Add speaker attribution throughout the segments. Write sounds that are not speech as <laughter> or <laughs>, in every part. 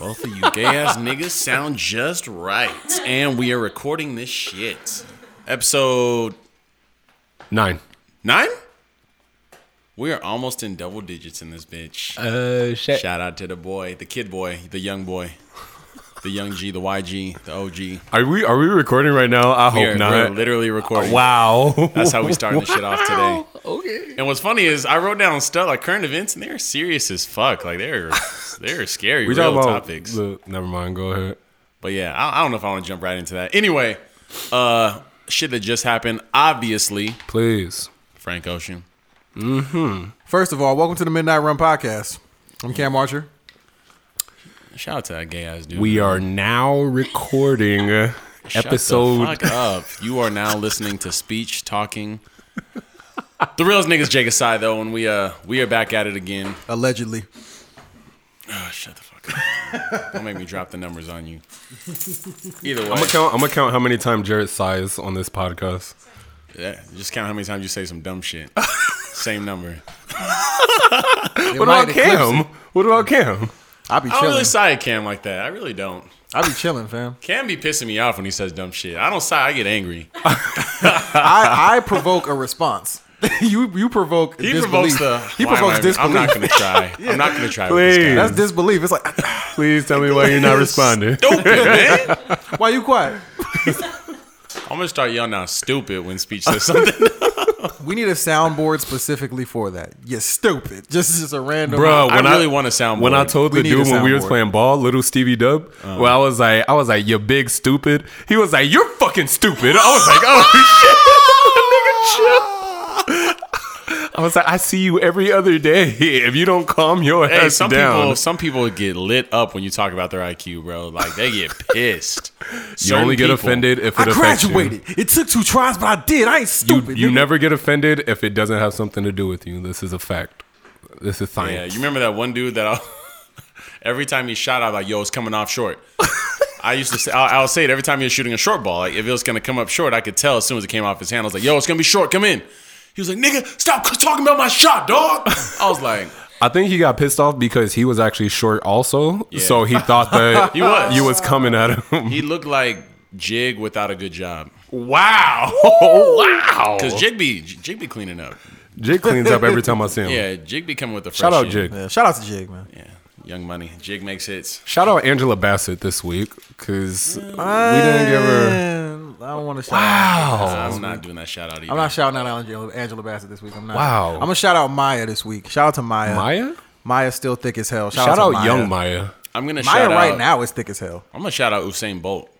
Speaker 1: Both of you gay ass niggas sound just right. And we are recording this shit. Episode
Speaker 2: Nine.
Speaker 1: nine? We are almost in double digits in this bitch.
Speaker 2: Uh, shit.
Speaker 1: Shout out to the boy, the kid boy, the young boy, the young G, the YG, the OG.
Speaker 2: Are we are we recording right now? I
Speaker 1: We
Speaker 2: hope
Speaker 1: are, we're
Speaker 2: not.
Speaker 1: literally recording.
Speaker 2: wow.
Speaker 1: That's how we started the shit off today.
Speaker 2: okay.
Speaker 1: And what's funny is I wrote down stuff like current events, and they're serious as fuck. Like they're they're scary
Speaker 2: We
Speaker 1: real
Speaker 2: talking about
Speaker 1: topics.
Speaker 2: the- never mind. Go ahead.
Speaker 1: But yeah, I, I don't know if I want to jump right into that. Anyway, uh, shit that just happened. Obviously,
Speaker 2: Please.
Speaker 1: Frank Ocean.
Speaker 3: First of all, welcome to the Midnight Run podcast. I'm Cam Archer.
Speaker 1: Shout out to that gay ass dude.
Speaker 2: We are now recording uh,
Speaker 1: Shut the
Speaker 2: episode.
Speaker 1: fuck up. You are now listening to speech talking. The realest niggas Jake aside though, and we uh we are back at it again.
Speaker 3: Allegedly,
Speaker 1: Oh, shut the fuck up. Don't make me drop the numbers on you. Either way,
Speaker 2: I'm gonna count. I'm gonna count how many times Jared sighs on this podcast.
Speaker 1: yeah, just count how many times you say some dumb shit. Same number.
Speaker 3: It
Speaker 2: What
Speaker 3: might
Speaker 2: about
Speaker 3: eclipse
Speaker 2: Cam?
Speaker 3: it.
Speaker 2: What about Cam?
Speaker 3: I be
Speaker 1: I don't
Speaker 3: chilling.
Speaker 1: really side Cam like that. I really don't.
Speaker 3: I be chilling, fam.
Speaker 1: Cam be pissing me off when he says dumb shit. I don't side. I get angry.
Speaker 3: I, I provoke a response. <laughs> you you provoke.
Speaker 1: He
Speaker 3: disbelief.
Speaker 1: provokes the.
Speaker 3: He
Speaker 1: why am
Speaker 3: provokes
Speaker 1: I- I'm not
Speaker 3: disbelief.
Speaker 1: gonna try. I'm not gonna try.
Speaker 2: Please.
Speaker 1: With
Speaker 3: That's disbelief. It's like, <laughs>
Speaker 2: Please tell me why
Speaker 1: <laughs>
Speaker 2: you're not responding.
Speaker 1: this guy. Stupid, man.
Speaker 3: why you quiet?
Speaker 1: I'm gonna start yelling out "stupid" when speech says
Speaker 2: <laughs>
Speaker 1: something.
Speaker 3: We need a soundboard specifically for that. You stupid. Just just a random.
Speaker 2: Bro, when
Speaker 1: I
Speaker 2: I,
Speaker 1: really want to sound.
Speaker 2: when I
Speaker 1: bored.
Speaker 2: told the
Speaker 3: We need a
Speaker 2: dude when we was
Speaker 3: soundboard. Uh-huh.
Speaker 2: playing ball, little Stevie Dub, well, I was like, I was like, you big stupid. He was like, you're fucking stupid. I was like, oh <laughs> shit, nigga, chill. I was like, I see you every other day. If you don't calm your
Speaker 1: Hey,
Speaker 2: ass
Speaker 1: some
Speaker 2: down,
Speaker 1: people, some people get lit up when you talk about their IQ, bro. Like they get pissed.
Speaker 2: you only get offended if it
Speaker 3: I
Speaker 2: affects you.
Speaker 3: graduated. It took two tries, but I did. I ain't
Speaker 2: You,
Speaker 3: stupid.
Speaker 2: you
Speaker 3: nigga.
Speaker 2: never get offended if it doesn't have something to do with you. This is a fact. This is
Speaker 1: Yeah,
Speaker 2: science.
Speaker 1: you remember that one dude that I, <laughs> every time he shot, I was like, "Yo, it's coming off short." I used to say, I, I would say it every time he was shooting a short ball. Like if it was gonna come up short, I could tell as soon as it came off his hand. I was like, "Yo, it's gonna be short. Come in." He was like, "Nigga, stop c- talking about my shot, dog." I was like,
Speaker 2: I think he got pissed off because he was actually short, also. So he thought
Speaker 3: <laughs>
Speaker 2: that
Speaker 1: He was.
Speaker 2: you was coming at him.
Speaker 1: "He looked like Jig without a good job."
Speaker 2: Wow! wow!
Speaker 1: Cause Jig be Jig be cleaning up.
Speaker 2: Jig cleans up every time I see
Speaker 1: <laughs>
Speaker 2: him.
Speaker 1: Yeah, Jig be coming with the fresh
Speaker 2: Shout out
Speaker 1: shit.
Speaker 2: Jig.
Speaker 3: Yeah, Oh. shout out to Jig, man.
Speaker 1: Yeah, Young Money. Jig makes hits.
Speaker 2: Shout out Angela Bassett this week because we didn't give her.
Speaker 3: Man, I don't want to shout. Wow.
Speaker 1: I'm not doing that shout out either.
Speaker 3: Oh, I'm not shouting out Angela, Angela Bassett this week. I'm not.
Speaker 2: Wow.
Speaker 3: I'm gonna shout out Maya this week. Shout out to Maya.
Speaker 2: Maya?
Speaker 3: Maya's still thick as hell. Shout,
Speaker 2: Shout, out
Speaker 3: out, to Maya.
Speaker 2: Young Maya.
Speaker 1: I'm gonna
Speaker 3: Maya
Speaker 1: shout
Speaker 3: right
Speaker 1: out.
Speaker 3: now is thick as hell.
Speaker 1: I'm gonna shout out Usain Bolt.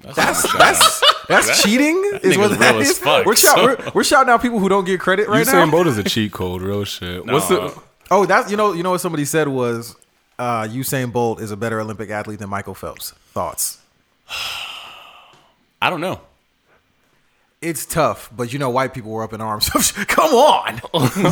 Speaker 1: That's
Speaker 3: That's that's cheating. Is
Speaker 1: nigga's
Speaker 3: what that
Speaker 1: real as
Speaker 3: is.
Speaker 1: fuck,
Speaker 3: We're, shout,
Speaker 1: so-
Speaker 3: we're, we're shouting out people who don't get credit right now.
Speaker 2: Usain Bolt is a cheat code, real shit. What's
Speaker 1: No.
Speaker 2: the?
Speaker 3: Oh, that's you know you know what somebody said was uh, Usain Bolt is a better Olympic athlete than Michael Phelps. Thoughts?
Speaker 1: I don't know.
Speaker 3: It's tough, but you know white people were up in arms. <laughs>
Speaker 2: <laughs>
Speaker 3: Come on,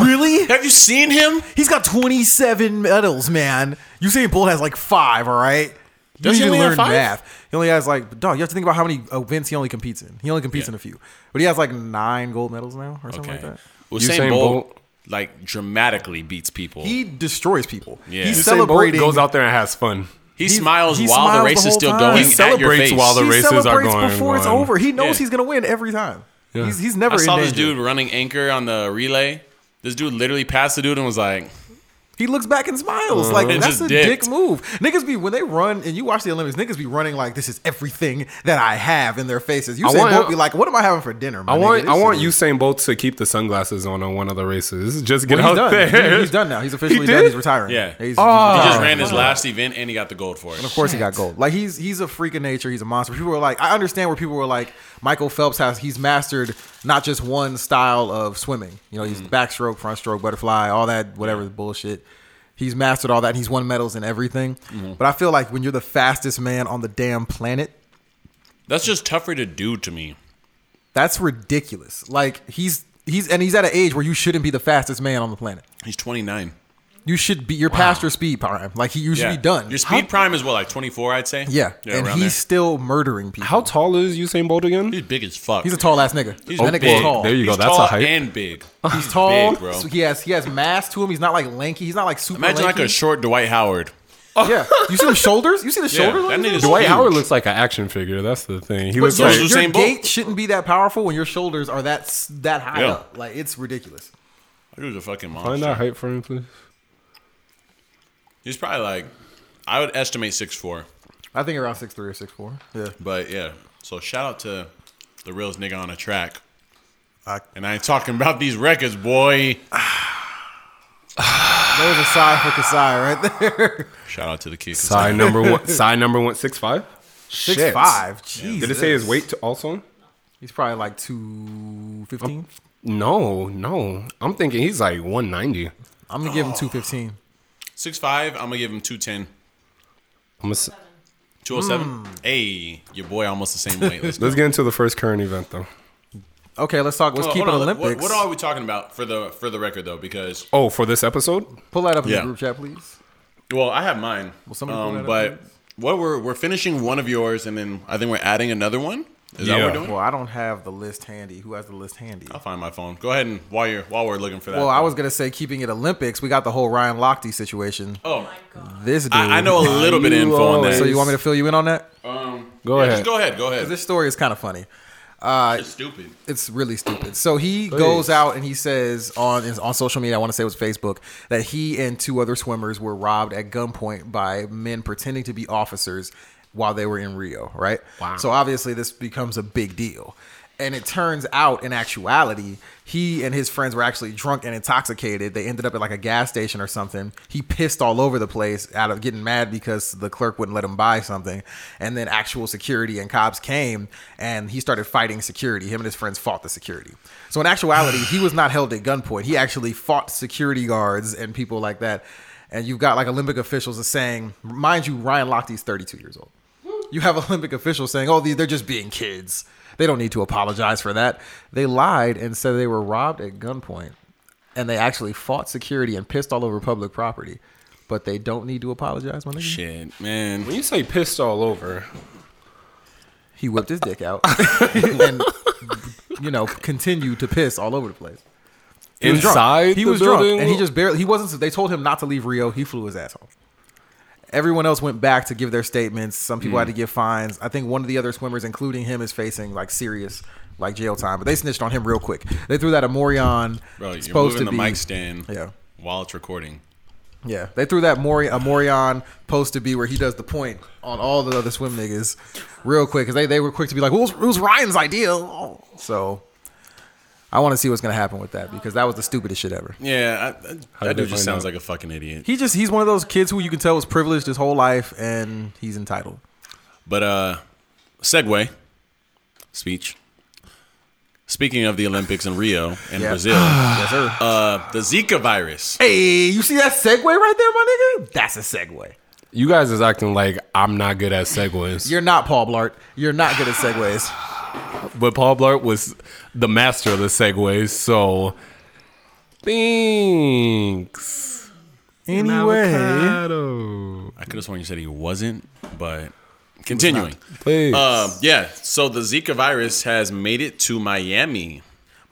Speaker 3: really?
Speaker 1: Have you seen him?
Speaker 3: He's got 27 medals, man. Usain Bolt has like five. All right. You
Speaker 1: Does he
Speaker 3: need to
Speaker 1: only have
Speaker 3: learn
Speaker 1: five?
Speaker 3: math. He only has like dog. You have to think about how many events he only competes in. He only competes
Speaker 1: Yeah.
Speaker 3: in a few, but he has like nine gold medals now or something like that.
Speaker 1: Usain,
Speaker 2: Usain
Speaker 1: Bolt,
Speaker 2: Bolt-
Speaker 1: like dramatically beats people. He,
Speaker 3: He destroys people.
Speaker 1: Yeah.
Speaker 3: He's
Speaker 1: Usain
Speaker 2: Usain Bolt
Speaker 3: celebrating.
Speaker 2: goes out there and has fun.
Speaker 1: smiles
Speaker 3: he
Speaker 1: while the
Speaker 3: smiles
Speaker 1: race
Speaker 3: the
Speaker 1: is
Speaker 3: whole
Speaker 1: still
Speaker 3: time.
Speaker 1: going.
Speaker 3: He
Speaker 1: at your
Speaker 2: celebrates
Speaker 1: face.
Speaker 2: while the
Speaker 3: he
Speaker 2: races are
Speaker 3: celebrates
Speaker 2: going
Speaker 3: before it's
Speaker 2: on.
Speaker 3: over. He knows
Speaker 1: Yeah.
Speaker 3: he's gonna win every time. He's he's never.
Speaker 1: I saw
Speaker 3: in
Speaker 1: this
Speaker 3: danger.
Speaker 1: dude running anchor on the relay. This dude literally passed the dude and was like,
Speaker 3: He looks back and smiles. Like
Speaker 1: Uh-huh. And
Speaker 3: that's
Speaker 1: just
Speaker 3: a dick
Speaker 1: dipped.
Speaker 3: move. Niggas be when they run and you watch the Olympics. Niggas be running like this is everything that I have in their faces. You say
Speaker 2: want-
Speaker 3: Bolt be like, what am I having for dinner? my
Speaker 2: I
Speaker 3: nigga?
Speaker 2: want
Speaker 3: This
Speaker 2: I want
Speaker 3: shit is-
Speaker 2: Usain Bolt to keep the sunglasses on on one of the races. Just get
Speaker 3: Well, he's
Speaker 2: out
Speaker 3: done.
Speaker 2: Oh, there.
Speaker 3: He-
Speaker 2: <laughs>
Speaker 3: He's done now. He's officially
Speaker 2: He
Speaker 3: done.
Speaker 2: did?
Speaker 3: He's retiring.
Speaker 1: Yeah.
Speaker 3: He's,
Speaker 2: Oh.
Speaker 1: he
Speaker 3: he's-
Speaker 1: just ran his last event and he got the gold for it.
Speaker 3: Of course, he got gold. Like he's he's a freak of nature. He's a monster. People were like, I understand where people were like, Michael Phelps has he's mastered not just one style of swimming. You know, he's
Speaker 1: Mm-hmm.
Speaker 3: backstroke, front stroke, butterfly, all that whatever bullshit. He's mastered all that. and He's won medals in everything.
Speaker 1: Mm-hmm.
Speaker 3: But I feel like when you're the fastest man on the damn planet,
Speaker 1: That's just tougher to do to me.
Speaker 3: that's ridiculous. Like he's he's and he's at an age where you shouldn't be the fastest man on the planet.
Speaker 1: He's 29.
Speaker 3: You should be you're past your speed prime. Like he you should
Speaker 1: Yeah.
Speaker 3: be done.
Speaker 1: Your
Speaker 3: How-
Speaker 1: speed prime is what, like 24, I'd say?
Speaker 3: yeah,
Speaker 1: Yeah,
Speaker 3: and
Speaker 1: around
Speaker 3: he's
Speaker 1: there.
Speaker 3: still murdering people.
Speaker 2: How tall is Usain Bolt again?
Speaker 1: He's big as fuck.
Speaker 3: He's a tall ass nigga.
Speaker 1: He's
Speaker 3: that
Speaker 1: big.
Speaker 3: nigga's tall.
Speaker 2: There you go.
Speaker 1: He's
Speaker 2: That's a
Speaker 1: tall
Speaker 2: height.
Speaker 1: And big.
Speaker 3: He's tall.
Speaker 1: big, bro.
Speaker 3: so he has he has mass to him. He's not like lanky. He's not like super.
Speaker 1: Imagine like
Speaker 3: lanky.
Speaker 1: a short Dwight Howard.
Speaker 3: <laughs> Yeah, you see the shoulders? You see the
Speaker 1: Yeah,
Speaker 3: shoulders?
Speaker 1: that
Speaker 3: on this
Speaker 1: nigga's
Speaker 3: nigga?
Speaker 2: Dwight
Speaker 1: huge.
Speaker 2: Howard looks like an action figure. That's the thing. He looks
Speaker 1: yo,
Speaker 3: Your,
Speaker 2: like
Speaker 1: Usain
Speaker 3: your
Speaker 1: Bolt.
Speaker 3: gait shouldn't be that powerful when your shoulders are that s- that high
Speaker 1: Yeah.
Speaker 3: up. Like it's ridiculous.
Speaker 1: He was a fucking
Speaker 2: find
Speaker 1: monster.
Speaker 2: out height for him, please.
Speaker 1: He's probably like, I would estimate six four,
Speaker 3: I think around six three or six four. Yeah,
Speaker 1: but yeah. So shout out to the realest nigga on the track.
Speaker 3: I-
Speaker 1: and I ain't talking about these records, boy.
Speaker 3: there was a sigh for Kasai right there. <laughs>
Speaker 1: Shout out to the kid.
Speaker 2: Side number one. Side number one six five.
Speaker 3: Six five. Jesus.
Speaker 2: Did it say his weight to also?
Speaker 3: He's probably like two fifteen.
Speaker 1: Oh.
Speaker 2: No, no. I'm thinking he's like 190.
Speaker 3: I'm gonna give him two fifteen.
Speaker 1: Six five. I'm gonna give him two ten.
Speaker 2: I'm ass-
Speaker 3: Hmm.
Speaker 1: 207? Hey, your boy almost the same weight. Let's go.
Speaker 2: Let's get into the first current event though.
Speaker 3: Okay, let's talk. <laughs> Let's
Speaker 1: Hold
Speaker 3: keep it
Speaker 1: on, what-
Speaker 3: Olympics.
Speaker 1: What, are we talking about for the for the record though? Because
Speaker 2: Oh, for this episode,
Speaker 3: Pull that up in
Speaker 1: Yeah.
Speaker 3: the group chat, please.
Speaker 1: well, I have mine.
Speaker 3: somebody pull that
Speaker 1: um,
Speaker 3: up,
Speaker 1: but what we're we're finishing one of yours, and then I think we're adding another one. Is that what
Speaker 2: Yeah.
Speaker 1: we're doing?
Speaker 3: Well, I don't have the list handy. Who has the list handy?
Speaker 1: I'll find my phone. Go ahead and while you're while we're looking for that.
Speaker 3: Well, I was gonna say keeping it Olympics. We got the whole Ryan Lochte situation.
Speaker 1: Oh,
Speaker 3: This dude.
Speaker 1: I, I know a <laughs> little bit of info on that.
Speaker 3: So you want me to fill you in on that?
Speaker 2: go
Speaker 1: Um, Yeah,
Speaker 2: ahead.
Speaker 1: Just go ahead. Go ahead.
Speaker 3: This story is kind of funny.
Speaker 1: It's stupid.
Speaker 3: It's really stupid. So he goes out and he says on on social media, I want to say it was Facebook, that he and two other swimmers were robbed at gunpoint by men pretending to be officers while they were in Rio, right?
Speaker 2: Wow.
Speaker 3: So obviously this becomes a big deal. And it turns out in actuality, he and his friends were actually drunk and intoxicated. They ended up at like a gas station or something. He pissed all over the place out of getting mad because the clerk wouldn't let him buy something. And then actual security and cops came and he started fighting security. Him and his friends fought the security. So in actuality, he was not held at gunpoint. He actually fought security guards and people like that. And you've got like Olympic officials are saying, mind you, Ryan Lochte's 32 years old you have <laughs> Olympic officials saying, "Oh, these- they're just being kids. They don't need to apologize for that." They lied and said they were robbed at gunpoint, and they actually fought security and pissed all over public property. But they don't need to apologize, my nigga.
Speaker 1: Shit, man.
Speaker 2: When you say pissed all over,
Speaker 3: He whipped his dick out <laughs> and you know continued to piss all over the place. He was drunk.
Speaker 2: inside
Speaker 3: he
Speaker 2: the
Speaker 3: was
Speaker 2: building,
Speaker 3: drunk, and he just barely. He wasn't. They told him not to leave Rio. He flew his ass home. Everyone else went back to give their statements. Some people
Speaker 1: Mm.
Speaker 3: had to give fines. I think one of the other swimmers, including him, is facing like serious like jail time. But they snitched on him real quick. They threw that Amorion.
Speaker 1: Bro, you're
Speaker 3: supposed
Speaker 1: moving
Speaker 3: to
Speaker 1: the
Speaker 3: be
Speaker 1: mic stand
Speaker 3: Yeah.
Speaker 1: while it's recording.
Speaker 3: Yeah, they threw that Mori Amorion post to be where he does the point on all the other swim niggas real quick because they, they were quick to be like, well, it was, it was Ryan's idea. So I want to see what's gonna happen with that because that was the stupidest shit ever.
Speaker 1: Yeah, I, I, that
Speaker 2: they
Speaker 1: dude just
Speaker 2: find
Speaker 1: sounds
Speaker 2: out?
Speaker 1: like a fucking idiot.
Speaker 3: He just he's one of those kids who you can tell was privileged his whole life and he's entitled.
Speaker 1: But uh, segue speech. Speaking of the Olympics in Rio and
Speaker 3: Yeah.
Speaker 1: Brazil,
Speaker 3: <sighs> Yes, sir.
Speaker 1: uh, the Zika virus.
Speaker 3: hey, you see that segue right there, my nigga? That's a segue.
Speaker 2: you guys is acting like I'm not good at segues.
Speaker 3: You're not Paul Blart. You're not good at segues.
Speaker 2: but Paul Blart was the master of the segues, so thanks.
Speaker 3: <sighs> Anyway,
Speaker 2: Avocado.
Speaker 1: I could have sworn you said he wasn't, but continuing.
Speaker 2: Please.
Speaker 1: Um, yeah, so the Zika virus has made it to Miami.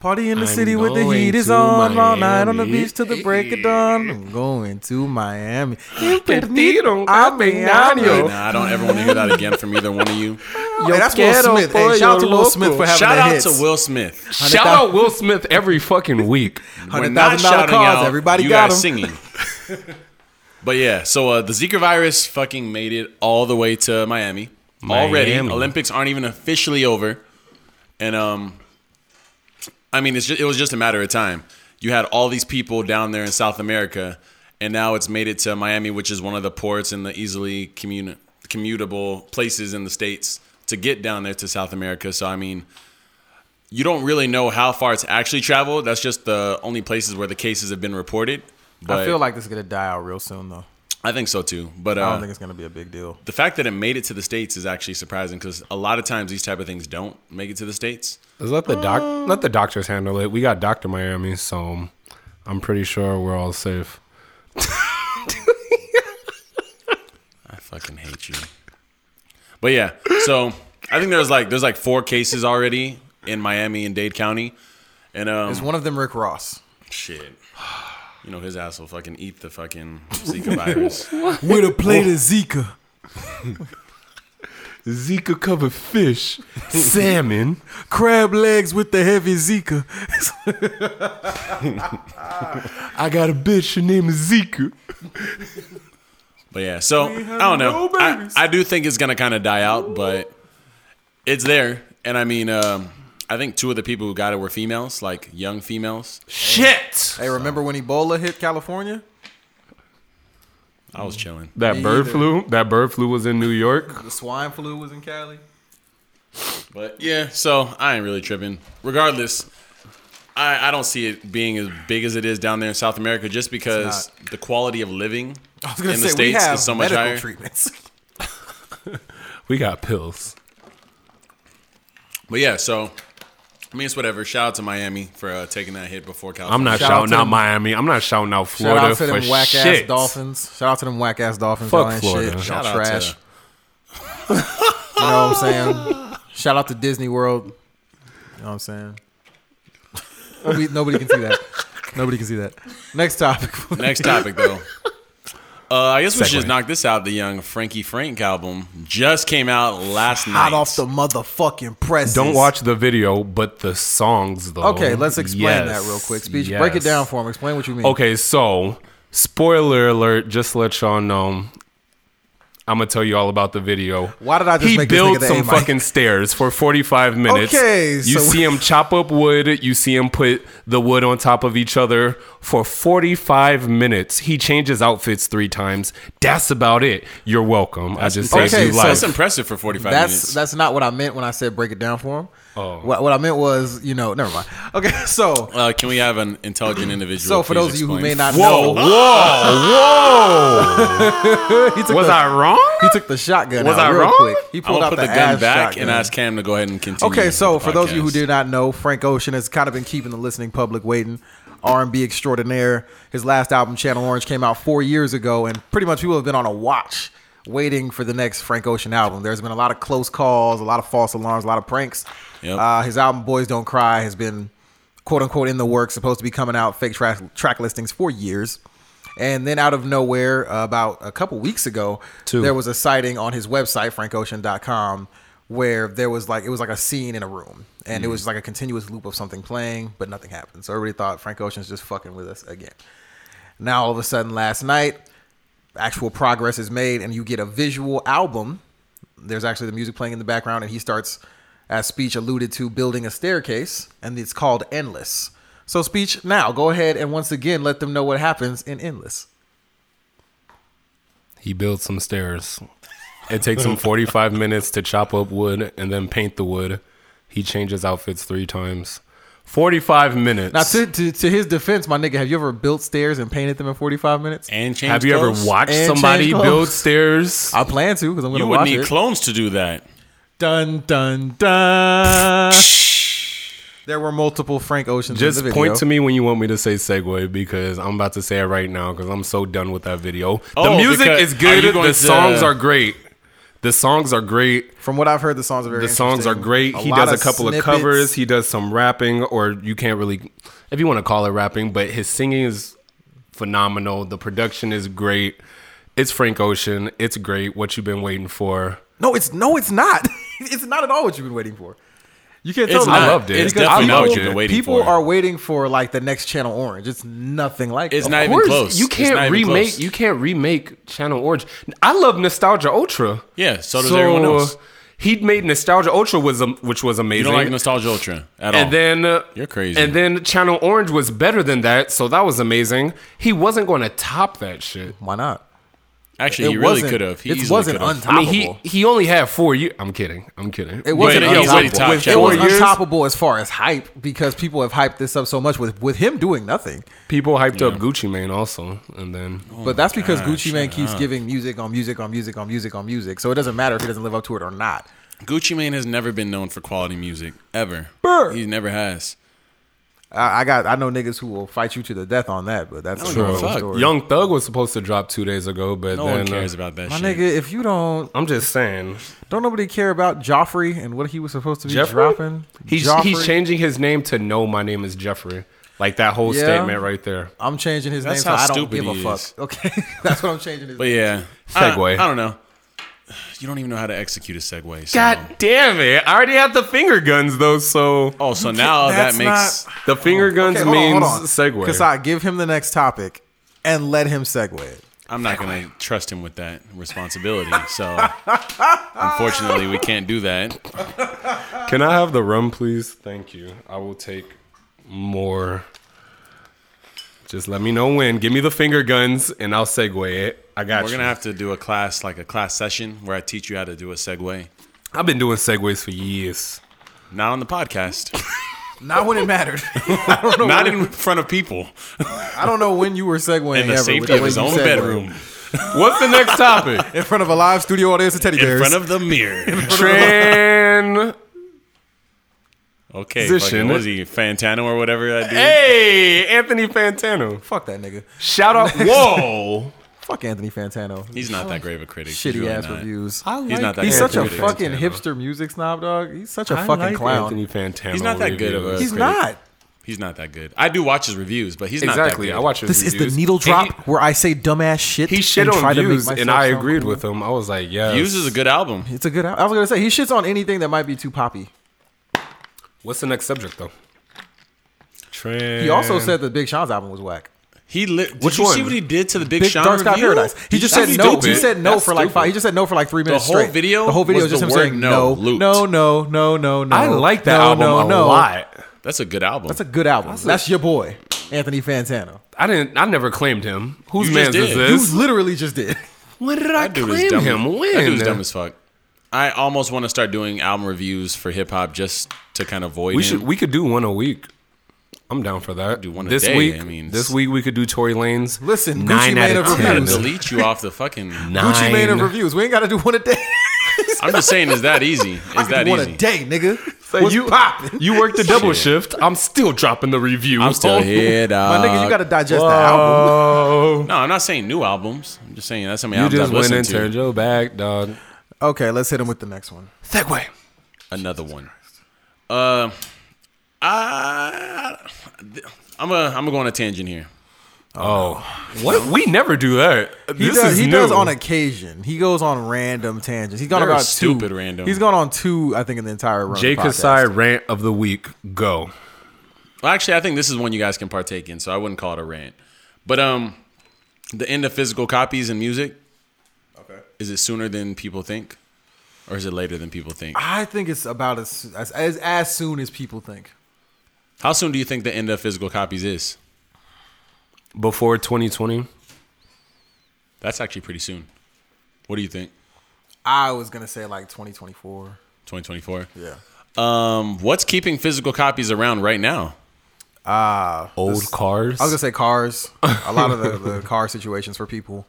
Speaker 3: party in the
Speaker 2: I'm
Speaker 3: city with the
Speaker 2: going
Speaker 3: heat is
Speaker 2: to
Speaker 3: on all night on the
Speaker 2: Miami.
Speaker 3: beach till the break of dawn. I'm going to Miami.
Speaker 2: Perdido,
Speaker 3: I'm Miami.
Speaker 2: Campagnano.
Speaker 1: Nah, I don't ever want to hear that again from either one of you.
Speaker 3: Hey, that's Will
Speaker 2: quiero
Speaker 3: Smith. Hey, shout out to Will
Speaker 2: pollo
Speaker 3: Smith
Speaker 2: loco.
Speaker 3: for <laughs> having
Speaker 1: Shout
Speaker 3: the
Speaker 1: out
Speaker 3: hits.
Speaker 1: to Will Smith.
Speaker 2: Shout out Will Smith every fucking week.
Speaker 1: We're
Speaker 3: Hundred
Speaker 1: not
Speaker 3: thousand dollar
Speaker 1: shouting
Speaker 3: cars.
Speaker 1: out
Speaker 3: Everybody
Speaker 1: you
Speaker 3: got
Speaker 1: guys
Speaker 3: them.
Speaker 1: singing.
Speaker 3: <laughs>
Speaker 1: but yeah, so uh, the Zika virus fucking made it all the way to Miami already.
Speaker 2: Miami.
Speaker 1: Olympics aren't even officially over, and um, I mean it's just, it was just a matter of time. You had all these people down there in South America, and now it's made it to Miami, which is one of the ports and the easily commun- commutable places in the states to get down there to South America. So I mean you don't really know how far it's actually traveled. That's just the only places where the cases have been reported. But
Speaker 3: I feel like this is gonna die out real soon though.
Speaker 1: I think so too. But
Speaker 3: I don't
Speaker 1: uh,
Speaker 3: think it's gonna be a big deal.
Speaker 1: the fact that it made it to the states is actually surprising because a lot of times these type of things don't make it to the states.
Speaker 2: Let the doc let the doctors handle it. We got Doctor Miami, so I'm pretty sure we're all safe.
Speaker 1: I fucking hate you. But yeah, so I think there's like there's like four cases already in Miami and Dade County, and um,
Speaker 3: Is one of them Rick Ross?
Speaker 1: shit. You know his ass will fucking eat the fucking Zika virus.
Speaker 3: With a plate
Speaker 1: Oh. <laughs>
Speaker 3: of Zika.
Speaker 2: Zika covered fish, salmon.
Speaker 3: Crab legs with the heavy Zika. <laughs>
Speaker 2: I got a bitch. Her name is Zika.
Speaker 1: But yeah, so I don't know.
Speaker 2: no
Speaker 1: I,
Speaker 2: babies.
Speaker 1: I do think it's gonna kind of die out, but it's there. And I mean, um, I think two of the people who got it were females, like young females.
Speaker 2: Shit.
Speaker 3: Hey, remember when Ebola hit California?
Speaker 1: I was chilling.
Speaker 2: That
Speaker 3: Me
Speaker 2: bird
Speaker 3: either.
Speaker 2: flu. That bird flu was in New York.
Speaker 3: The swine flu was in Cali.
Speaker 1: But yeah, so I ain't really tripping. Regardless, I, I don't see it being as big as it is down there in South America just because the quality of living
Speaker 3: I was
Speaker 1: in
Speaker 3: gonna
Speaker 1: the
Speaker 3: say we
Speaker 1: States
Speaker 3: have
Speaker 1: is so much
Speaker 3: medical
Speaker 1: higher. <laughs>
Speaker 3: treatments. <laughs>
Speaker 2: We got pills.
Speaker 1: But yeah, so I mean, it's whatever. Shout out to Miami for uh, taking that hit before California.
Speaker 2: I'm not
Speaker 3: Shout out
Speaker 2: shouting
Speaker 3: to
Speaker 2: out,
Speaker 3: them-
Speaker 2: Miami. I'm not shouting out
Speaker 3: Shout
Speaker 2: Florida
Speaker 3: out to them
Speaker 2: for
Speaker 3: whack
Speaker 2: shit.
Speaker 3: ass dolphins. Shout out to them whack ass dolphins.
Speaker 2: Fuck
Speaker 3: Y'all ain't
Speaker 2: Florida.
Speaker 3: Shit.
Speaker 1: Shout
Speaker 3: Y'all
Speaker 1: out
Speaker 3: trash.
Speaker 1: to
Speaker 3: <laughs> You know what I'm saying? Shout out to Disney World. You know what I'm saying? We, nobody can see that. Nobody can see that. Next topic. <laughs>
Speaker 1: Next topic,
Speaker 2: <laughs>
Speaker 1: though. Uh, I guess we should
Speaker 2: Segue.
Speaker 1: just knock this out. The young Frankie Frank album just came out last night.
Speaker 3: Hot off the motherfucking press.
Speaker 2: Don't watch the video, but the songs though.
Speaker 1: Oh,
Speaker 3: Okay, let's explain
Speaker 2: Yes,
Speaker 3: that real quick. Speech. Break it
Speaker 2: yes.
Speaker 3: down for him. Explain what you mean.
Speaker 2: Okay, so spoiler alert. Just to let y'all know. I'm gonna tell you all about the video.
Speaker 3: Why did I just
Speaker 2: he
Speaker 3: make this
Speaker 2: built
Speaker 3: nigga the A
Speaker 2: some
Speaker 3: mic?
Speaker 2: fucking stairs for 45 minutes.
Speaker 3: Okay,
Speaker 2: you
Speaker 3: so-
Speaker 2: see him chop up wood. You see him put the wood on top of each other for 45 minutes. He changes outfits three times. That's about it. You're welcome. I just saved
Speaker 3: Okay,
Speaker 2: you
Speaker 3: so-
Speaker 2: life.
Speaker 1: That's impressive for 45
Speaker 3: That's
Speaker 1: minutes.
Speaker 3: that's not what I meant when I said break it down for him.
Speaker 2: Oh.
Speaker 3: What, what I meant was, you know, never mind. Okay, <laughs> so
Speaker 1: uh, can we have an intelligent individual?
Speaker 3: so for
Speaker 1: please
Speaker 3: those of you who
Speaker 1: explain?
Speaker 3: may not
Speaker 2: Whoa,
Speaker 3: know, <laughs>
Speaker 2: whoa, whoa!
Speaker 3: he took
Speaker 2: Was
Speaker 3: the,
Speaker 2: I wrong?
Speaker 3: he took the shotgun
Speaker 2: Was
Speaker 3: out
Speaker 2: I
Speaker 3: real
Speaker 2: wrong?
Speaker 3: quick. He
Speaker 1: I'm
Speaker 3: pulled
Speaker 1: gonna
Speaker 3: out
Speaker 1: put
Speaker 3: the,
Speaker 1: the, gun
Speaker 3: ass
Speaker 1: back
Speaker 3: shotgun.
Speaker 1: and ask Cam to go ahead and continue.
Speaker 3: Okay, so
Speaker 1: with the
Speaker 3: for those of you who
Speaker 1: podcast.
Speaker 3: do not know, Frank Ocean has kind of been keeping the listening public waiting. R&B extraordinaire. His last album, Channel Orange, came out four years ago, and pretty much people have been on a watch waiting for the next Frank Ocean album. There's been a lot of close calls, a lot of false alarms, a lot of pranks.
Speaker 1: Yep.
Speaker 3: Uh, his album, Boys Don't Cry, has been quote unquote in the works, supposed to be coming out fake track, track listings for years. And then out of nowhere, uh, about a couple weeks ago,
Speaker 2: Two.
Speaker 3: there was a sighting on his website, frankocean.com, where there was like, it was like a scene in a room. And it was like a continuous loop of something playing, but nothing happened. So everybody thought Frank Ocean's just fucking with us again. Now all of a sudden, last night, actual progress is made, and you get a visual album. There's actually the music playing in the background, and he starts, as speech alluded to, building a staircase, and it's called Endless. So, speech now, go ahead and once again let them know what happens in Endless.
Speaker 2: He builds some stairs. It takes him 45 minutes to chop up wood and then paint the wood. He changes outfits three times. 45 minutes.
Speaker 3: Now, to, to, to his defense, my nigga, have you ever built stairs and painted them in 45 minutes?
Speaker 1: and change
Speaker 2: Have you ever
Speaker 1: clothes?
Speaker 2: watched
Speaker 3: And
Speaker 2: somebody
Speaker 3: change
Speaker 2: build
Speaker 3: clothes.
Speaker 2: stairs?
Speaker 3: I plan to because I'm going
Speaker 1: You
Speaker 3: to
Speaker 1: would
Speaker 3: watch
Speaker 1: need
Speaker 3: it.
Speaker 1: clones to do that.
Speaker 3: dun, dun, dun. there were multiple Frank Oceans
Speaker 2: Just
Speaker 3: in the video.
Speaker 2: point to me when you want me to say segue because I'm about to say it right now because I'm so done with that video. the
Speaker 1: Oh,
Speaker 2: music
Speaker 1: because-
Speaker 2: is
Speaker 1: are you
Speaker 2: good.
Speaker 1: going
Speaker 2: The
Speaker 1: to-
Speaker 2: songs are great. The songs are great.
Speaker 3: From what I've heard, the songs are very
Speaker 2: the songs are
Speaker 3: interesting.
Speaker 2: great.
Speaker 3: A
Speaker 2: he
Speaker 3: lot
Speaker 2: does a couple
Speaker 3: snippets.
Speaker 2: of covers. He does some rapping, or you can't really, if you want to call it rapping, but his singing is phenomenal. The production is great. It's Frank Ocean. It's great. What you've been waiting for.
Speaker 3: No, it's no, it's not. <laughs> it's not at all what you've been waiting for. You can't tell
Speaker 1: It's
Speaker 3: me
Speaker 1: not.
Speaker 3: that.
Speaker 2: I loved it.
Speaker 1: It's
Speaker 2: Because
Speaker 1: definitely
Speaker 2: I
Speaker 1: not what
Speaker 2: know
Speaker 1: you've been waiting
Speaker 3: people
Speaker 1: for.
Speaker 3: are waiting for like the next Channel Orange. It's nothing like
Speaker 1: It's
Speaker 3: that.
Speaker 1: not
Speaker 2: Of
Speaker 1: even
Speaker 2: course,
Speaker 1: close.
Speaker 2: You
Speaker 1: It's
Speaker 2: can't
Speaker 1: not even
Speaker 2: remake.
Speaker 1: close.
Speaker 2: You can't remake Channel Orange. I love Nostalgia Ultra.
Speaker 1: Yeah, so Oh, does everyone else.
Speaker 2: He made Nostalgia Ultra was a, which was amazing.
Speaker 1: You don't like Nostalgia Ultra at all.
Speaker 2: And then uh,
Speaker 1: You're crazy.
Speaker 2: And then Channel Orange was better than that, so that was amazing. He wasn't going to top that shit.
Speaker 3: Why not?
Speaker 1: Actually, he
Speaker 3: it
Speaker 1: really
Speaker 3: wasn't-
Speaker 1: could have. He
Speaker 3: it
Speaker 1: easily
Speaker 3: wasn't
Speaker 1: could've.
Speaker 3: untoppable.
Speaker 2: I mean, he he only had four years. I'm kidding. I'm kidding.
Speaker 3: It wasn't
Speaker 1: Yeah,
Speaker 2: With-
Speaker 1: he already
Speaker 3: untoppable.
Speaker 1: topped
Speaker 2: with
Speaker 1: Channel
Speaker 3: it
Speaker 2: four
Speaker 3: was
Speaker 1: Orange.
Speaker 2: years,
Speaker 3: untoppable as far as hype because people have hyped this up so much with with him doing nothing.
Speaker 2: people hyped up Gucci Mane also, and then
Speaker 1: Oh
Speaker 3: but that's because Gucci Mane keeps giving music on music on music on music on music. So it doesn't matter if he doesn't live up to it or not.
Speaker 1: Gucci Mane has never been known for quality music ever.
Speaker 3: Brr.
Speaker 1: He never has.
Speaker 3: I, I got I know niggas who will fight you to the death on that, but that's a
Speaker 1: don't give a
Speaker 3: whole
Speaker 1: fuck.
Speaker 3: story.
Speaker 2: Young Thug was supposed to drop two days ago, but
Speaker 1: No
Speaker 2: then
Speaker 1: one cares
Speaker 2: uh,
Speaker 1: about that
Speaker 3: My
Speaker 1: shit.
Speaker 3: nigga, if you don't
Speaker 2: I'm just saying,
Speaker 3: Don't nobody care about Joffrey and what he was supposed to be
Speaker 2: Jeffrey.
Speaker 3: dropping?
Speaker 2: He's
Speaker 3: Joffrey?
Speaker 2: he's changing his name to No. My name is Jeffrey. Like that whole
Speaker 3: Yeah.
Speaker 2: statement right there.
Speaker 3: I'm changing his
Speaker 1: That's
Speaker 3: name,
Speaker 1: how
Speaker 3: so I don't
Speaker 1: stupid
Speaker 3: give a
Speaker 1: he
Speaker 3: fuck.
Speaker 1: is.
Speaker 3: <laughs> Okay, that's what I'm changing his.
Speaker 1: But yeah,
Speaker 2: Segue.
Speaker 1: I, I don't know. You don't even know how to execute a segue. So.
Speaker 2: God damn it! I already have the finger guns though, so
Speaker 1: Oh, so now that
Speaker 3: that's
Speaker 1: makes
Speaker 2: the finger guns
Speaker 3: Oh. Okay,
Speaker 2: means segue.
Speaker 3: Because I give him the next topic and let him segue it.
Speaker 1: I'm not going to trust him with that responsibility. So
Speaker 3: <laughs>
Speaker 1: unfortunately, we can't do that.
Speaker 2: Can I have the rum, please? Thank you. I will take more. Just let me know when. Give me the finger guns, and I'll segue it. I got
Speaker 1: We're
Speaker 2: you.
Speaker 1: gonna have to do a class, like a class session, where I teach you how to do a segue.
Speaker 2: I've been doing segues for years.
Speaker 1: Not on the
Speaker 3: <laughs>
Speaker 1: podcast.
Speaker 3: Not when it mattered. <laughs> I don't
Speaker 1: <laughs>
Speaker 3: know.
Speaker 1: Not
Speaker 3: when,
Speaker 1: in front of people.
Speaker 3: I don't know when you were segueing
Speaker 1: In the
Speaker 3: ever, with
Speaker 1: safety
Speaker 3: the
Speaker 1: of
Speaker 3: way
Speaker 1: his
Speaker 3: you
Speaker 1: own
Speaker 3: segued.
Speaker 1: bedroom.
Speaker 2: What's the next
Speaker 1: <laughs>
Speaker 2: topic?
Speaker 3: in front of a live studio audience of teddy
Speaker 1: In
Speaker 3: bears.
Speaker 1: front of the
Speaker 3: <laughs>
Speaker 1: mirror.
Speaker 2: Tran.
Speaker 1: Okay.
Speaker 2: Position.
Speaker 1: Fucking, what is he, Fantano or whatever that dude?
Speaker 2: Hey, Anthony Fantano.
Speaker 3: fuck that nigga.
Speaker 2: Shout <laughs> out. Whoa.
Speaker 3: Fuck Anthony Fantano.
Speaker 1: He's not that grave a critic. He's
Speaker 3: shitty
Speaker 1: really
Speaker 3: ass
Speaker 1: not.
Speaker 3: reviews.
Speaker 1: He's not that
Speaker 3: He's
Speaker 1: grave
Speaker 3: such a
Speaker 1: critic.
Speaker 3: fucking hipster music snob dog. He's such a fucking clown.
Speaker 2: Anthony Fantano.
Speaker 1: He's not that good of a-
Speaker 3: He's
Speaker 1: critic.
Speaker 3: not.
Speaker 1: He's not that good. I do watch his reviews, but he's not that
Speaker 2: Exactly.
Speaker 1: good.
Speaker 2: I watch his
Speaker 3: This is the
Speaker 2: reviews.
Speaker 3: needle
Speaker 2: And
Speaker 3: drop where I say dumbass shit.
Speaker 2: He, he shit
Speaker 3: and
Speaker 2: on
Speaker 3: try to make
Speaker 2: views, and
Speaker 3: myself
Speaker 2: I
Speaker 3: sound
Speaker 2: agreed
Speaker 3: cool.
Speaker 2: with him. I was like, yeah.
Speaker 1: Views is a good album.
Speaker 3: It's a good. al- I was gonna say he shits on anything that might be too poppy.
Speaker 2: What's the next subject though? Tran.
Speaker 3: He also said that Big Sean's album was whack.
Speaker 1: He li- did
Speaker 2: Which
Speaker 1: you see
Speaker 2: one?
Speaker 1: what he did to the Big,
Speaker 3: Big
Speaker 1: Sean
Speaker 3: Dark Sky
Speaker 1: review?
Speaker 3: Paradise. He just said
Speaker 1: That's
Speaker 3: no.
Speaker 1: stupid.
Speaker 3: He said no
Speaker 2: That's
Speaker 3: for like five.
Speaker 2: stupid.
Speaker 3: He just said no for like three minutes.
Speaker 1: whole
Speaker 3: straight.
Speaker 1: video
Speaker 3: The whole video
Speaker 1: was
Speaker 3: is just
Speaker 1: the
Speaker 3: him
Speaker 1: word
Speaker 3: saying
Speaker 1: no,
Speaker 3: no,
Speaker 1: looped.
Speaker 3: no, no, no, no, no.
Speaker 2: I like that
Speaker 3: no,
Speaker 2: album
Speaker 3: no,
Speaker 2: a
Speaker 3: no.
Speaker 2: lot.
Speaker 1: That's a good album.
Speaker 3: That's a good album. That's, your boy, Anthony Fantano.
Speaker 2: I didn't. I never claimed him. Whose
Speaker 1: You
Speaker 2: man
Speaker 1: just
Speaker 2: is
Speaker 1: did.
Speaker 3: You
Speaker 2: this?
Speaker 3: literally just did.
Speaker 2: when did I
Speaker 1: That dude is
Speaker 2: claim
Speaker 1: dumb.
Speaker 2: him? When?
Speaker 1: That dude is dumb as fuck. I almost want to start doing album reviews for hip hop just to kind of void
Speaker 2: we
Speaker 1: him.
Speaker 2: should. We could do one a week. I'm down for that. Do
Speaker 1: one a
Speaker 2: this
Speaker 1: day,
Speaker 2: week.
Speaker 1: I mean,
Speaker 2: this
Speaker 1: it's-
Speaker 2: week we could do Tory Lanes.
Speaker 3: Listen,
Speaker 2: nine
Speaker 3: Gucci
Speaker 2: out
Speaker 3: Mane
Speaker 2: of
Speaker 3: of
Speaker 1: I'm gonna
Speaker 2: ten.
Speaker 3: reviews.
Speaker 1: delete you off the fucking.
Speaker 2: <laughs>
Speaker 3: Gucci Mane of
Speaker 2: Nine.
Speaker 3: reviews. We ain't got to do one a day.
Speaker 1: I'm just saying, is that
Speaker 2: <laughs>
Speaker 1: easy? Is that
Speaker 3: <laughs> one
Speaker 1: easy?
Speaker 3: a day, nigga.
Speaker 2: So
Speaker 3: What's
Speaker 2: you
Speaker 3: poppin'?
Speaker 2: <laughs> you worked the double shift. I'm still dropping the review.
Speaker 1: I'm still here,
Speaker 3: My
Speaker 1: dog.
Speaker 3: nigga, you got to digest the album.
Speaker 2: Oh,
Speaker 1: no, I'm not saying new albums. I'm just saying that's how many
Speaker 2: <laughs>
Speaker 1: albums
Speaker 2: you just
Speaker 1: I've
Speaker 2: went
Speaker 1: listened
Speaker 2: and
Speaker 1: to.
Speaker 2: turned your back, dog.
Speaker 3: Okay, let's hit him with the next one.
Speaker 2: Segway.
Speaker 1: Another one. Uh, I, I'm a I'm gonna go on a tangent here.
Speaker 2: Oh, what? We never do that.
Speaker 3: He
Speaker 2: this
Speaker 3: does.
Speaker 2: is
Speaker 3: He
Speaker 2: new.
Speaker 3: does on occasion. He goes on random tangents. He's gone
Speaker 1: They're
Speaker 3: about
Speaker 1: stupid
Speaker 3: two.
Speaker 1: random.
Speaker 3: He's gone on two. I think in the entire run. of the
Speaker 2: Jay
Speaker 3: podcast.
Speaker 2: Kasai rant of the week. Go.
Speaker 1: Well, actually, I think this is one you guys can partake in, so I wouldn't call it a rant. But um, the end of physical copies and music. Okay. Is it sooner than people think, or is it later than people think?
Speaker 3: I think it's about as as as, as soon as people think.
Speaker 1: How soon do you think the end of physical copies is?
Speaker 2: Before 2020,
Speaker 1: That's actually pretty soon. What do you think?
Speaker 3: I was gonna say like 2024.
Speaker 1: 2024.
Speaker 3: Yeah.
Speaker 1: Um, what's keeping physical copies around right now?
Speaker 2: old cars.
Speaker 3: I Uh, was gonna say cars. A lot of the, the
Speaker 1: <laughs>
Speaker 3: car situations for people,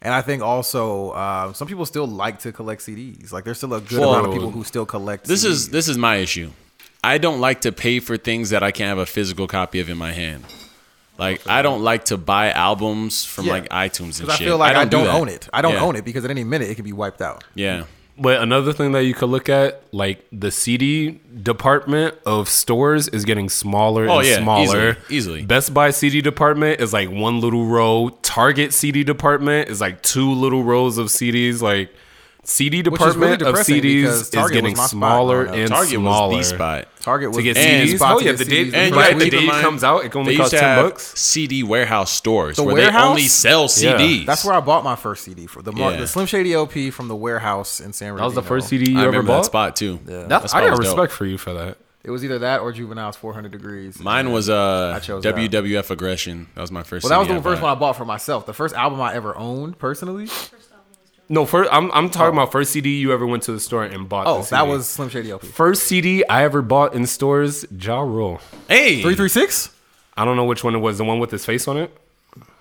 Speaker 3: and I think also uh, some people still like to collect CDs. Like there's still a good
Speaker 1: Well,
Speaker 3: amount of people who still collect.
Speaker 1: This
Speaker 3: CDs.
Speaker 1: is this is my issue. I don't like to pay for things that I can't have a physical copy of in my hand. Like I don't like to buy albums from
Speaker 3: Yeah.
Speaker 1: like iTunes and
Speaker 3: because I
Speaker 1: shit.
Speaker 3: feel like I don't,
Speaker 1: do that.
Speaker 3: own it. I don't
Speaker 1: Yeah.
Speaker 3: own it because at any minute it can be wiped out.
Speaker 1: Yeah.
Speaker 2: But another thing that you could look at, like the CD department of stores is getting smaller
Speaker 1: Oh,
Speaker 2: and
Speaker 1: yeah,
Speaker 2: smaller.
Speaker 1: easily, easily.
Speaker 2: Best Buy CD department is like one little row. Target CD department is like two little rows of CDs. Like CD
Speaker 3: is really
Speaker 2: department of
Speaker 3: depressing
Speaker 2: CDs
Speaker 3: because
Speaker 2: is
Speaker 3: Target was
Speaker 2: getting
Speaker 3: my spot
Speaker 2: smaller
Speaker 3: growing up.
Speaker 2: and
Speaker 1: Target
Speaker 2: smaller.
Speaker 1: was the spot.
Speaker 3: Target was
Speaker 2: to get
Speaker 1: And-
Speaker 2: CDs.
Speaker 3: spot
Speaker 2: Oh
Speaker 3: to
Speaker 2: yeah,
Speaker 3: get
Speaker 2: the day,
Speaker 3: CDs. And
Speaker 1: you
Speaker 2: right,
Speaker 1: gotta
Speaker 2: the
Speaker 1: keep
Speaker 2: day
Speaker 1: in
Speaker 2: it
Speaker 1: mind,
Speaker 2: comes out, it can
Speaker 1: they
Speaker 2: only
Speaker 1: used
Speaker 2: cost
Speaker 1: to
Speaker 2: ten
Speaker 1: have
Speaker 2: bucks.
Speaker 1: CD warehouse stores where
Speaker 3: warehouse?
Speaker 1: they only sell
Speaker 2: Yeah.
Speaker 1: CDs.
Speaker 3: That's where I bought my first CD for the Mar-
Speaker 1: Yeah.
Speaker 3: the Slim Shady LP from the warehouse in San Bernardino.
Speaker 2: That was the first CD you
Speaker 1: I
Speaker 2: ever
Speaker 1: remember that
Speaker 2: bought.
Speaker 1: spot too. That
Speaker 2: That's,
Speaker 1: spot
Speaker 2: I got
Speaker 1: was dope.
Speaker 2: respect for you for that.
Speaker 3: It was either that or Juvenile's 400 Degrees.
Speaker 1: Mine was uh,
Speaker 3: chose that.
Speaker 1: WWF Aggression. That was my first.
Speaker 3: Well, that was
Speaker 1: CD
Speaker 3: the
Speaker 1: I
Speaker 3: first
Speaker 1: bought.
Speaker 3: one I bought for myself. The first album I ever owned personally.
Speaker 2: No, first I'm I'm talking
Speaker 1: Oh.
Speaker 2: about first CD you ever went to the store and bought.
Speaker 3: Oh,
Speaker 2: the
Speaker 3: that
Speaker 2: CD.
Speaker 3: was Slim Shady LP.
Speaker 2: first CD I ever bought in stores. Ja Rule.
Speaker 1: Hey,
Speaker 3: Three three six.
Speaker 2: I don't know which one it was. The one with his face on it.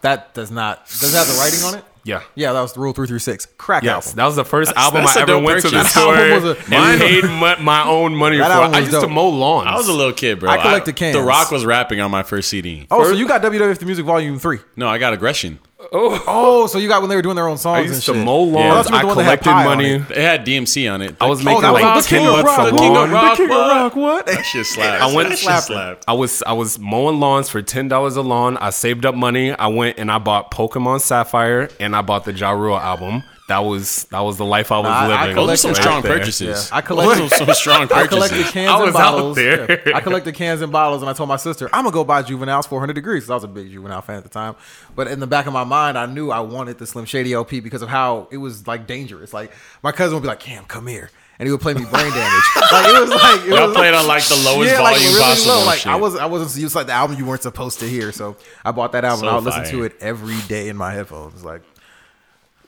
Speaker 3: That does not. Does it have the writing on it?
Speaker 2: Yeah.
Speaker 3: Yeah, that was the rule three three six. Crack
Speaker 2: Yes,
Speaker 3: album.
Speaker 2: that was the first album
Speaker 1: that's
Speaker 2: I
Speaker 1: a
Speaker 2: ever
Speaker 1: dope
Speaker 2: went to the
Speaker 1: purchase.
Speaker 2: store
Speaker 3: <laughs> That album was a-
Speaker 2: and
Speaker 1: Mine-
Speaker 2: paid my, my own money for.
Speaker 3: That
Speaker 2: it.
Speaker 3: album
Speaker 2: I
Speaker 3: was
Speaker 2: used to
Speaker 3: dope.
Speaker 2: mow lawns.
Speaker 1: I was a little kid, bro.
Speaker 3: I collected
Speaker 1: I-
Speaker 3: cans.
Speaker 1: The Rock was rapping on my first CD.
Speaker 3: oh, so you got WWF the Music Volume Three?
Speaker 1: No, I got Aggression.
Speaker 2: Oh,
Speaker 3: Oh, so you got when they were doing their own songs
Speaker 2: I
Speaker 3: and
Speaker 2: used to
Speaker 3: shit.
Speaker 2: mow lawns.
Speaker 3: thought you were
Speaker 2: I
Speaker 3: the one that had
Speaker 2: collected
Speaker 3: pie on
Speaker 2: money.
Speaker 3: it.
Speaker 1: It had DMC on it.
Speaker 2: I was making
Speaker 3: that was
Speaker 2: like
Speaker 3: the King
Speaker 2: ten bucks
Speaker 3: of Rock,
Speaker 2: a
Speaker 3: the King
Speaker 1: of
Speaker 2: lawn.
Speaker 1: Rock,
Speaker 3: King of
Speaker 1: what?
Speaker 3: Rock, what? <laughs>
Speaker 1: That shit slapped.
Speaker 2: I went
Speaker 1: That shit slapped.
Speaker 2: I was I was mowing lawns for ten dollars a lawn. I saved up money. I went and I bought Pokemon Sapphire and I bought the Ja Rule album. That was that was the life I was
Speaker 3: I- I
Speaker 2: living.
Speaker 1: Those are some
Speaker 3: Collected
Speaker 1: strong
Speaker 2: right there.
Speaker 1: purchases.
Speaker 3: Yeah, I collected-
Speaker 1: Those are some strong
Speaker 3: <laughs> I
Speaker 1: purchases.
Speaker 3: collected cans
Speaker 2: I
Speaker 3: and
Speaker 2: was out
Speaker 3: bottles.
Speaker 2: there.
Speaker 3: Yeah. I collected cans and bottles, and I told my sister, "I'm gonna go buy juveniles 400 degrees." 'cause I was a big juvenile fan at the time, but in the back of my mind, I knew I wanted the Slim Shady LP because of how it was like dangerous. Like my cousin would be like, "Cam, come here," and he would play me brain
Speaker 1: <laughs>
Speaker 3: damage. like it was like it
Speaker 1: Y'all
Speaker 3: was,
Speaker 1: played on like the lowest
Speaker 3: yeah, like
Speaker 1: volume
Speaker 3: really
Speaker 1: possible.
Speaker 3: low.
Speaker 1: and
Speaker 3: Like
Speaker 1: shit.
Speaker 3: I was, I wasn't. It was like the album you weren't supposed to hear. So I bought that album.
Speaker 1: So
Speaker 3: and I would listen
Speaker 1: fire.
Speaker 3: to it every day in my headphones. Like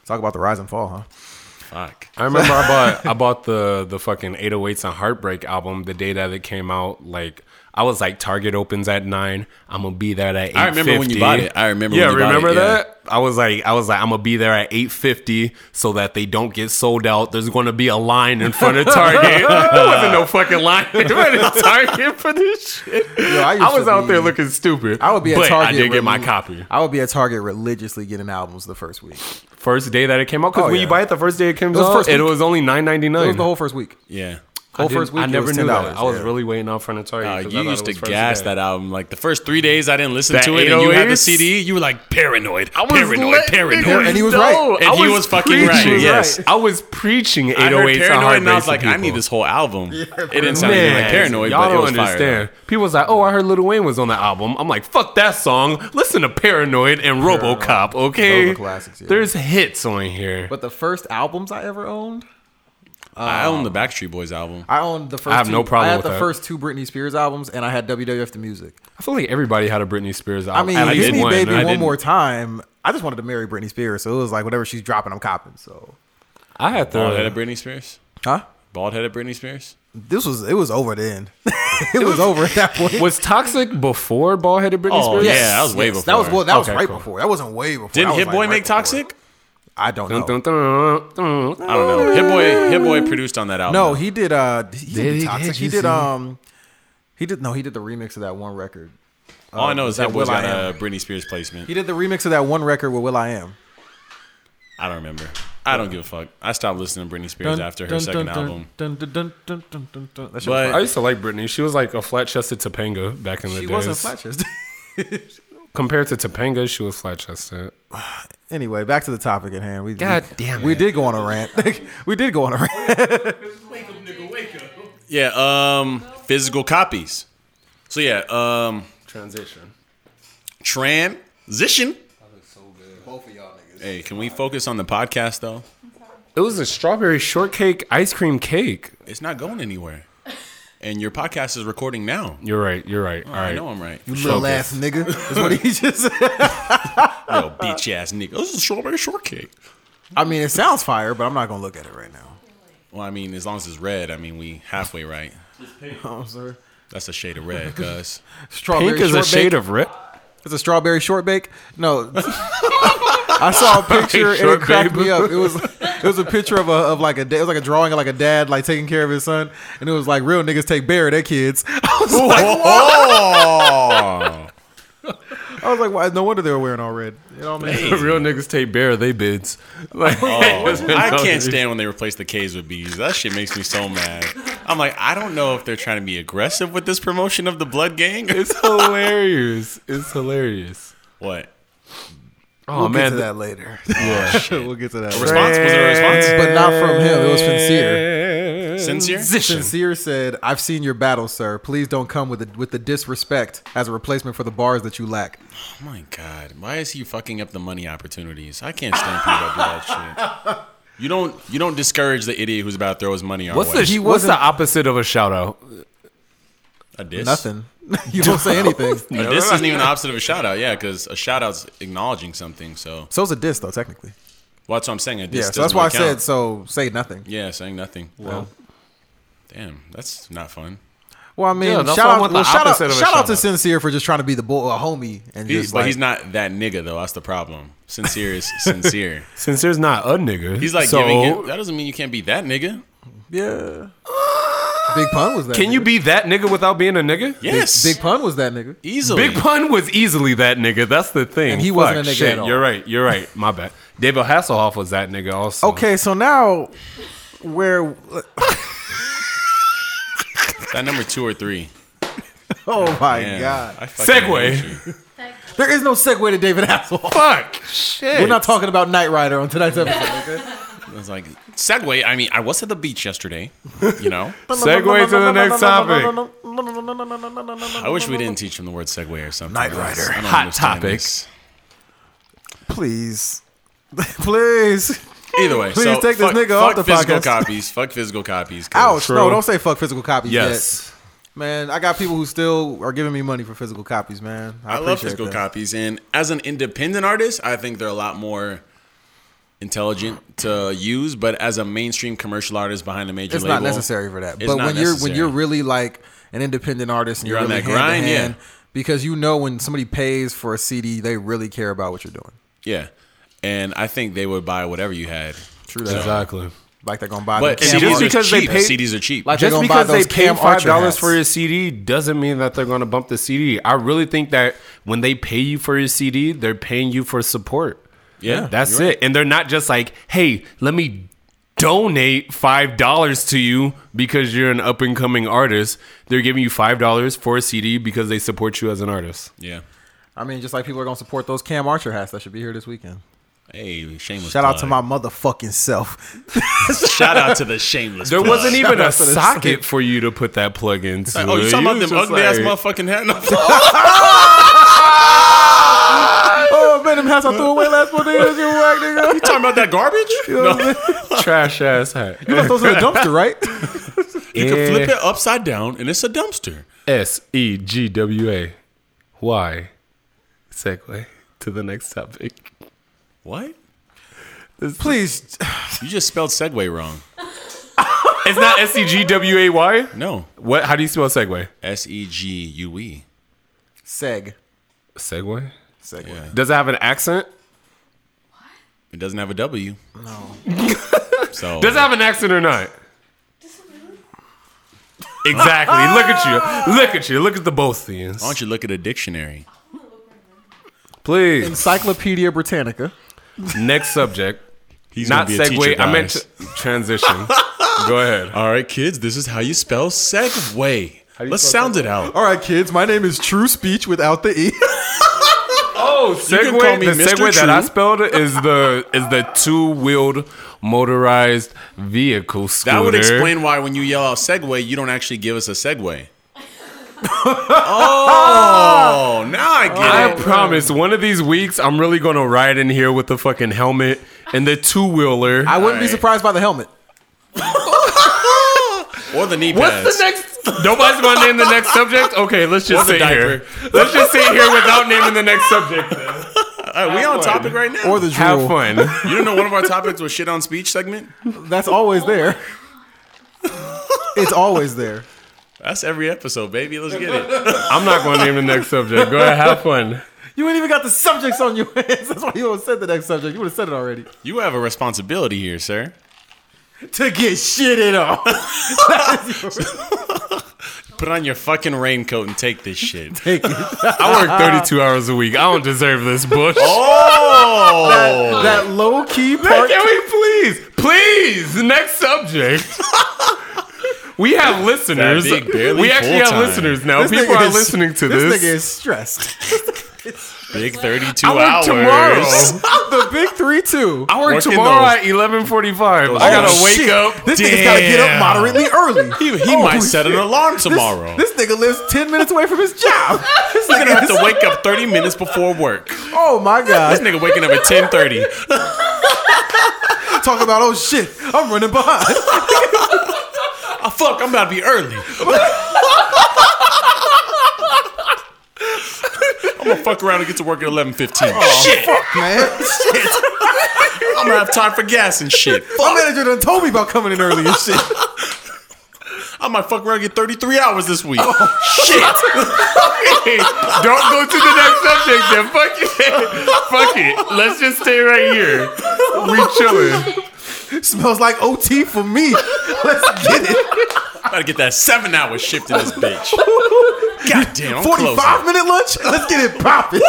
Speaker 3: talk about the rise and fall,
Speaker 1: <laughs>
Speaker 3: huh?
Speaker 1: Fuck.
Speaker 2: I remember I bought I bought the the fucking 808s and Heartbreak album the day that it came out. Like I was like Target opens at nine. I'm gonna be there at eight.
Speaker 1: I remember when you bought it. I remember
Speaker 2: Yeah,
Speaker 1: when you bought it,
Speaker 2: remember
Speaker 1: yeah.
Speaker 2: that? I was like I was like I'm gonna be there at eight fifty so that they don't get sold out. There's gonna be a line in front of Target. there wasn't no fucking line in front of Target for this shit. I,
Speaker 3: I used
Speaker 2: was
Speaker 3: to
Speaker 2: out there
Speaker 3: be-
Speaker 2: looking stupid.
Speaker 3: I would be at
Speaker 2: but
Speaker 3: Target.
Speaker 2: I did get my
Speaker 3: relig-
Speaker 2: copy
Speaker 3: I would be at Target religiously getting albums the first week. It
Speaker 2: first day that it came out because
Speaker 3: Oh,
Speaker 2: when
Speaker 3: yeah.
Speaker 2: you buy it the first day it came
Speaker 3: was
Speaker 2: out
Speaker 3: first
Speaker 2: it
Speaker 3: week.
Speaker 2: was only nine ninety
Speaker 3: was
Speaker 2: nine.
Speaker 3: the whole first week.
Speaker 1: Yeah.
Speaker 3: Whole
Speaker 2: didn't-
Speaker 3: first week.
Speaker 2: I
Speaker 3: it
Speaker 2: never
Speaker 3: was
Speaker 2: knew
Speaker 3: $10,
Speaker 2: that. I was
Speaker 3: yeah.
Speaker 2: really waiting out front of Target.
Speaker 1: Uh,
Speaker 2: 'cause I
Speaker 1: you
Speaker 2: thought
Speaker 1: used
Speaker 2: it
Speaker 1: to
Speaker 2: was first
Speaker 1: gas
Speaker 2: day.
Speaker 1: that album. Like the first three days I didn't listen
Speaker 2: That
Speaker 1: to it, and you had the
Speaker 2: 808s?
Speaker 1: CD. You were like paranoid, paranoid,
Speaker 2: letting
Speaker 1: paranoid.
Speaker 2: niggas
Speaker 3: And he was
Speaker 2: know.
Speaker 3: right.
Speaker 1: And
Speaker 2: I
Speaker 1: he was fucking
Speaker 2: preaching.
Speaker 1: right,
Speaker 2: He was
Speaker 1: yes.
Speaker 2: right. I was preaching
Speaker 1: I heard
Speaker 2: 808 to
Speaker 1: paranoid,
Speaker 2: hard
Speaker 1: and I was
Speaker 2: bass
Speaker 1: like,
Speaker 2: people.
Speaker 1: I need this whole album. it didn't sound anything
Speaker 2: Man,
Speaker 1: like paranoid,
Speaker 2: y'all
Speaker 1: but
Speaker 2: don't
Speaker 1: it was
Speaker 2: understand.
Speaker 1: fire.
Speaker 2: People was like, "Oh, I heard Lil Wayne was on the album." I'm like, "Fuck that song! Listen to Paranoid and RoboCop." Okay,
Speaker 3: Those are classics, yeah.
Speaker 2: There's hits on here.
Speaker 3: But the first albums I ever owned,
Speaker 1: though. I own the Backstreet Boys album.
Speaker 3: Uh, I owned the first.
Speaker 2: have
Speaker 3: two,
Speaker 2: no problem
Speaker 3: I had
Speaker 2: with
Speaker 3: the
Speaker 2: that.
Speaker 3: first two Britney Spears albums, and I had WWF the music.
Speaker 2: I feel like everybody had a Britney Spears
Speaker 3: I
Speaker 2: album.
Speaker 3: mean,
Speaker 2: at least
Speaker 3: give me
Speaker 2: one.
Speaker 3: baby
Speaker 2: I
Speaker 3: one
Speaker 2: didn't-
Speaker 3: more time. I just wanted to marry Britney Spears, so it was like whatever she's dropping, I'm copping. So,
Speaker 2: I had
Speaker 1: Bald headed
Speaker 2: the.
Speaker 1: Britney Spears.
Speaker 3: huh?
Speaker 1: Bald headed Britney Spears.
Speaker 3: This was it was over then. <laughs> it, was, over at that
Speaker 2: <laughs>
Speaker 3: point.
Speaker 2: Was Toxic before bald headed Britney
Speaker 1: Oh,
Speaker 2: Spears?
Speaker 1: yeah, that was way
Speaker 3: That was
Speaker 1: before.
Speaker 3: well, that was
Speaker 2: Okay,
Speaker 3: right
Speaker 2: cool.
Speaker 3: before. That wasn't way before.
Speaker 1: Didn't
Speaker 3: That was,
Speaker 1: Hit Boy
Speaker 3: like, right
Speaker 1: make
Speaker 3: before.
Speaker 1: Toxic?
Speaker 3: I don't know.
Speaker 2: Dun, dun, dun, dun, dun.
Speaker 1: I don't know. Hit Boy, Hit Boy produced on that album.
Speaker 3: No, he did. Uh, he did,
Speaker 2: he?
Speaker 3: toxic.
Speaker 2: Did
Speaker 3: He
Speaker 2: you
Speaker 3: did.
Speaker 2: see?
Speaker 3: Um, he did. No, he did the remix of that one record.
Speaker 1: all I know is
Speaker 3: that
Speaker 1: Hit Boy's
Speaker 3: Will I
Speaker 1: got
Speaker 3: Am.
Speaker 1: a Britney Spears placement.
Speaker 3: He did the remix of that one record with Will I Am.
Speaker 1: I don't remember. I don't give a fuck. I stopped listening to Britney Spears after her second album.
Speaker 3: Dun, dun, dun, dun, dun, dun, dun. That shit
Speaker 1: But-
Speaker 3: was
Speaker 2: I
Speaker 3: fire.
Speaker 2: used to like Britney. She was like a flat chested Topanga back in the
Speaker 3: she
Speaker 2: days.
Speaker 3: wasn't
Speaker 2: <laughs>
Speaker 3: flat chested.
Speaker 2: Compared to Topanga, she was flat chested.
Speaker 3: <laughs> anyway, back to the topic at hand. We,
Speaker 2: God
Speaker 3: we,
Speaker 2: damn
Speaker 3: we
Speaker 2: it.
Speaker 3: did go on a rant. <laughs> we did go on a rant.
Speaker 1: Yeah, um, physical copies. So yeah, um,
Speaker 2: Transition.
Speaker 1: transition.
Speaker 3: Both of y'all niggas.
Speaker 1: Hey, can we focus on the podcast though?
Speaker 2: It was a strawberry shortcake ice cream cake.
Speaker 1: It's not going anywhere. And your podcast is recording now.
Speaker 2: You're right. You're right. All right.
Speaker 1: I know I'm right.
Speaker 3: You little ass
Speaker 2: Focus.
Speaker 3: nigga. <laughs> Is what he just
Speaker 1: <laughs>
Speaker 3: said.
Speaker 1: Yo, bitch ass nigga. This is strawberry shortcake.
Speaker 3: I mean, it sounds fire, but I'm not gonna look at it right now.
Speaker 1: Well, I mean, as long as it's red, I mean, we halfway right.
Speaker 3: Oh, sir.
Speaker 1: That's a shade of red, cuz.
Speaker 3: Strawberry
Speaker 2: Pink is a
Speaker 3: short bake.
Speaker 2: shade of red.
Speaker 3: It's a strawberry short bake. No, <laughs> I saw a picture and it
Speaker 2: Short
Speaker 3: cracked
Speaker 2: babe.
Speaker 3: me up. It was it was a picture of a of like a da- it was like a drawing of like a dad like taking care of his son, and it was like real niggas take bear of their kids. <laughs> I was like,
Speaker 1: <laughs> <laughs> Oh!
Speaker 3: I was like, why? No wonder they were wearing all red. You know what I mean?
Speaker 2: <laughs> Real niggas take bear. They bids. <laughs> Like,
Speaker 1: Oh,
Speaker 2: <laughs>
Speaker 1: I can't stand when they replace the K's with B's. That shit makes me so mad. I'm like, I don't know if they're trying to be aggressive with this promotion of the Blood Gang.
Speaker 2: It's hilarious. It's hilarious.
Speaker 1: What?
Speaker 2: Oh
Speaker 3: We'll get
Speaker 2: man,
Speaker 3: to that
Speaker 1: <laughs>
Speaker 3: later. <laughs> we'll get to that. later.
Speaker 1: Response was it a response?
Speaker 3: But not from him. It was sincere.
Speaker 1: Sincere?
Speaker 3: Sincere said, "I've seen your battle, sir. Please don't come with the, with the disrespect as a replacement for the bars that you lack."
Speaker 1: Oh my God. Why is he fucking up the money opportunities? I can't stand people that do that shit. You don't you don't discourage the idiot who's about to throw his money our
Speaker 2: What's
Speaker 1: way.
Speaker 2: the
Speaker 3: He
Speaker 2: what's the
Speaker 3: wasn't-
Speaker 2: opposite of a shout out?
Speaker 1: a diss?
Speaker 3: Nothing. <laughs> you don't
Speaker 1: <laughs>
Speaker 3: say anything.
Speaker 1: A diss isn't even the opposite of a shout out, yeah, because a shout out's acknowledging something. So
Speaker 3: So's a diss though, technically.
Speaker 1: well, that's what I'm saying. A diss
Speaker 3: Yeah, so that's
Speaker 1: doesn't
Speaker 3: why I
Speaker 1: really count.
Speaker 3: said so. Say nothing.
Speaker 1: Yeah, saying nothing. Well, damn, that's not fun.
Speaker 3: Well, I mean,
Speaker 2: Yeah, that's
Speaker 3: shout
Speaker 2: why I
Speaker 3: out,
Speaker 2: want
Speaker 3: well,
Speaker 2: the
Speaker 3: shout out,
Speaker 2: opposite of a
Speaker 3: shout out to
Speaker 2: shout-out.
Speaker 3: Sincere for just trying to be the bull, a homie, and
Speaker 1: He-
Speaker 3: just
Speaker 1: but
Speaker 3: like,
Speaker 1: he's not that nigga though. That's the problem. Sincere is <laughs> sincere.
Speaker 2: Since there's not a nigga,
Speaker 1: He's like
Speaker 2: so
Speaker 1: giving it. That doesn't mean you can't be that nigga.
Speaker 3: yeah. Big pun was that.
Speaker 2: Can
Speaker 3: nigga.
Speaker 2: you be that nigga without being a nigga?
Speaker 1: Yes,
Speaker 3: Big pun was that nigga.
Speaker 1: easily.
Speaker 2: Big Pun was easily that nigga. That's the thing.
Speaker 3: And he wasn't a nigga
Speaker 2: shit,
Speaker 3: at all.
Speaker 2: You're right. You're right. My bad. David Hasselhoff was that nigga also.
Speaker 3: Okay, so now where?
Speaker 1: That number two or three.
Speaker 3: Oh my
Speaker 1: Man,
Speaker 3: god,
Speaker 1: I fucking
Speaker 2: Segway.
Speaker 1: hate you.
Speaker 3: there is no segue to David Hasselhoff.
Speaker 2: Fuck. Shit.
Speaker 3: We're not talking about Knight Rider on tonight's episode.
Speaker 1: I was like, Segway. I mean, I was at the beach yesterday. You know,
Speaker 2: Segue to the next topic.
Speaker 1: I wish we didn't teach him the word Segway or something.
Speaker 3: Knight
Speaker 1: That's-
Speaker 3: Rider.
Speaker 1: I don't
Speaker 2: Hot
Speaker 1: understand
Speaker 2: topic.
Speaker 1: this.
Speaker 3: Please, <laughs> please.
Speaker 1: Either way,
Speaker 3: Please
Speaker 1: so
Speaker 3: take this
Speaker 1: fuck-
Speaker 3: nigga
Speaker 1: fuck
Speaker 3: off the
Speaker 1: physical
Speaker 3: podcast.
Speaker 1: copies. Fuck physical copies. 'cause-
Speaker 3: Ouch!
Speaker 2: True.
Speaker 3: No, don't say fuck physical copies. Yes.
Speaker 2: Yes.
Speaker 3: Man, I got people who still are giving me money for physical copies, man.
Speaker 1: I
Speaker 3: I,
Speaker 1: love
Speaker 3: appreciate
Speaker 1: physical
Speaker 3: that.
Speaker 1: copies, and as an independent artist, I think they're a lot more intelligent to use. But as a mainstream commercial artist behind a major
Speaker 3: It's
Speaker 1: label,
Speaker 3: not necessary for that.
Speaker 1: it's
Speaker 3: But
Speaker 1: not
Speaker 3: when you're when
Speaker 1: necessary.
Speaker 3: you're really like an independent artist and you're,
Speaker 1: You're on
Speaker 3: really
Speaker 1: that grind, yeah.
Speaker 3: hand-to-hand, Because you know when somebody pays for a CD, they really care about what you're doing.
Speaker 1: yeah, and I think they would buy whatever you had.
Speaker 3: True that.
Speaker 2: Exactly.
Speaker 3: Like they're gonna buy
Speaker 1: But
Speaker 3: the
Speaker 2: see,
Speaker 1: CDs just
Speaker 2: just
Speaker 3: camera.
Speaker 2: because
Speaker 1: because
Speaker 2: they
Speaker 1: cheap.
Speaker 2: paid-
Speaker 1: CDs are cheap.
Speaker 3: Like- They're
Speaker 2: Just
Speaker 3: gonna buy
Speaker 2: because they
Speaker 3: those
Speaker 2: paid
Speaker 3: Cam
Speaker 2: five
Speaker 3: Archer
Speaker 2: dollars
Speaker 3: hats.
Speaker 2: for your CD doesn't mean that they're gonna bump the CD. I really think that when they pay you for your CD, they're paying you for support.
Speaker 1: yeah,
Speaker 2: That's
Speaker 1: you're right.
Speaker 2: it. And they're not just like, hey, let me donate five dollars to you because you're an up and coming artist. They're giving you five dollars for a CD because they support you as an artist.
Speaker 1: Yeah.
Speaker 3: I mean, just like people are gonna support those Cam Archer hats that should be here this weekend.
Speaker 1: Hey, shameless.
Speaker 3: Shout out to
Speaker 1: plug.
Speaker 3: my motherfucking self. <laughs>
Speaker 1: <laughs> Shout out to the shameless.
Speaker 2: There
Speaker 1: plug.
Speaker 2: <laughs> wasn't even a
Speaker 3: out to the
Speaker 2: socket for you to put that plug into.
Speaker 1: Oh, you talking about
Speaker 2: was
Speaker 1: them
Speaker 2: just
Speaker 1: ugly ass
Speaker 2: like-
Speaker 1: motherfucking hat? No.
Speaker 3: oh man, them hats I threw away last Monday. You whack, nigga.
Speaker 1: you talking about that garbage? No.
Speaker 2: <laughs> trash ass hat?
Speaker 3: You left those in the
Speaker 1: <laughs>
Speaker 3: dumpster, right?
Speaker 1: You can flip it upside down, and it's a dumpster.
Speaker 2: S E G W A. Why? Segue to the next topic.
Speaker 1: What?
Speaker 3: Please,
Speaker 1: You just spelled Segway wrong.
Speaker 2: It's not S E G W A Y.
Speaker 1: No,
Speaker 2: What? How do you spell segue?
Speaker 1: S E G U E.
Speaker 3: seg,
Speaker 2: Segue.
Speaker 3: seg.
Speaker 2: Does it have an accent?
Speaker 1: It doesn't have a W. No. <laughs> so
Speaker 2: Does it have an accent or not? Exactly. Look at you. Look at you. Look at the both of you.
Speaker 1: why don't you look at a dictionary?
Speaker 2: Please.
Speaker 3: Encyclopedia Britannica.
Speaker 2: Next subject.
Speaker 1: He's
Speaker 2: Not
Speaker 1: gonna be a
Speaker 2: segue.
Speaker 1: teacher,
Speaker 2: I meant
Speaker 1: guys.
Speaker 2: tr- transition. Go ahead.
Speaker 1: All right, kids. This is how you spell Segway.
Speaker 2: do you
Speaker 1: Let's
Speaker 2: spell
Speaker 1: sound it out.
Speaker 3: All right, kids. My name is True Speech without the e.
Speaker 2: Oh,
Speaker 1: can call
Speaker 2: segue.
Speaker 1: me
Speaker 2: The
Speaker 1: Mr.
Speaker 2: segue that I
Speaker 1: True.
Speaker 2: spelled is
Speaker 1: <laughs>
Speaker 2: the is the two wheeled motorized vehicle scooter.
Speaker 1: That would explain why when you yell out Segway, you don't actually give us a Segway. oh, now I get
Speaker 2: I
Speaker 1: it.
Speaker 2: promise. One of these weeks, I'm really gonna ride in here with the fucking helmet and the two wheeler.
Speaker 3: I wouldn't be
Speaker 1: right.
Speaker 3: surprised by the helmet.
Speaker 1: Or the knee pads.
Speaker 2: What's the next? Nobody's gonna name the next subject. Okay, let's just
Speaker 1: Or the
Speaker 2: sit here.
Speaker 1: diaper.
Speaker 2: Let's just sit here without naming the next subject. then.
Speaker 1: All right, we on topic right now.
Speaker 3: Or the drool.
Speaker 2: Have fun.
Speaker 1: you didn't know one of our topics was shit on speech segment?
Speaker 3: That's always <laughs> there. it's always there.
Speaker 1: That's every episode, baby. Let's get it.
Speaker 2: I'm not gonna name the next subject. Go ahead, have
Speaker 1: <laughs>
Speaker 2: fun.
Speaker 3: You ain't even got the subjects on your hands. That's why you don't said the next subject. You would have said it already.
Speaker 1: You have a responsibility here, sir.
Speaker 3: To get shitted on.
Speaker 1: Put on your fucking raincoat and take this shit.
Speaker 2: I work 32 hours a week. I don't
Speaker 1: <laughs>
Speaker 2: deserve this bush.
Speaker 1: Oh,
Speaker 3: That low key part.
Speaker 2: Can we please, please, next subject? We have listeners.
Speaker 1: That big barely
Speaker 2: We actually have
Speaker 1: full-time.
Speaker 2: listeners now.
Speaker 3: This
Speaker 2: People
Speaker 3: nigga
Speaker 2: are
Speaker 3: is-
Speaker 2: listening to
Speaker 3: This
Speaker 2: this.
Speaker 3: nigga is <laughs> stressed.
Speaker 1: big thirty-two
Speaker 2: I work
Speaker 1: hours.
Speaker 2: tomorrow.
Speaker 3: <laughs> the big three two.
Speaker 2: I work
Speaker 1: Working
Speaker 2: tomorrow
Speaker 1: those-
Speaker 2: at 11:45. I gotta
Speaker 1: Oh,
Speaker 2: wake
Speaker 3: shit.
Speaker 2: up.
Speaker 3: This nigga's gotta get
Speaker 1: Damn.
Speaker 3: up moderately early.
Speaker 1: <laughs>
Speaker 3: Oh,
Speaker 1: He, he might set an alarm tomorrow.
Speaker 3: This nigga lives ten minutes away from his
Speaker 1: <laughs>
Speaker 3: job. This
Speaker 1: He's gonna
Speaker 3: nigga
Speaker 1: have to
Speaker 3: is-
Speaker 1: wake up thirty minutes before work.
Speaker 3: Oh
Speaker 1: <laughs>
Speaker 3: my
Speaker 1: This
Speaker 3: god!
Speaker 1: nigga waking up at ten thirty.
Speaker 3: Talk about oh shit! I'm
Speaker 1: <laughs>
Speaker 3: running behind.
Speaker 1: Oh, fuck, I'm about to be early. I'm gonna fuck around and get to work at eleven fifteen. Oh, shit,
Speaker 3: man. Shit.
Speaker 1: I'm gonna have time for gas and shit.
Speaker 3: My manager done told me about coming in early and shit.
Speaker 1: I might fuck around and get thirty three hours this week. <laughs>
Speaker 2: Hey, don't go to the next subject then. Fuck it. Fuck it. Let's just stay right here. We chilling.
Speaker 3: Smells like OT for me. Let's get it.
Speaker 1: Gotta get that seven hour shift in this bitch. God damn, I'm
Speaker 3: 45
Speaker 1: closing.
Speaker 3: minute lunch? Let's get it popping.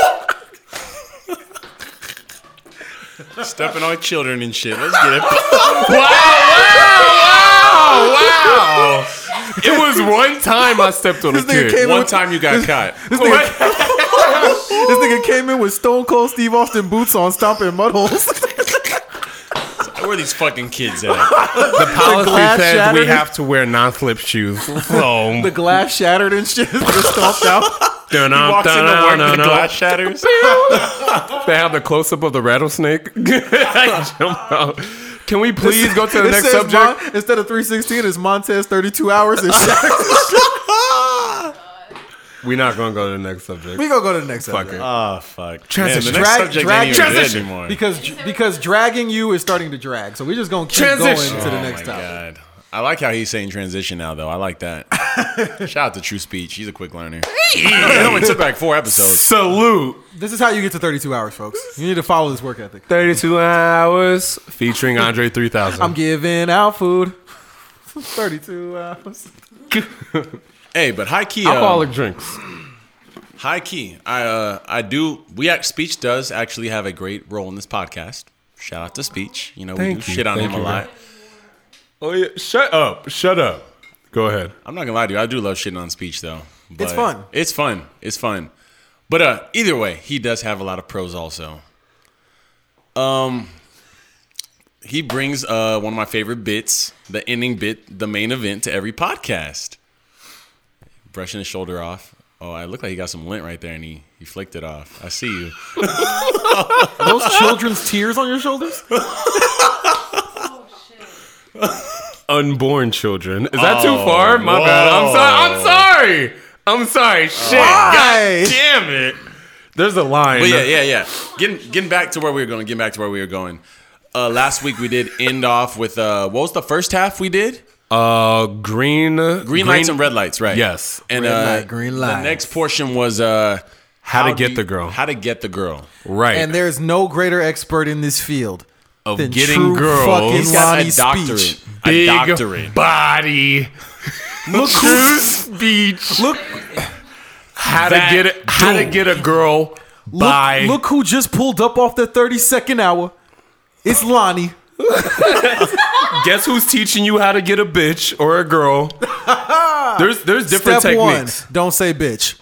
Speaker 1: Stepping on children and shit. Let's get it. wow, wow, wow,
Speaker 2: It was one time I stepped on a
Speaker 3: This nigga
Speaker 2: kid.
Speaker 1: wow.
Speaker 3: came-
Speaker 1: One time you got caught.
Speaker 3: This nigga, this nigga came in with Stone Cold Steve Austin boots on, stomping mud holes.
Speaker 1: Where are these fucking kids at?
Speaker 2: the policy
Speaker 3: glass
Speaker 2: says we
Speaker 3: shattered.
Speaker 2: have to wear non-slip shoes.
Speaker 3: <laughs>
Speaker 2: So,
Speaker 3: the glass shattered and <laughs> shit. Just stomped out.
Speaker 2: dun-
Speaker 1: Walks into
Speaker 2: dun-
Speaker 1: work and
Speaker 2: dun-
Speaker 1: the
Speaker 2: dun-
Speaker 1: glass shatters.
Speaker 2: They have the close-up of the rattlesnake. <laughs> I jump out. Can we please go to the
Speaker 3: It
Speaker 2: next
Speaker 3: says
Speaker 2: subject?
Speaker 3: Mon- instead of 316, it's Montez 32 hours. And shattered.
Speaker 2: We're not gonna go to the next subject.
Speaker 3: <laughs> we gonna go to the next
Speaker 2: Fuck
Speaker 3: subject.
Speaker 2: it.
Speaker 3: Uh,
Speaker 1: Oh fuck. Man,
Speaker 2: Transition.
Speaker 1: the next
Speaker 3: Drag-
Speaker 1: subject
Speaker 3: drag-
Speaker 1: ain't even good
Speaker 2: transition.
Speaker 1: anymore.
Speaker 3: Because because dragging you is starting to drag, so we're just gonna keep
Speaker 2: Transition.
Speaker 3: going to the
Speaker 1: Oh my
Speaker 3: next topic.
Speaker 1: God. I like how he's saying transition now, though. I like
Speaker 3: <laughs>
Speaker 1: that. Shout out to True Speech. He's a quick learner. <laughs> it only took like four episodes.
Speaker 2: Salute.
Speaker 3: This is how you get to 32 hours, folks. You need to follow this work ethic.
Speaker 2: 32 hours featuring Andre 3000.
Speaker 3: I'm giving out food. <laughs> 32 hours.
Speaker 1: Hey, but high key, uh,
Speaker 2: alcoholic drinks.
Speaker 1: high key. I uh, I do. We act Speech does actually have a great role in this podcast. Shout out to Speech. You know, we
Speaker 2: Thank
Speaker 1: do
Speaker 2: you.
Speaker 1: shit on
Speaker 2: Thank
Speaker 1: him a
Speaker 2: you,
Speaker 1: lot.
Speaker 2: Oh yeah, shut up. Shut up. Go ahead.
Speaker 1: I'm not gonna lie to you. I do love shitting on Speech though. But
Speaker 3: fun.
Speaker 1: It's fun. It's fun. But uh, either way, he does have a lot of pros also. Um, he brings uh one of my favorite bits, the ending bit, the main event to every podcast. Brushing his shoulder off. Oh, I look like he got some lint right there, and he he flicked it off. I see you.
Speaker 3: Are those children's tears on your shoulders?
Speaker 2: Unborn children. Is that too
Speaker 1: Oh,
Speaker 2: far? My bad. I'm sorry. I'm sorry. I'm sorry. Shit.
Speaker 3: Why?
Speaker 2: God damn it. There's a line.
Speaker 1: But yeah, yeah, yeah. Getting getting back to where we were going. Getting back to where we were going. Uh, last week we did end off with uh, what was the first half we did?
Speaker 2: Uh, green. Green,
Speaker 1: green, lights and red lights, right?
Speaker 2: Yes.
Speaker 1: And
Speaker 3: Red
Speaker 1: uh,
Speaker 3: light, green
Speaker 1: The
Speaker 3: lights.
Speaker 1: next portion was uh,
Speaker 2: How to
Speaker 1: do
Speaker 2: get
Speaker 1: you-
Speaker 2: the girl.
Speaker 1: How to get the girl.
Speaker 2: Right.
Speaker 3: And there's no greater expert in this field
Speaker 2: of
Speaker 3: than
Speaker 2: getting
Speaker 3: true
Speaker 2: girls.
Speaker 3: fucking
Speaker 1: Got
Speaker 3: Lonnie
Speaker 1: a doctorate.
Speaker 2: <laughs>
Speaker 3: Speech.
Speaker 1: A
Speaker 2: Big
Speaker 1: doctorate.
Speaker 2: body. Look true speech.
Speaker 3: Look,
Speaker 2: How to
Speaker 1: That
Speaker 2: get it? How to
Speaker 1: dude.
Speaker 2: get a girl by?
Speaker 3: look, look who just pulled up off the 32nd hour. It's Lonnie. <laughs>
Speaker 2: Guess who's teaching you how to get a bitch or a <laughs> girl? there's there's different
Speaker 3: Step
Speaker 2: techniques.
Speaker 3: one, don't say <laughs> bitch.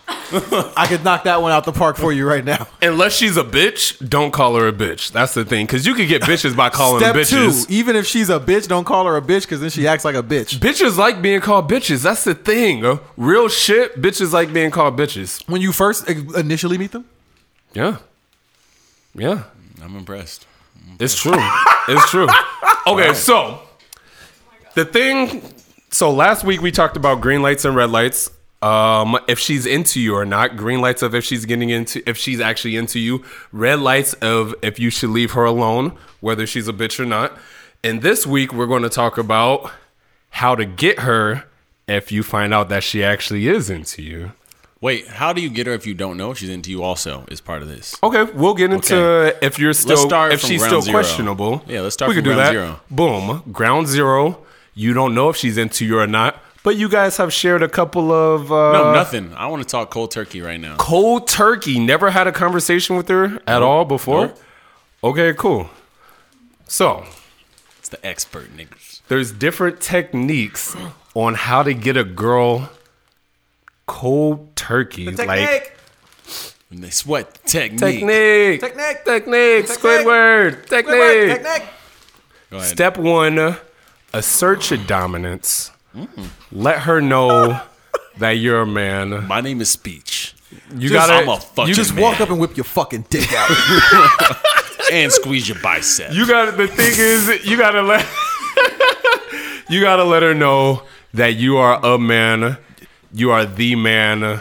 Speaker 3: I could knock that one out the park for you right now.
Speaker 2: Unless she's a bitch, don't call her a bitch. That's the thing, because you could get bitches by <laughs> calling
Speaker 3: Step
Speaker 2: them
Speaker 3: two,
Speaker 2: bitches.
Speaker 3: even if she's a bitch, don't call her a bitch because then she acts like a bitch.
Speaker 2: Bitches like being called bitches. That's the thing. uh, Real shit. Bitches like being called bitches.
Speaker 3: When you first initially meet them,
Speaker 2: Yeah, yeah.
Speaker 1: I'm impressed.
Speaker 2: It's true. It's true. Okay, so the thing. So last week we talked about green lights and red lights. Um, if she's into you or not. Green lights of if she's getting into, if she's actually into you. Red lights of if you should leave her alone, whether she's a bitch or not. And this week we're going to talk about how to get her if you find out that she actually is into you.
Speaker 1: Wait, how do you get her if you don't know if she's into you? Also, is part of this.
Speaker 2: Okay, we'll get into
Speaker 1: Okay.
Speaker 2: if you're still
Speaker 1: start
Speaker 2: if
Speaker 1: from
Speaker 2: she's
Speaker 1: ground
Speaker 2: still
Speaker 1: zero.
Speaker 2: questionable.
Speaker 1: Yeah, let's start
Speaker 2: We
Speaker 1: from
Speaker 2: can do
Speaker 1: ground
Speaker 2: that.
Speaker 1: zero.
Speaker 2: Boom, ground zero. You don't know if she's into you or not, but you guys have shared a couple of uh,
Speaker 1: No, nothing. I want to talk cold turkey right now.
Speaker 2: cold turkey. Never had a conversation with her at all before.
Speaker 1: Nope.
Speaker 2: Okay, cool. So
Speaker 1: It's the expert niggas.
Speaker 2: there's different techniques on how to get a girl cold turkey. Like
Speaker 1: When they sweat the technique.
Speaker 2: technique,
Speaker 3: Technique.
Speaker 2: technique, Squidward, technique.
Speaker 1: Go ahead.
Speaker 2: Step one, assert your dominance.
Speaker 1: Mm.
Speaker 2: Let her know that you're a man.
Speaker 1: My name is Speech.
Speaker 2: You
Speaker 1: Just-
Speaker 2: gotta,
Speaker 1: I'm a fucking
Speaker 2: you just
Speaker 1: man.
Speaker 3: Walk up and whip your fucking dick out.
Speaker 1: <laughs> and squeeze your bicep.
Speaker 2: you gotta. The thing is, you gotta let, <laughs> you gotta let her know that you are a man. You are the man.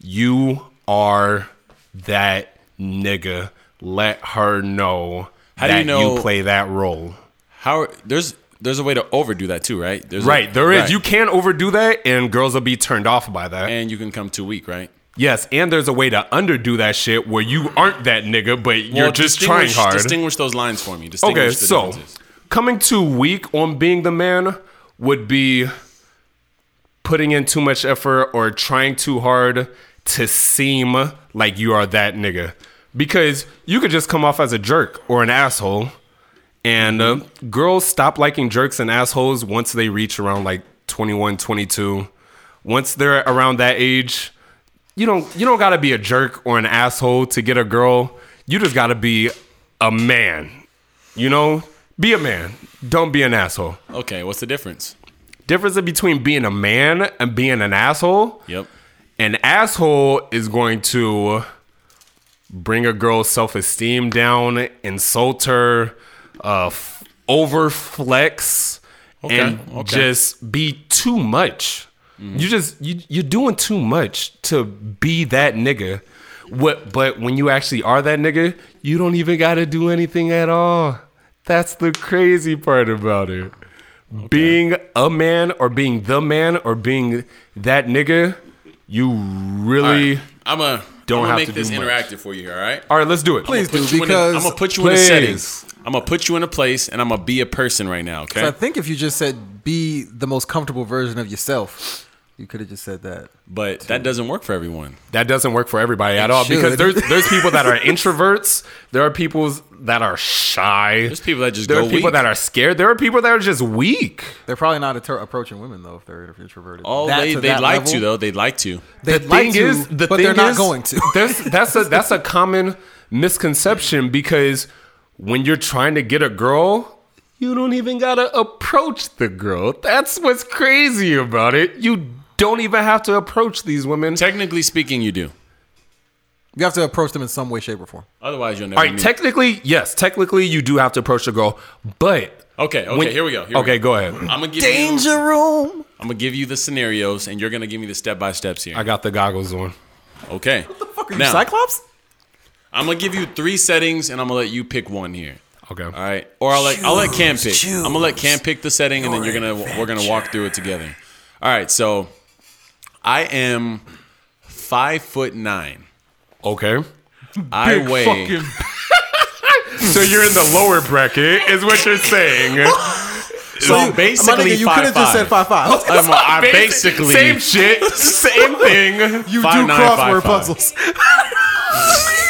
Speaker 2: You are that nigga. Let her know
Speaker 1: How do
Speaker 2: that
Speaker 1: you know-
Speaker 2: play that role.
Speaker 1: How? There's there's a way to overdo that too, right? There's a-
Speaker 2: Right, there is.
Speaker 1: right.
Speaker 2: You can overdo that, and girls will be turned off by that.
Speaker 1: and you can come too weak, right?
Speaker 2: Yes, and there's a way to underdo that shit where you aren't that nigga, but you're
Speaker 1: Well,
Speaker 2: just trying
Speaker 1: distinguish-
Speaker 2: hard.
Speaker 1: Distinguish those lines for me. Distinguish
Speaker 2: okay,
Speaker 1: the
Speaker 2: so
Speaker 1: differences.
Speaker 2: coming too weak on being the man would be putting in too much effort or trying too hard to seem like you are that nigga. Because you could just come off as a jerk or an asshole. And uh, girls stop liking jerks and assholes once they reach around like 21, 22. Once they're around that age, you don't you don't gotta be a jerk or an asshole to get a girl. You just gotta be a man. You know, be a man. Don't be an asshole.
Speaker 1: Okay, what's the difference?
Speaker 2: Difference between being a man and being an asshole.
Speaker 1: Yep.
Speaker 2: An asshole is going to bring a girl's self esteem down, insult her, uh, f- overflex,
Speaker 1: Okay,
Speaker 2: and
Speaker 1: okay.
Speaker 2: just be too much. You just you you're doing too much to be that nigga. What? But when you actually are that nigga, you don't even got to do anything at all. That's the crazy part about it. Being a man or being the man or being that nigga, you really.
Speaker 1: I'm a
Speaker 2: Don't
Speaker 1: I'm gonna
Speaker 2: have
Speaker 1: make
Speaker 2: to do
Speaker 1: this
Speaker 2: much.
Speaker 1: interactive for you. All right.
Speaker 2: All right, let's do it.
Speaker 3: Please do
Speaker 1: you in a-
Speaker 3: because
Speaker 1: I'm gonna put you in a
Speaker 2: please.
Speaker 1: setting. I'm gonna put you in a place, and I'm gonna be a person right now. Okay.
Speaker 3: I think if you just said be the most comfortable version of yourself, you could have just said that.
Speaker 1: but that doesn't work for everyone.
Speaker 2: that doesn't work for everybody at all because
Speaker 3: should.
Speaker 2: there's there's people that are <laughs> introverts. There are people that are shy.
Speaker 1: There's people that just
Speaker 2: there
Speaker 1: go
Speaker 2: are people
Speaker 1: weak.
Speaker 2: that are scared. There are people that are just weak.
Speaker 3: They're probably not atter- approaching women though if they're introverted.
Speaker 1: Oh,
Speaker 3: That
Speaker 1: they
Speaker 3: to
Speaker 1: they
Speaker 3: that
Speaker 1: like
Speaker 3: level,
Speaker 1: to though. They like to.
Speaker 3: They'd like to, but they're not going to.
Speaker 2: There's, <laughs> that's a that's a common misconception because when you're trying to get a girl, you don't even gotta approach the girl. That's what's crazy about it. You don't even have to approach these women.
Speaker 1: Technically speaking, you do.
Speaker 3: You have to approach them in some way, shape, or form.
Speaker 1: Otherwise, you'll never.
Speaker 2: All right,
Speaker 1: meet.
Speaker 2: technically, yes, technically you do have to approach the girl, but
Speaker 1: okay. Okay.
Speaker 2: when-
Speaker 1: here we go. Here we
Speaker 2: okay,
Speaker 1: go.
Speaker 2: go ahead.
Speaker 1: I'm gonna give You,
Speaker 3: room.
Speaker 1: I'm gonna give you the scenarios, and you're gonna give me the step by steps here.
Speaker 2: I got the goggles on.
Speaker 1: Okay.
Speaker 3: Fuck, are you
Speaker 1: Now-
Speaker 3: Cyclops?
Speaker 1: I'm gonna give you three settings, and I'm gonna let you pick one here.
Speaker 2: Okay.
Speaker 1: All right, or I'll let I'll let Cam pick.
Speaker 3: Choose,
Speaker 1: I'm gonna let Cam pick the setting, and then you're gonna we're gonna walk through it together. All right, so I am five foot nine.
Speaker 2: Okay.
Speaker 1: I weigh
Speaker 2: <laughs> so you're in the lower bracket, is what you're
Speaker 3: <laughs>
Speaker 2: saying.
Speaker 1: so
Speaker 3: you, my
Speaker 1: basically
Speaker 3: nigga, you could
Speaker 1: five
Speaker 3: have just said
Speaker 1: five.
Speaker 3: five five.
Speaker 1: I'm a, I
Speaker 2: <laughs> Basi-
Speaker 1: basically
Speaker 2: same shit,
Speaker 3: <laughs>
Speaker 2: same thing.
Speaker 3: You
Speaker 1: Five,
Speaker 3: do
Speaker 1: nine, five,
Speaker 3: crossword
Speaker 1: five.
Speaker 3: puzzles. <laughs>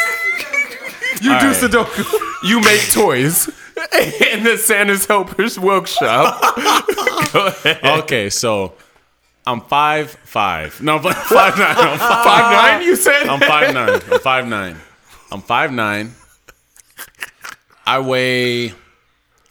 Speaker 3: you do
Speaker 1: right.
Speaker 3: Sudoku.
Speaker 2: <laughs> You make toys <laughs> in the Santa's Helpers
Speaker 3: <laughs>
Speaker 2: workshop.
Speaker 1: okay. So I'm five five. No, I'm fi- five nine. I'm five,
Speaker 2: Five nine, you said.
Speaker 3: Um,
Speaker 1: I'm five nine. I'm five nine. I'm five nine. I weigh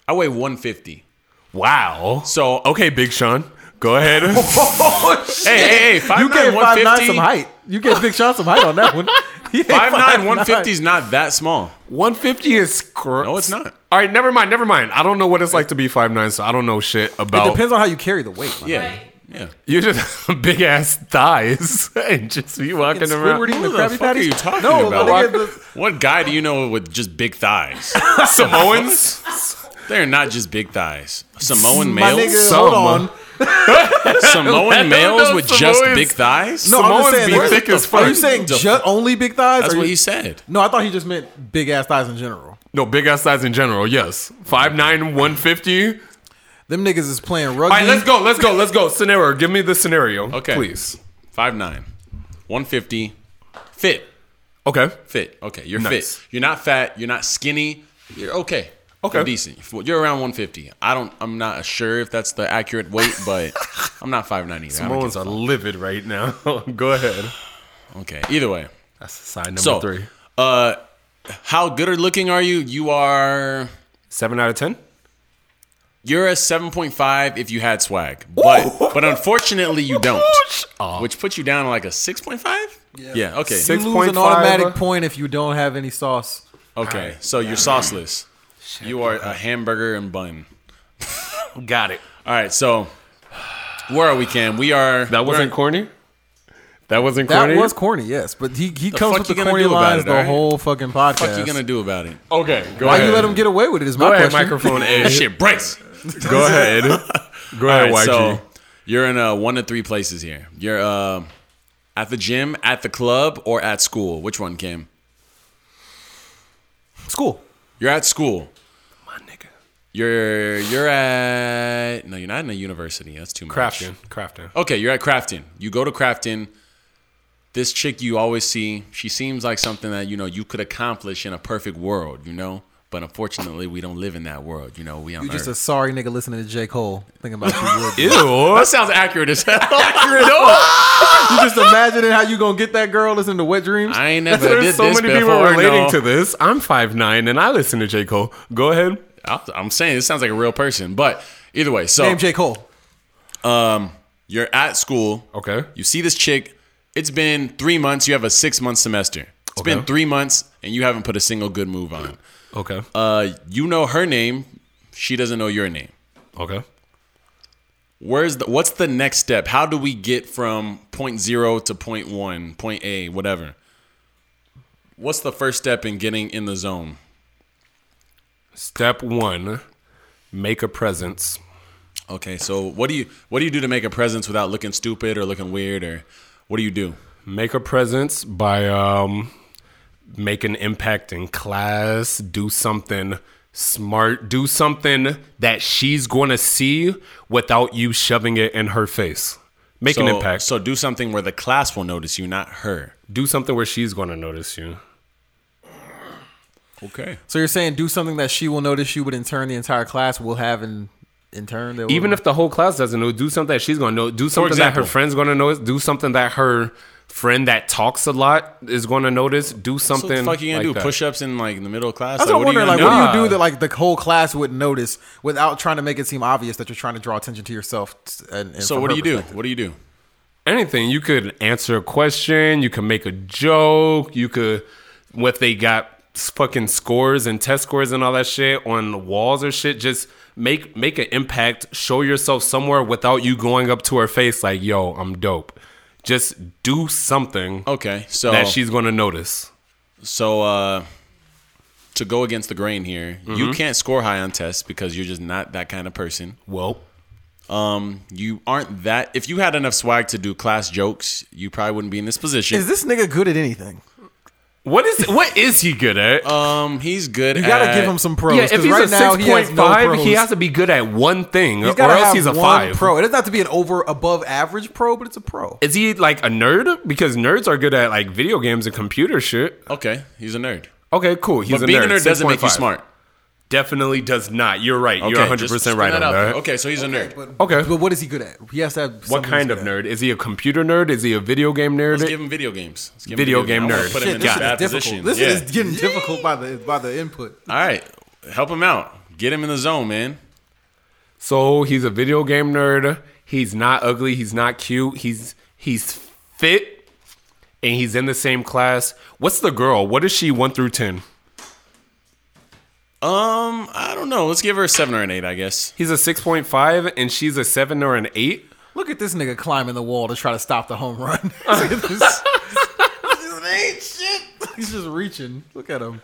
Speaker 1: I weigh one fifty.
Speaker 2: <laughs> wow.
Speaker 1: So okay.
Speaker 2: Okay, Big Sean, go
Speaker 3: <laughs>
Speaker 2: ahead. Oh,
Speaker 1: Hey, hey, hey,
Speaker 3: You
Speaker 1: 5'9",
Speaker 3: gave five nine
Speaker 1: 150.
Speaker 3: some height. You gave Big Sean some height on that one. <laughs> He ain't
Speaker 1: 5'9",
Speaker 3: 5'9".
Speaker 1: 150 is not that small.
Speaker 2: One fifty is cr-
Speaker 1: No, it's not.
Speaker 2: All right, never mind, never mind. I don't know what it's like to be five nine, so I don't know shit
Speaker 3: It
Speaker 2: about.
Speaker 3: depends on how you carry the weight. man.
Speaker 1: Yeah.
Speaker 4: Right.
Speaker 1: Yeah.
Speaker 2: You just have <laughs> big ass thighs <laughs> and just be walking
Speaker 3: Squidward
Speaker 2: around.
Speaker 3: eating the
Speaker 1: Who the
Speaker 3: Krabby
Speaker 1: fuck are
Speaker 3: Patties.
Speaker 1: you talking
Speaker 3: no,
Speaker 1: about?
Speaker 3: nigga, the-
Speaker 1: What guy do you know with just big
Speaker 3: <laughs>
Speaker 1: thighs?
Speaker 2: Samoans.
Speaker 1: They're not just big thighs. Samoan
Speaker 3: my
Speaker 1: males?
Speaker 3: nigga,
Speaker 2: Some.
Speaker 3: hold on. <laughs>
Speaker 1: Samoan males
Speaker 2: know
Speaker 1: with just
Speaker 2: Samoans.
Speaker 1: big thighs?
Speaker 3: No, I'm
Speaker 2: Samoans
Speaker 3: just saying.
Speaker 2: be
Speaker 3: like,
Speaker 2: thick as
Speaker 3: Are
Speaker 2: fuck.
Speaker 3: you saying
Speaker 1: The-
Speaker 3: ju- only big thighs?
Speaker 1: That's
Speaker 3: Are
Speaker 1: what
Speaker 3: you-
Speaker 1: he said.
Speaker 3: No, I thought he just meant big ass thighs in general.
Speaker 2: No, big ass thighs in general, yes. 5'9, 150. All
Speaker 3: Them niggas is playing rugby.
Speaker 2: right, let's go, let's go, let's go. Scenario, give me the scenario.
Speaker 1: Okay.
Speaker 2: Please.
Speaker 1: 5'9", 150, fit.
Speaker 2: Okay.
Speaker 1: Fit. Okay, you're
Speaker 2: Nice.
Speaker 1: fit. You're not fat. You're not skinny. You're okay.
Speaker 2: Okay.
Speaker 1: You're decent. You're around 150. I don't. I'm not sure if that's the accurate weight,
Speaker 2: <laughs>
Speaker 1: but I'm not 5'9 either. I don't
Speaker 2: Samoans are livid right now. <laughs> go ahead.
Speaker 1: Okay. Either way.
Speaker 2: That's sign number
Speaker 1: So,
Speaker 2: three.
Speaker 1: uh, how good or looking are you? You are.
Speaker 2: Seven out of 10?
Speaker 1: You're a 7.5 if you had swag, but but unfortunately you
Speaker 2: <laughs>
Speaker 1: don't, which puts you down to like a 6.5. Yeah. Okay.
Speaker 3: You
Speaker 2: Six-
Speaker 3: lose an
Speaker 2: 6.5.
Speaker 3: automatic point if you don't have any sauce.
Speaker 1: Okay. So you're sauceless. You are a hamburger and bun.
Speaker 2: Oh, Got it.
Speaker 1: All right. So where are we, Cam? We are.
Speaker 2: That wasn't corny? That wasn't
Speaker 3: That
Speaker 2: corny?
Speaker 3: was corny, yes, but he, he comes
Speaker 1: fuck
Speaker 3: with
Speaker 1: you
Speaker 3: the
Speaker 1: gonna
Speaker 3: corny
Speaker 1: do about
Speaker 3: lines
Speaker 1: it,
Speaker 3: the
Speaker 1: alright?
Speaker 3: whole fucking podcast.
Speaker 1: What you gonna do about it?
Speaker 2: Okay, go
Speaker 3: Why
Speaker 2: ahead.
Speaker 3: you let him get away with it? Is my
Speaker 2: Go ahead,
Speaker 3: question.
Speaker 2: microphone
Speaker 1: <laughs>
Speaker 2: A. <laughs>
Speaker 1: That shit breaks.
Speaker 2: Go <laughs> ahead. Go
Speaker 1: All right,
Speaker 2: ahead, YG.
Speaker 1: so you're in uh, one of three places here. You're uh, at the gym, at the club, or at school. Which one, Cam?
Speaker 3: School.
Speaker 1: You're at school.
Speaker 2: My nigga.
Speaker 1: You're you're at no, you're not in a university. That's too much.
Speaker 2: Crafton, Crafton.
Speaker 1: Okay, you're at Crafton. You go to Crafton. This chick you always see, she seems like something that you know you could accomplish in a perfect world, you know. But unfortunately, we don't live in that world. You know, we on
Speaker 3: You're just a
Speaker 1: Earth.
Speaker 3: sorry nigga listening to J. Cole. Thinking about
Speaker 1: <laughs>
Speaker 3: you
Speaker 2: <laughs>
Speaker 3: would.
Speaker 2: Ew.
Speaker 1: that sounds accurate
Speaker 2: <laughs>
Speaker 1: as hell. accurate at all.
Speaker 3: you just imagining how you gonna get that girl listening to Wet Dreams.
Speaker 1: I ain't never did
Speaker 2: There's so
Speaker 1: this
Speaker 2: many people
Speaker 1: before,
Speaker 2: relating
Speaker 1: no.
Speaker 2: to this. I'm 5'9 and I listen to J. Cole. Go ahead.
Speaker 1: I'm- I'm saying it sounds like a real person, but either way, so
Speaker 3: Name J. Cole.
Speaker 1: you're at school.
Speaker 2: Okay.
Speaker 1: You see this chick. It's been three months. You have a six month semester. It's been
Speaker 2: Okay.
Speaker 1: three months, and you haven't put a single good move on.
Speaker 2: Okay.
Speaker 1: Uh, you know her name. She doesn't know your name.
Speaker 2: okay.
Speaker 1: Where's the what's the next step? How do we get from point zero to point one, point A, whatever? What's the first step in getting in the zone?
Speaker 2: Step one make a presence.
Speaker 1: Okay, so what do you what do you do to make a presence without looking stupid or looking weird or what do you do?
Speaker 2: Make a presence by um, make an impact in class, do something smart, do something that she's going to see without you shoving it in her face. Make
Speaker 1: So,
Speaker 2: an impact.
Speaker 1: so do something where the class will notice you, not her.
Speaker 2: do something where she's going to notice you.
Speaker 1: Okay.
Speaker 3: So you're saying do something that she will notice you, but in turn the entire class will have in in turn. They will
Speaker 2: even if the whole class doesn't know, do something that she's gonna know, do something
Speaker 1: example.
Speaker 2: that her friend's gonna notice, do something that her friend that talks a lot is gonna notice, do
Speaker 1: So
Speaker 2: something.
Speaker 1: what the fuck you gonna
Speaker 2: like
Speaker 1: do?
Speaker 2: that.
Speaker 1: Push ups in like the middle of class?
Speaker 3: That's what I'm
Speaker 1: are you
Speaker 3: wondering. Like,
Speaker 1: gonna do?
Speaker 3: what do you do that like the whole class would notice without trying to make it seem obvious that you're trying to draw attention to yourself? t- And, and
Speaker 1: So
Speaker 3: from
Speaker 1: what do
Speaker 3: her
Speaker 1: you do?
Speaker 3: perspective?
Speaker 1: What do you do?
Speaker 2: anything. You could answer a question. You could make a joke. You could, what they got s- fucking scores and test scores and all that shit on the walls or shit. Just make make an impact. Show yourself somewhere without you going up to her face like, "Yo, I'm dope." Just do something
Speaker 1: Okay. So
Speaker 2: that she's gonna notice.
Speaker 1: So uh, to go against the grain here,
Speaker 3: Mm-hmm.
Speaker 1: you can't score high on tests because you're just not that kind of person.
Speaker 2: Well,
Speaker 1: You aren't that. If you had enough swag to do class jokes, you probably wouldn't be in this position.
Speaker 3: Is this nigga good at anything?
Speaker 2: What is what is he good at?
Speaker 1: um, he's good.
Speaker 3: You gotta
Speaker 1: at-
Speaker 3: give him some pros.
Speaker 2: Uh, yeah, if
Speaker 3: 'cause
Speaker 2: he's
Speaker 3: right
Speaker 2: a
Speaker 3: now
Speaker 2: six
Speaker 3: he has
Speaker 2: point
Speaker 3: no
Speaker 2: five,
Speaker 3: pros.
Speaker 2: he has to be good at one thing,
Speaker 3: He's
Speaker 2: or
Speaker 3: gotta
Speaker 2: else
Speaker 3: have
Speaker 2: he's a
Speaker 3: one
Speaker 2: five.
Speaker 3: Pro. It doesn't have to be an over above average pro, but it's a pro.
Speaker 2: Is he like a nerd? Because nerds are good at like video games and computer shit.
Speaker 1: Okay, he's a nerd.
Speaker 2: Okay, cool. He's
Speaker 1: But
Speaker 2: a
Speaker 1: being
Speaker 2: nerd.
Speaker 1: a nerd doesn't make you
Speaker 2: 6.5.
Speaker 1: smart.
Speaker 2: Definitely does not. You're right. You're
Speaker 1: Okay,
Speaker 2: 100
Speaker 1: just
Speaker 2: percent
Speaker 1: spin
Speaker 2: right
Speaker 1: that
Speaker 2: on
Speaker 1: out there.
Speaker 2: that.
Speaker 1: Okay, so he's a nerd.
Speaker 2: Okay.
Speaker 3: But what is he good at? He has to have
Speaker 2: What kind of nerd? Is he a computer nerd? Is he a video game nerd?
Speaker 1: Let's give him video games. Let's give him
Speaker 2: Video game
Speaker 1: games. I wanna
Speaker 2: nerd.
Speaker 1: Put him
Speaker 2: Shit,
Speaker 1: in
Speaker 2: this
Speaker 1: this
Speaker 2: shit
Speaker 1: bad
Speaker 3: Difficult.
Speaker 1: position.
Speaker 3: This
Speaker 1: yeah.
Speaker 3: is getting difficult by the by the input.
Speaker 1: All right, help him out. Get him in the zone, man.
Speaker 2: so he's a video game nerd. He's not ugly. He's not cute. He's he's fit, and he's in the same class. What's the girl? What is she? One through ten.
Speaker 1: Um, I don't know. Let's give her a seven or an eight, I guess.
Speaker 2: He's a 6.5 and she's a 7 or an 8.
Speaker 3: Look at this nigga climbing the wall to try to stop the home run. <laughs> Look at this. This ain't shit. He's just reaching. Look at him.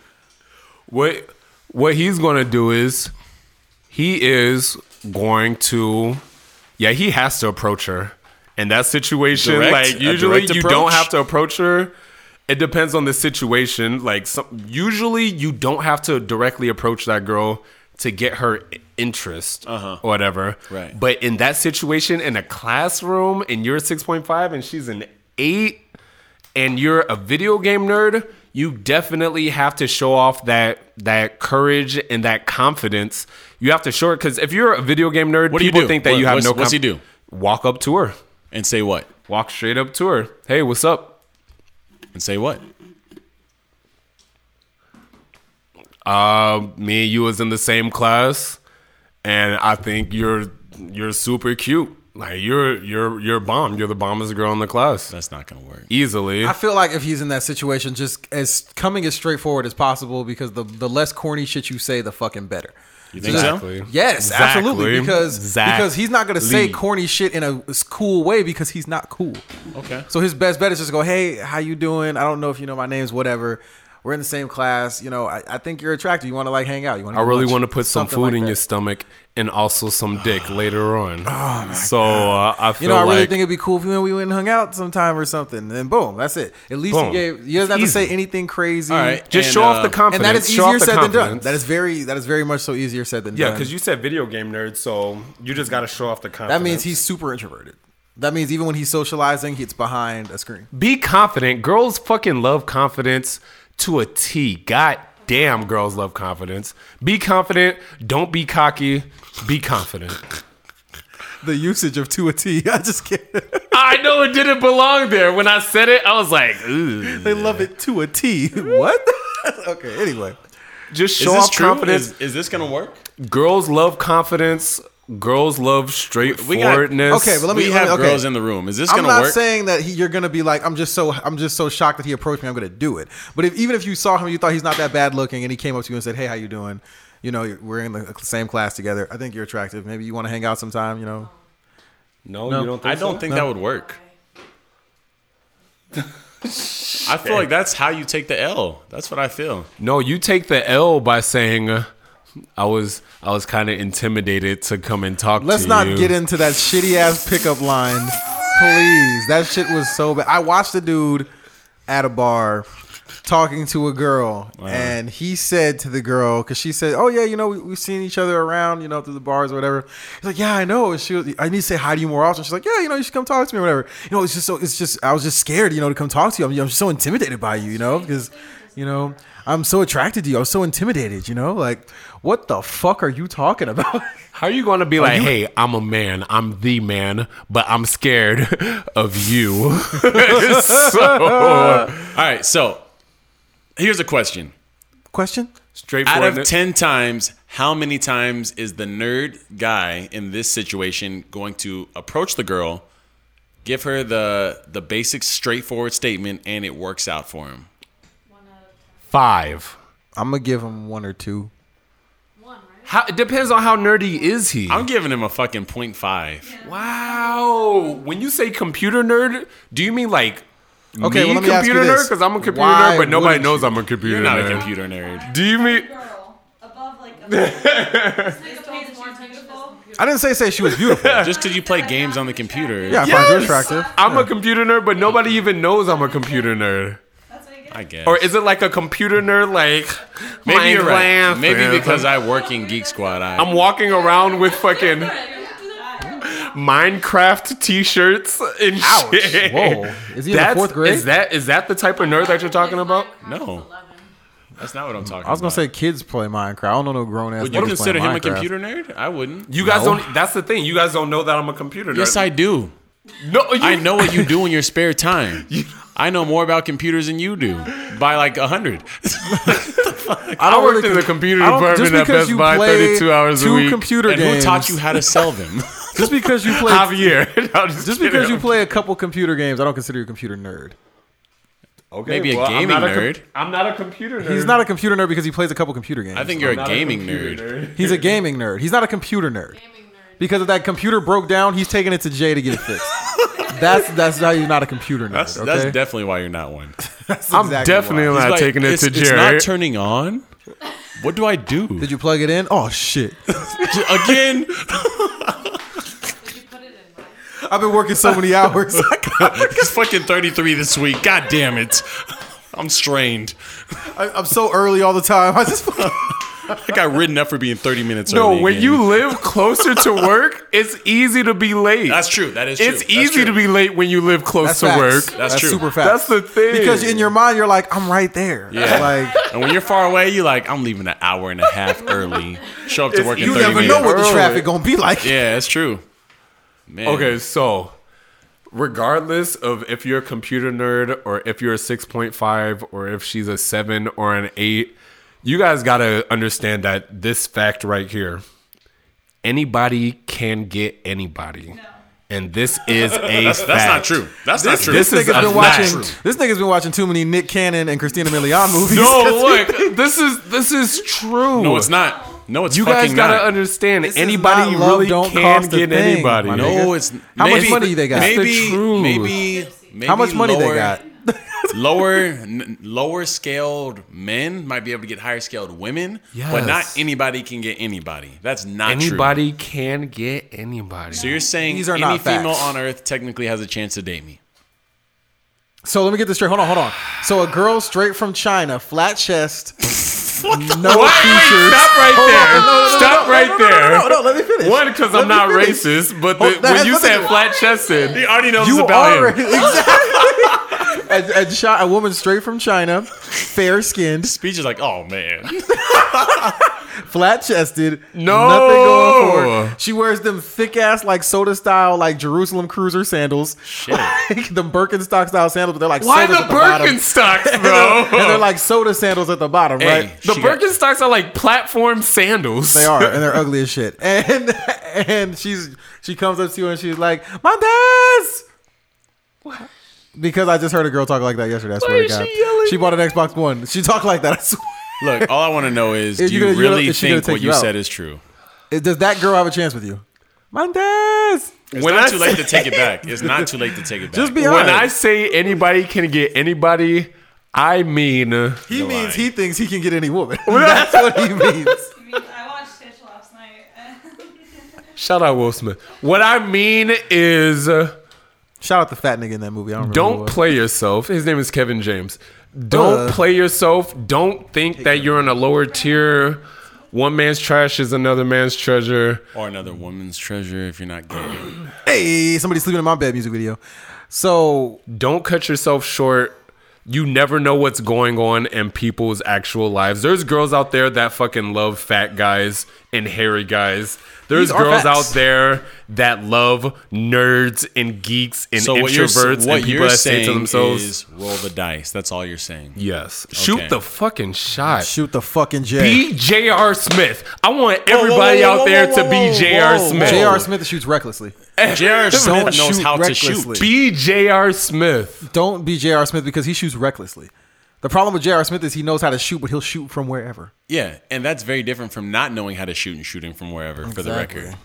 Speaker 2: What what he's going to do is he is going to yeah, he has to approach her. In that situation,
Speaker 1: Direct?
Speaker 2: like
Speaker 1: A
Speaker 2: usually
Speaker 1: direct
Speaker 2: you
Speaker 1: approach?
Speaker 2: don't have to approach her. It depends on the situation. Like some, usually you don't have to directly approach that girl to get her i- interest or whatever.
Speaker 1: Uh-huh. Right.
Speaker 2: But in that situation in a classroom and you're 6.5 and she's an 8, and you're a video game nerd, you definitely have to show off that that courage and that confidence. You have to show it because if you're a video game nerd,
Speaker 1: What do you
Speaker 2: people
Speaker 1: do?
Speaker 2: think that
Speaker 1: What-
Speaker 2: you have
Speaker 1: what's-
Speaker 2: no.
Speaker 1: what's he do?
Speaker 2: Walk up to her.
Speaker 1: And say what?
Speaker 2: Walk straight up to her. Hey, what's up?
Speaker 1: And say what?
Speaker 2: Uh, me and you was in the same class, and I think you're you're super cute. Like you're you're you're bomb. You're the bombest girl in the class
Speaker 1: That's not gonna work.
Speaker 2: easily.
Speaker 3: I feel like if he's in that situation, just as coming as straightforward as possible, because the the less corny shit you say, the fucking better.
Speaker 1: You think so?
Speaker 3: Yes,
Speaker 2: Exactly.
Speaker 3: absolutely. Because
Speaker 2: Exactly.
Speaker 3: because he's not gonna say corny shit in a cool way because he's not cool.
Speaker 1: Okay.
Speaker 3: So his best bet is just go, hey, how you doing? I don't know if you know my name's whatever. We're in the same class. You know, I, I think you're attractive. You want to like hang out. You want.
Speaker 2: I really want to put some
Speaker 3: Something
Speaker 2: food
Speaker 3: like
Speaker 2: in
Speaker 3: that.
Speaker 2: your stomach and also some
Speaker 3: <sighs>
Speaker 2: dick later on. so uh, I feel
Speaker 3: Oh You know, I really
Speaker 2: like
Speaker 3: think it'd be cool if you and we went and hung out sometime or something. And then boom, that's it. At least
Speaker 2: Boom.
Speaker 3: you gave. You doesn't have
Speaker 2: It's
Speaker 3: to say
Speaker 2: easy.
Speaker 3: anything crazy.
Speaker 1: All right.
Speaker 2: just
Speaker 1: And,
Speaker 2: show
Speaker 1: uh,
Speaker 2: off the
Speaker 1: and that
Speaker 2: confidence.
Speaker 3: And that is
Speaker 2: Show off
Speaker 3: easier
Speaker 2: the
Speaker 3: said than done.
Speaker 2: confidence.
Speaker 3: That is very that is very much so easier said than
Speaker 2: yeah,
Speaker 3: done.
Speaker 2: because you said video game nerd, so you just got to show off the confidence.
Speaker 3: that means he's super introverted. That means even when he's socializing, he's behind a screen.
Speaker 2: be confident. Girls fucking love confidence to a T. God damn, girls love confidence. Be confident. Don't be cocky. Be confident.
Speaker 3: The usage of two a T. <laughs> I just can't.
Speaker 2: <laughs> I know it didn't belong there. When I said it, I was like, ooh.
Speaker 3: They love it to a T. What? <laughs> okay. Anyway,
Speaker 2: Just
Speaker 1: Is
Speaker 2: show
Speaker 1: this
Speaker 2: off
Speaker 1: true?
Speaker 2: confidence.
Speaker 1: Is, is this gonna work?
Speaker 2: Girls love confidence. Girls love
Speaker 1: we got-
Speaker 2: straightforwardness.
Speaker 3: Okay, but let me-
Speaker 1: We have
Speaker 3: okay.
Speaker 1: girls in the room. Is this
Speaker 3: I'm
Speaker 1: gonna
Speaker 3: not
Speaker 1: work?
Speaker 3: saying that he, you're gonna be like I'm just so I'm just so shocked that he approached me. I'm gonna do it. But if even if you saw him, you thought he's not that bad looking, and he came up to you and said, "Hey, how you doing? You know, we're in the same class together. I think you're attractive. Maybe you want to hang out sometime. You know,
Speaker 2: no, you don't think
Speaker 1: I don't
Speaker 2: so?
Speaker 1: think that would
Speaker 2: <laughs>
Speaker 1: work. I feel like that's how you take the L. That's what I feel.
Speaker 2: No, you take the L by saying uh, I was I was kind of intimidated to come and talk
Speaker 3: let's
Speaker 2: to
Speaker 3: not
Speaker 2: you.
Speaker 3: get into that shitty ass pickup line, please. That shit was so bad. I watched a dude at a bar talking to a girl,
Speaker 2: Uh-huh.
Speaker 3: and he said to the girl because she said, "Oh yeah, you know we, we've seen each other around, you know through the bars or whatever." He's like, "Yeah, I know." And she, was, I need to say hi to you more often. She's like, "Yeah, you know you should come talk to me or whatever." You know, it's just so it's just I was just scared, you know, to come talk to you. I'm, I'm so intimidated by you, you know, because you know. I'm so attracted to you. I'm so intimidated, you know? Like, what the fuck are you talking about? <laughs>
Speaker 2: How are you going to be like, "Hey, I'm a man. I'm the man, but I'm scared <laughs> of you." so,
Speaker 1: All right, so here's a question.
Speaker 3: Question?
Speaker 1: Out
Speaker 2: straightforward.
Speaker 1: of 10 times, how many times is the nerd guy in this situation going to approach the girl, give her the the basic straightforward statement and it works out for him?
Speaker 4: One out of ten.
Speaker 2: 5.
Speaker 3: I'm gonna give him one or two.
Speaker 4: One, right?
Speaker 2: How, it depends on how nerdy is he.
Speaker 1: I'm giving him a fucking point five.
Speaker 2: wow. When you say computer nerd, do you mean like
Speaker 3: Okay,
Speaker 2: me
Speaker 3: well, let me ask you
Speaker 2: computer nerd?
Speaker 3: this.
Speaker 2: Because I'm a computer
Speaker 3: Why
Speaker 2: nerd, but nobody
Speaker 3: wouldn't
Speaker 2: knows
Speaker 3: you?
Speaker 2: I'm a computer
Speaker 1: You're not a
Speaker 2: nerd.
Speaker 1: computer nerd.
Speaker 2: Do you mean
Speaker 4: Girl, above like
Speaker 3: <laughs>
Speaker 4: a This nigga more beautiful.
Speaker 3: I didn't say say she was
Speaker 2: <laughs>
Speaker 3: beautiful. yeah,
Speaker 1: Just because you play games on the computer,
Speaker 3: I find her attractive.
Speaker 2: I'm a computer nerd, but nobody even knows I'm a computer nerd.
Speaker 4: That's what I get.
Speaker 1: I guess.
Speaker 2: Or is it like a computer nerd, like
Speaker 1: Maybe you're right.
Speaker 2: Minecraft?
Speaker 1: Maybe because I work in Geek Squad. I,
Speaker 2: I'm walking around with fucking Minecraft T-shirts and
Speaker 3: Ouch.
Speaker 2: shit.
Speaker 3: Whoa. Is he in the
Speaker 2: That's-
Speaker 3: fourth grade?
Speaker 2: Is that is that the type of nerd that you're talking about?
Speaker 1: No. that's not what I'm talking about.
Speaker 3: I was gonna say kids play Minecraft. I don't know no grown ass.
Speaker 1: would you consider him a computer nerd? I wouldn't.
Speaker 2: You guys
Speaker 3: No.
Speaker 2: don't. e, That's the thing. You guys don't know that I'm a computer nerd.
Speaker 1: yes, I do.
Speaker 2: No, you,
Speaker 1: I know what you do in your spare
Speaker 2: <laughs>
Speaker 1: time. I know more about computers than you do by like a hundred.
Speaker 2: I
Speaker 3: don't
Speaker 2: worked
Speaker 3: really
Speaker 2: in the
Speaker 3: con-
Speaker 2: computer
Speaker 3: I don't-
Speaker 2: department
Speaker 3: just
Speaker 2: at
Speaker 3: because
Speaker 2: Best
Speaker 3: you
Speaker 2: Buy,
Speaker 3: play
Speaker 2: 32 hours a
Speaker 3: two
Speaker 2: week.
Speaker 3: computer
Speaker 1: And who taught
Speaker 3: games.
Speaker 1: you how to
Speaker 3: <laughs>
Speaker 1: sell them?
Speaker 3: Just because you play,
Speaker 2: Javier. <laughs> No,
Speaker 3: just because you play a couple computer games, I don't consider you a computer nerd.
Speaker 2: okay,
Speaker 1: Maybe a gaming
Speaker 2: I'm not A
Speaker 1: nerd.
Speaker 2: com- I'm not a computer nerd.
Speaker 3: He's not a computer nerd because he plays a couple computer games.
Speaker 1: I think you're a
Speaker 2: Not
Speaker 1: gaming nerd.
Speaker 2: computer
Speaker 3: he's a gaming nerd. He's not a computer nerd because if that computer broke down, he's taking it to Jay to get it fixed. that's that's how you're not a computer nerd.
Speaker 1: That's,
Speaker 3: okay?
Speaker 1: that's definitely why you're not one. It's
Speaker 2: I'm
Speaker 3: exactly
Speaker 2: definitely
Speaker 3: why.
Speaker 2: not
Speaker 1: like,
Speaker 2: taking it
Speaker 1: it's-
Speaker 2: to
Speaker 1: It's
Speaker 2: Jerry.
Speaker 1: not turning on. What do I do
Speaker 3: Did you plug it in? Oh shit!
Speaker 1: <laughs> again?
Speaker 3: I've been working so many hours.
Speaker 1: It's fucking 33 this week. God damn it! I'm strained.
Speaker 3: I, I'm so early all the time. <laughs> I just
Speaker 1: I got ridden up for being 30 minutes
Speaker 2: No,
Speaker 1: early.
Speaker 2: when
Speaker 1: again.
Speaker 2: you live closer to work, it's easy to be late.
Speaker 1: That's true. That is true.
Speaker 2: It's
Speaker 1: That's
Speaker 2: easy
Speaker 1: true.
Speaker 2: to be late when you live close to
Speaker 3: facts.
Speaker 2: work.
Speaker 1: That's true.
Speaker 3: Super
Speaker 2: That's
Speaker 3: fast.
Speaker 2: the thing.
Speaker 3: Because in your mind, you're like, I'm right there.
Speaker 1: Yeah.
Speaker 3: <laughs> Like
Speaker 1: And when you're far away, you like, I'm leaving an hour and a half early. Show up to
Speaker 2: It's-
Speaker 1: work <laughs> in
Speaker 2: you
Speaker 1: 30
Speaker 2: never
Speaker 3: never
Speaker 1: minutes.
Speaker 3: know what the
Speaker 2: Early.
Speaker 3: traffic gonna be like.
Speaker 1: Yeah, that's true. Man.
Speaker 2: Okay, so regardless of if you're a computer nerd or if you're a 6.5 or if she's a 7 or an 8, you guys got to understand that this fact right here anybody can get anybody. And this
Speaker 1: <laughs>
Speaker 2: is a
Speaker 1: That's
Speaker 2: fact.
Speaker 1: not true. That's not true.
Speaker 2: this is
Speaker 3: This nigga's
Speaker 2: a
Speaker 3: been watching.
Speaker 2: fact.
Speaker 3: This nigga's been watching too many Nick Cannon and Christina Milian movies.
Speaker 2: No, look, <laughs> this is this is true.
Speaker 1: no, it's not. No, it's
Speaker 2: You guys
Speaker 1: fucking
Speaker 2: gotta
Speaker 1: not.
Speaker 2: understand.
Speaker 3: is
Speaker 2: anybody
Speaker 3: not love,
Speaker 2: really
Speaker 3: don't
Speaker 2: can
Speaker 3: cost a
Speaker 2: get
Speaker 3: thing,
Speaker 2: anybody.
Speaker 3: my
Speaker 2: No,
Speaker 1: no, it's
Speaker 3: How much
Speaker 1: maybe-
Speaker 3: money they got?
Speaker 1: Maybe,
Speaker 2: It's the truth.
Speaker 1: maybe, maybe
Speaker 3: How much money
Speaker 1: lower-
Speaker 3: they got?
Speaker 1: <laughs> lower n- lower scaled men might be able to get higher scaled women, but not
Speaker 2: Yes.
Speaker 1: anybody can get anybody. That's not true.
Speaker 2: Anybody can get anybody.
Speaker 1: So you're saying
Speaker 3: These are
Speaker 1: any
Speaker 3: not
Speaker 1: female
Speaker 3: facts.
Speaker 1: on earth technically has a chance to date me?
Speaker 3: So let me get this straight. Hold on, hold on. So a girl straight from China, flat chest,
Speaker 1: What the
Speaker 3: no features.
Speaker 2: Stop right there. Stop right there.
Speaker 3: No, no, let me finish.
Speaker 2: One, because
Speaker 3: Let
Speaker 2: I'm
Speaker 3: me
Speaker 2: not
Speaker 3: finish.
Speaker 2: racist, but
Speaker 3: Oh,
Speaker 2: the,
Speaker 3: that
Speaker 2: when
Speaker 3: has
Speaker 2: you
Speaker 3: nothing
Speaker 2: said
Speaker 3: to-
Speaker 2: flat chested,
Speaker 1: He already knows
Speaker 3: You
Speaker 1: about
Speaker 3: are
Speaker 1: him.
Speaker 3: <laughs> exactly. a, a, chi- a woman straight from China, fair
Speaker 1: <laughs>
Speaker 3: skinned,
Speaker 1: Speech is like, oh man,
Speaker 3: flat chested,
Speaker 2: No.
Speaker 3: nothing going for her. She wears them thick ass like soda style like Jerusalem cruiser sandals,
Speaker 1: shit.
Speaker 3: <laughs> like the Birkenstock style sandals, but they're like
Speaker 2: why the
Speaker 3: sodas at bottom. <laughs>
Speaker 2: Birkenstocks,
Speaker 3: and
Speaker 2: bro?
Speaker 3: they're, and they're like soda sandals at the bottom,
Speaker 1: Hey,
Speaker 3: right?
Speaker 2: the
Speaker 1: she got-
Speaker 2: Birkenstocks are like platform sandals.
Speaker 3: They are, and they're ugly as shit. <laughs> And and she's she comes up to you and she's like, "Montez." Because I just heard a girl talk like that yesterday. I swear to
Speaker 2: is
Speaker 3: God,
Speaker 2: she yelling?
Speaker 3: she bought an Xbox One. She talked like that. I swear.
Speaker 1: Look, all I want to know is,
Speaker 3: <laughs> Is
Speaker 1: do
Speaker 3: you
Speaker 1: you
Speaker 3: gonna- you gonna-
Speaker 1: really
Speaker 3: is she gonna
Speaker 1: think
Speaker 3: take
Speaker 1: what
Speaker 3: you
Speaker 1: you
Speaker 3: out?
Speaker 1: said is true?
Speaker 3: Does that girl have a chance with you, Montez?
Speaker 1: It's
Speaker 2: When
Speaker 1: not
Speaker 2: I
Speaker 1: too late
Speaker 2: say-
Speaker 1: to take it back. <laughs> It's not too late to take it back.
Speaker 3: Just be
Speaker 2: when
Speaker 3: honest.
Speaker 2: I say anybody can get anybody, I mean
Speaker 3: he
Speaker 1: You're
Speaker 3: means
Speaker 1: lying.
Speaker 3: he thinks he can get
Speaker 2: <laughs>
Speaker 3: any woman. That's what he means.
Speaker 4: I mean, I watched Stitch last night. <laughs>
Speaker 2: shout out Will Smith. What I mean is uh,
Speaker 3: Shout out the fat nigga in that movie. I don't remember who it
Speaker 2: don't
Speaker 3: was.
Speaker 2: play yourself. His name is Kevin James. Don't
Speaker 3: Uh.
Speaker 2: play yourself. Don't think that you're in a lower tier. One man's trash is another man's treasure.
Speaker 1: or another woman's treasure if you're <sighs> not gay.
Speaker 3: Hey, somebody sleeping in my bed. Music video. So
Speaker 2: don't cut yourself short. You never know what's going on in people's actual lives. There's girls out there that fucking love fat guys and hairy guys. There's
Speaker 3: These are
Speaker 2: girls
Speaker 3: facts.
Speaker 2: out there that love nerds and geeks and
Speaker 1: So what you're,
Speaker 2: introverts
Speaker 1: what
Speaker 2: and people
Speaker 1: you're
Speaker 2: that say
Speaker 1: saying
Speaker 2: to themselves,
Speaker 1: is roll the dice. That's all you're saying. <laughs>
Speaker 2: "Yes, shoot the fucking shot."
Speaker 3: shoot the fucking J.
Speaker 2: Be J.R. Smith. I want everybody
Speaker 1: whoa, whoa,
Speaker 2: out there
Speaker 1: whoa,
Speaker 2: to
Speaker 1: whoa,
Speaker 2: be
Speaker 1: whoa,
Speaker 2: J.R.
Speaker 1: whoa.
Speaker 2: Smith.
Speaker 3: J.R. Smith shoots recklessly.
Speaker 1: J.R. Smith
Speaker 3: Don't
Speaker 1: knows
Speaker 3: shoot
Speaker 1: how to
Speaker 3: recklessly.
Speaker 1: shoot.
Speaker 2: Be J.R. Smith.
Speaker 3: Don't be J.R. Smith because he shoots recklessly. The problem with J.R. Smith is he knows how to shoot, but he'll shoot from wherever.
Speaker 1: Yeah, and that's very different from not knowing how to shoot and shooting from wherever. For the
Speaker 3: Exactly.
Speaker 1: record,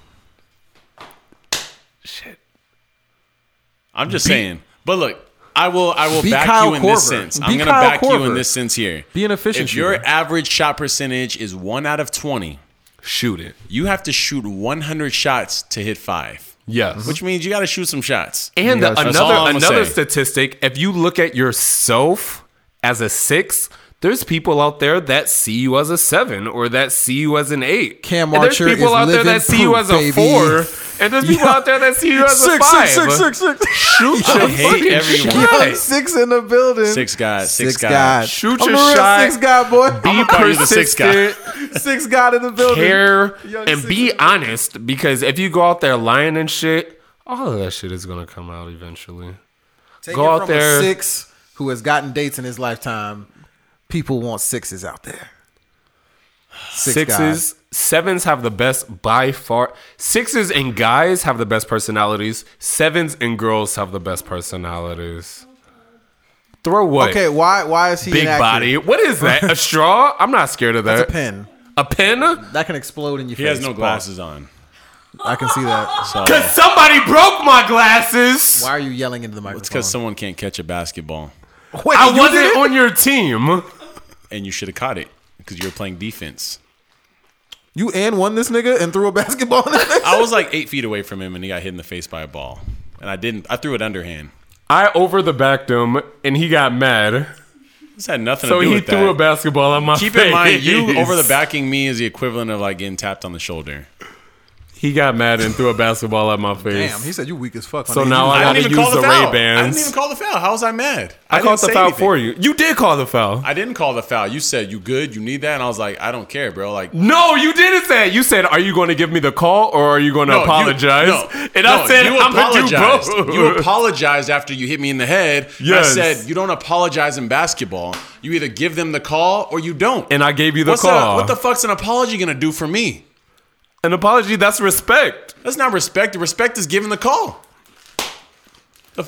Speaker 2: Shit.
Speaker 1: I'm just saying. But look, I will. I will
Speaker 3: Be
Speaker 1: back
Speaker 3: Kyle
Speaker 1: you in this
Speaker 3: Korver.
Speaker 1: sense.
Speaker 3: Be
Speaker 1: I'm gonna
Speaker 3: Kyle
Speaker 1: back you
Speaker 3: Korver.
Speaker 1: in this sense here.
Speaker 3: Be an efficient
Speaker 1: If your
Speaker 3: shooter.
Speaker 1: average shot percentage is one out of twenty,
Speaker 2: Shoot it.
Speaker 1: you have to shoot 100 shots to hit five,
Speaker 2: Yes.
Speaker 1: which means you got to shoot some shots.
Speaker 2: And
Speaker 3: You guys- That's
Speaker 1: all
Speaker 2: another
Speaker 1: I'ma
Speaker 2: another
Speaker 1: say.
Speaker 2: statistic, if you look at yourself as a six, there's people out there that see you as a seven or that see you as an eight.
Speaker 3: Cam
Speaker 2: and there's
Speaker 3: Archer
Speaker 2: people
Speaker 3: is
Speaker 2: out there
Speaker 3: living
Speaker 2: that see you
Speaker 3: proof,
Speaker 2: as a
Speaker 3: baby.
Speaker 2: four, and there's people
Speaker 3: Yeah.
Speaker 2: out there that see you as a
Speaker 3: Six,
Speaker 2: five.
Speaker 3: six, six, six, six.
Speaker 2: Shoot your
Speaker 1: hate
Speaker 2: fucking
Speaker 3: <laughs>
Speaker 1: everyone.
Speaker 2: shot.
Speaker 3: Yo, six in the building.
Speaker 1: Six God, six God.
Speaker 2: Shoot
Speaker 3: I'm
Speaker 2: your
Speaker 3: the real
Speaker 2: shot.
Speaker 3: Six God boy.
Speaker 2: Be
Speaker 1: a part of the six guy.
Speaker 2: persistent.
Speaker 3: <laughs> six God in the building.
Speaker 2: care
Speaker 3: Young
Speaker 2: and
Speaker 3: six-
Speaker 2: be honest because if you go out there lying and shit, all of that shit is gonna come out eventually.
Speaker 3: Take
Speaker 2: go
Speaker 3: it
Speaker 2: out
Speaker 3: from
Speaker 2: there.
Speaker 3: A six who has gotten dates in his lifetime. People want sixes out there. Six guys.
Speaker 2: Sixes, sevens have the best by far. Sixes and guys have the best personalities. Sevens and girls have the best personalities. Throw what?
Speaker 3: Okay, why why is he
Speaker 2: Big
Speaker 3: inaccurate?
Speaker 2: body. What is that? A straw? I'm not scared of that.
Speaker 3: That's a pen
Speaker 2: A pen?
Speaker 3: that can explode in your
Speaker 1: He
Speaker 3: face.
Speaker 1: has no
Speaker 3: Pause.
Speaker 1: glasses on.
Speaker 3: I can see that.
Speaker 1: <laughs> So
Speaker 2: Cause
Speaker 1: it's
Speaker 2: somebody broke my glasses.
Speaker 3: Why are you yelling into the microphone?
Speaker 1: because someone can't catch a basketball,
Speaker 3: Wait,
Speaker 2: I
Speaker 3: you
Speaker 2: wasn't
Speaker 3: did?
Speaker 2: on your team.
Speaker 1: and you should have caught it because you were playing defense.
Speaker 3: You and won this nigga and threw a basketball in his
Speaker 2: <laughs>
Speaker 3: face?
Speaker 1: I was like eight feet away from him, and he got hit in the face by a ball, and I didn't. I threw it underhand.
Speaker 2: I over the backed him and he got mad.
Speaker 1: This had nothing
Speaker 2: So
Speaker 1: to do
Speaker 2: he
Speaker 1: with
Speaker 2: threw
Speaker 1: that.
Speaker 2: a basketball on my
Speaker 1: Keep
Speaker 2: face.
Speaker 1: in mind, you over the backing me is the equivalent of like getting tapped on the shoulder.
Speaker 2: He got mad and threw a basketball at my face.
Speaker 3: Damn, he said you weak as fuck.
Speaker 2: So now I-
Speaker 1: I,
Speaker 2: gotta
Speaker 1: didn't even
Speaker 2: use
Speaker 1: call the,
Speaker 2: the
Speaker 1: foul. I
Speaker 2: Ray-Bans.
Speaker 1: didn't even call the foul. How was I mad?
Speaker 2: I,
Speaker 1: didn't
Speaker 2: called the
Speaker 1: say
Speaker 2: foul
Speaker 1: anything.
Speaker 2: for you. You did call the foul.
Speaker 1: I didn't call the foul. You said you good, you need that, and I was like, I don't care, bro. Like
Speaker 2: No, you didn't say. it. You said, "Are you going to give me the call or are you going to
Speaker 1: No, you-
Speaker 2: apologize?"
Speaker 1: no,
Speaker 2: and
Speaker 1: no,
Speaker 2: I said,
Speaker 1: you
Speaker 2: "I'm going to
Speaker 1: apologized.
Speaker 2: do both."
Speaker 1: You apologized after you hit me in the head.
Speaker 2: Yes.
Speaker 1: I said you don't apologize in basketball. You either give them the call or you don't.
Speaker 2: <laughs> and I gave you the
Speaker 1: What's
Speaker 2: call.
Speaker 1: A, what the fuck's an apology gonna do for me?
Speaker 2: An apology that's respect.
Speaker 1: That's not respect. Respect is giving the call.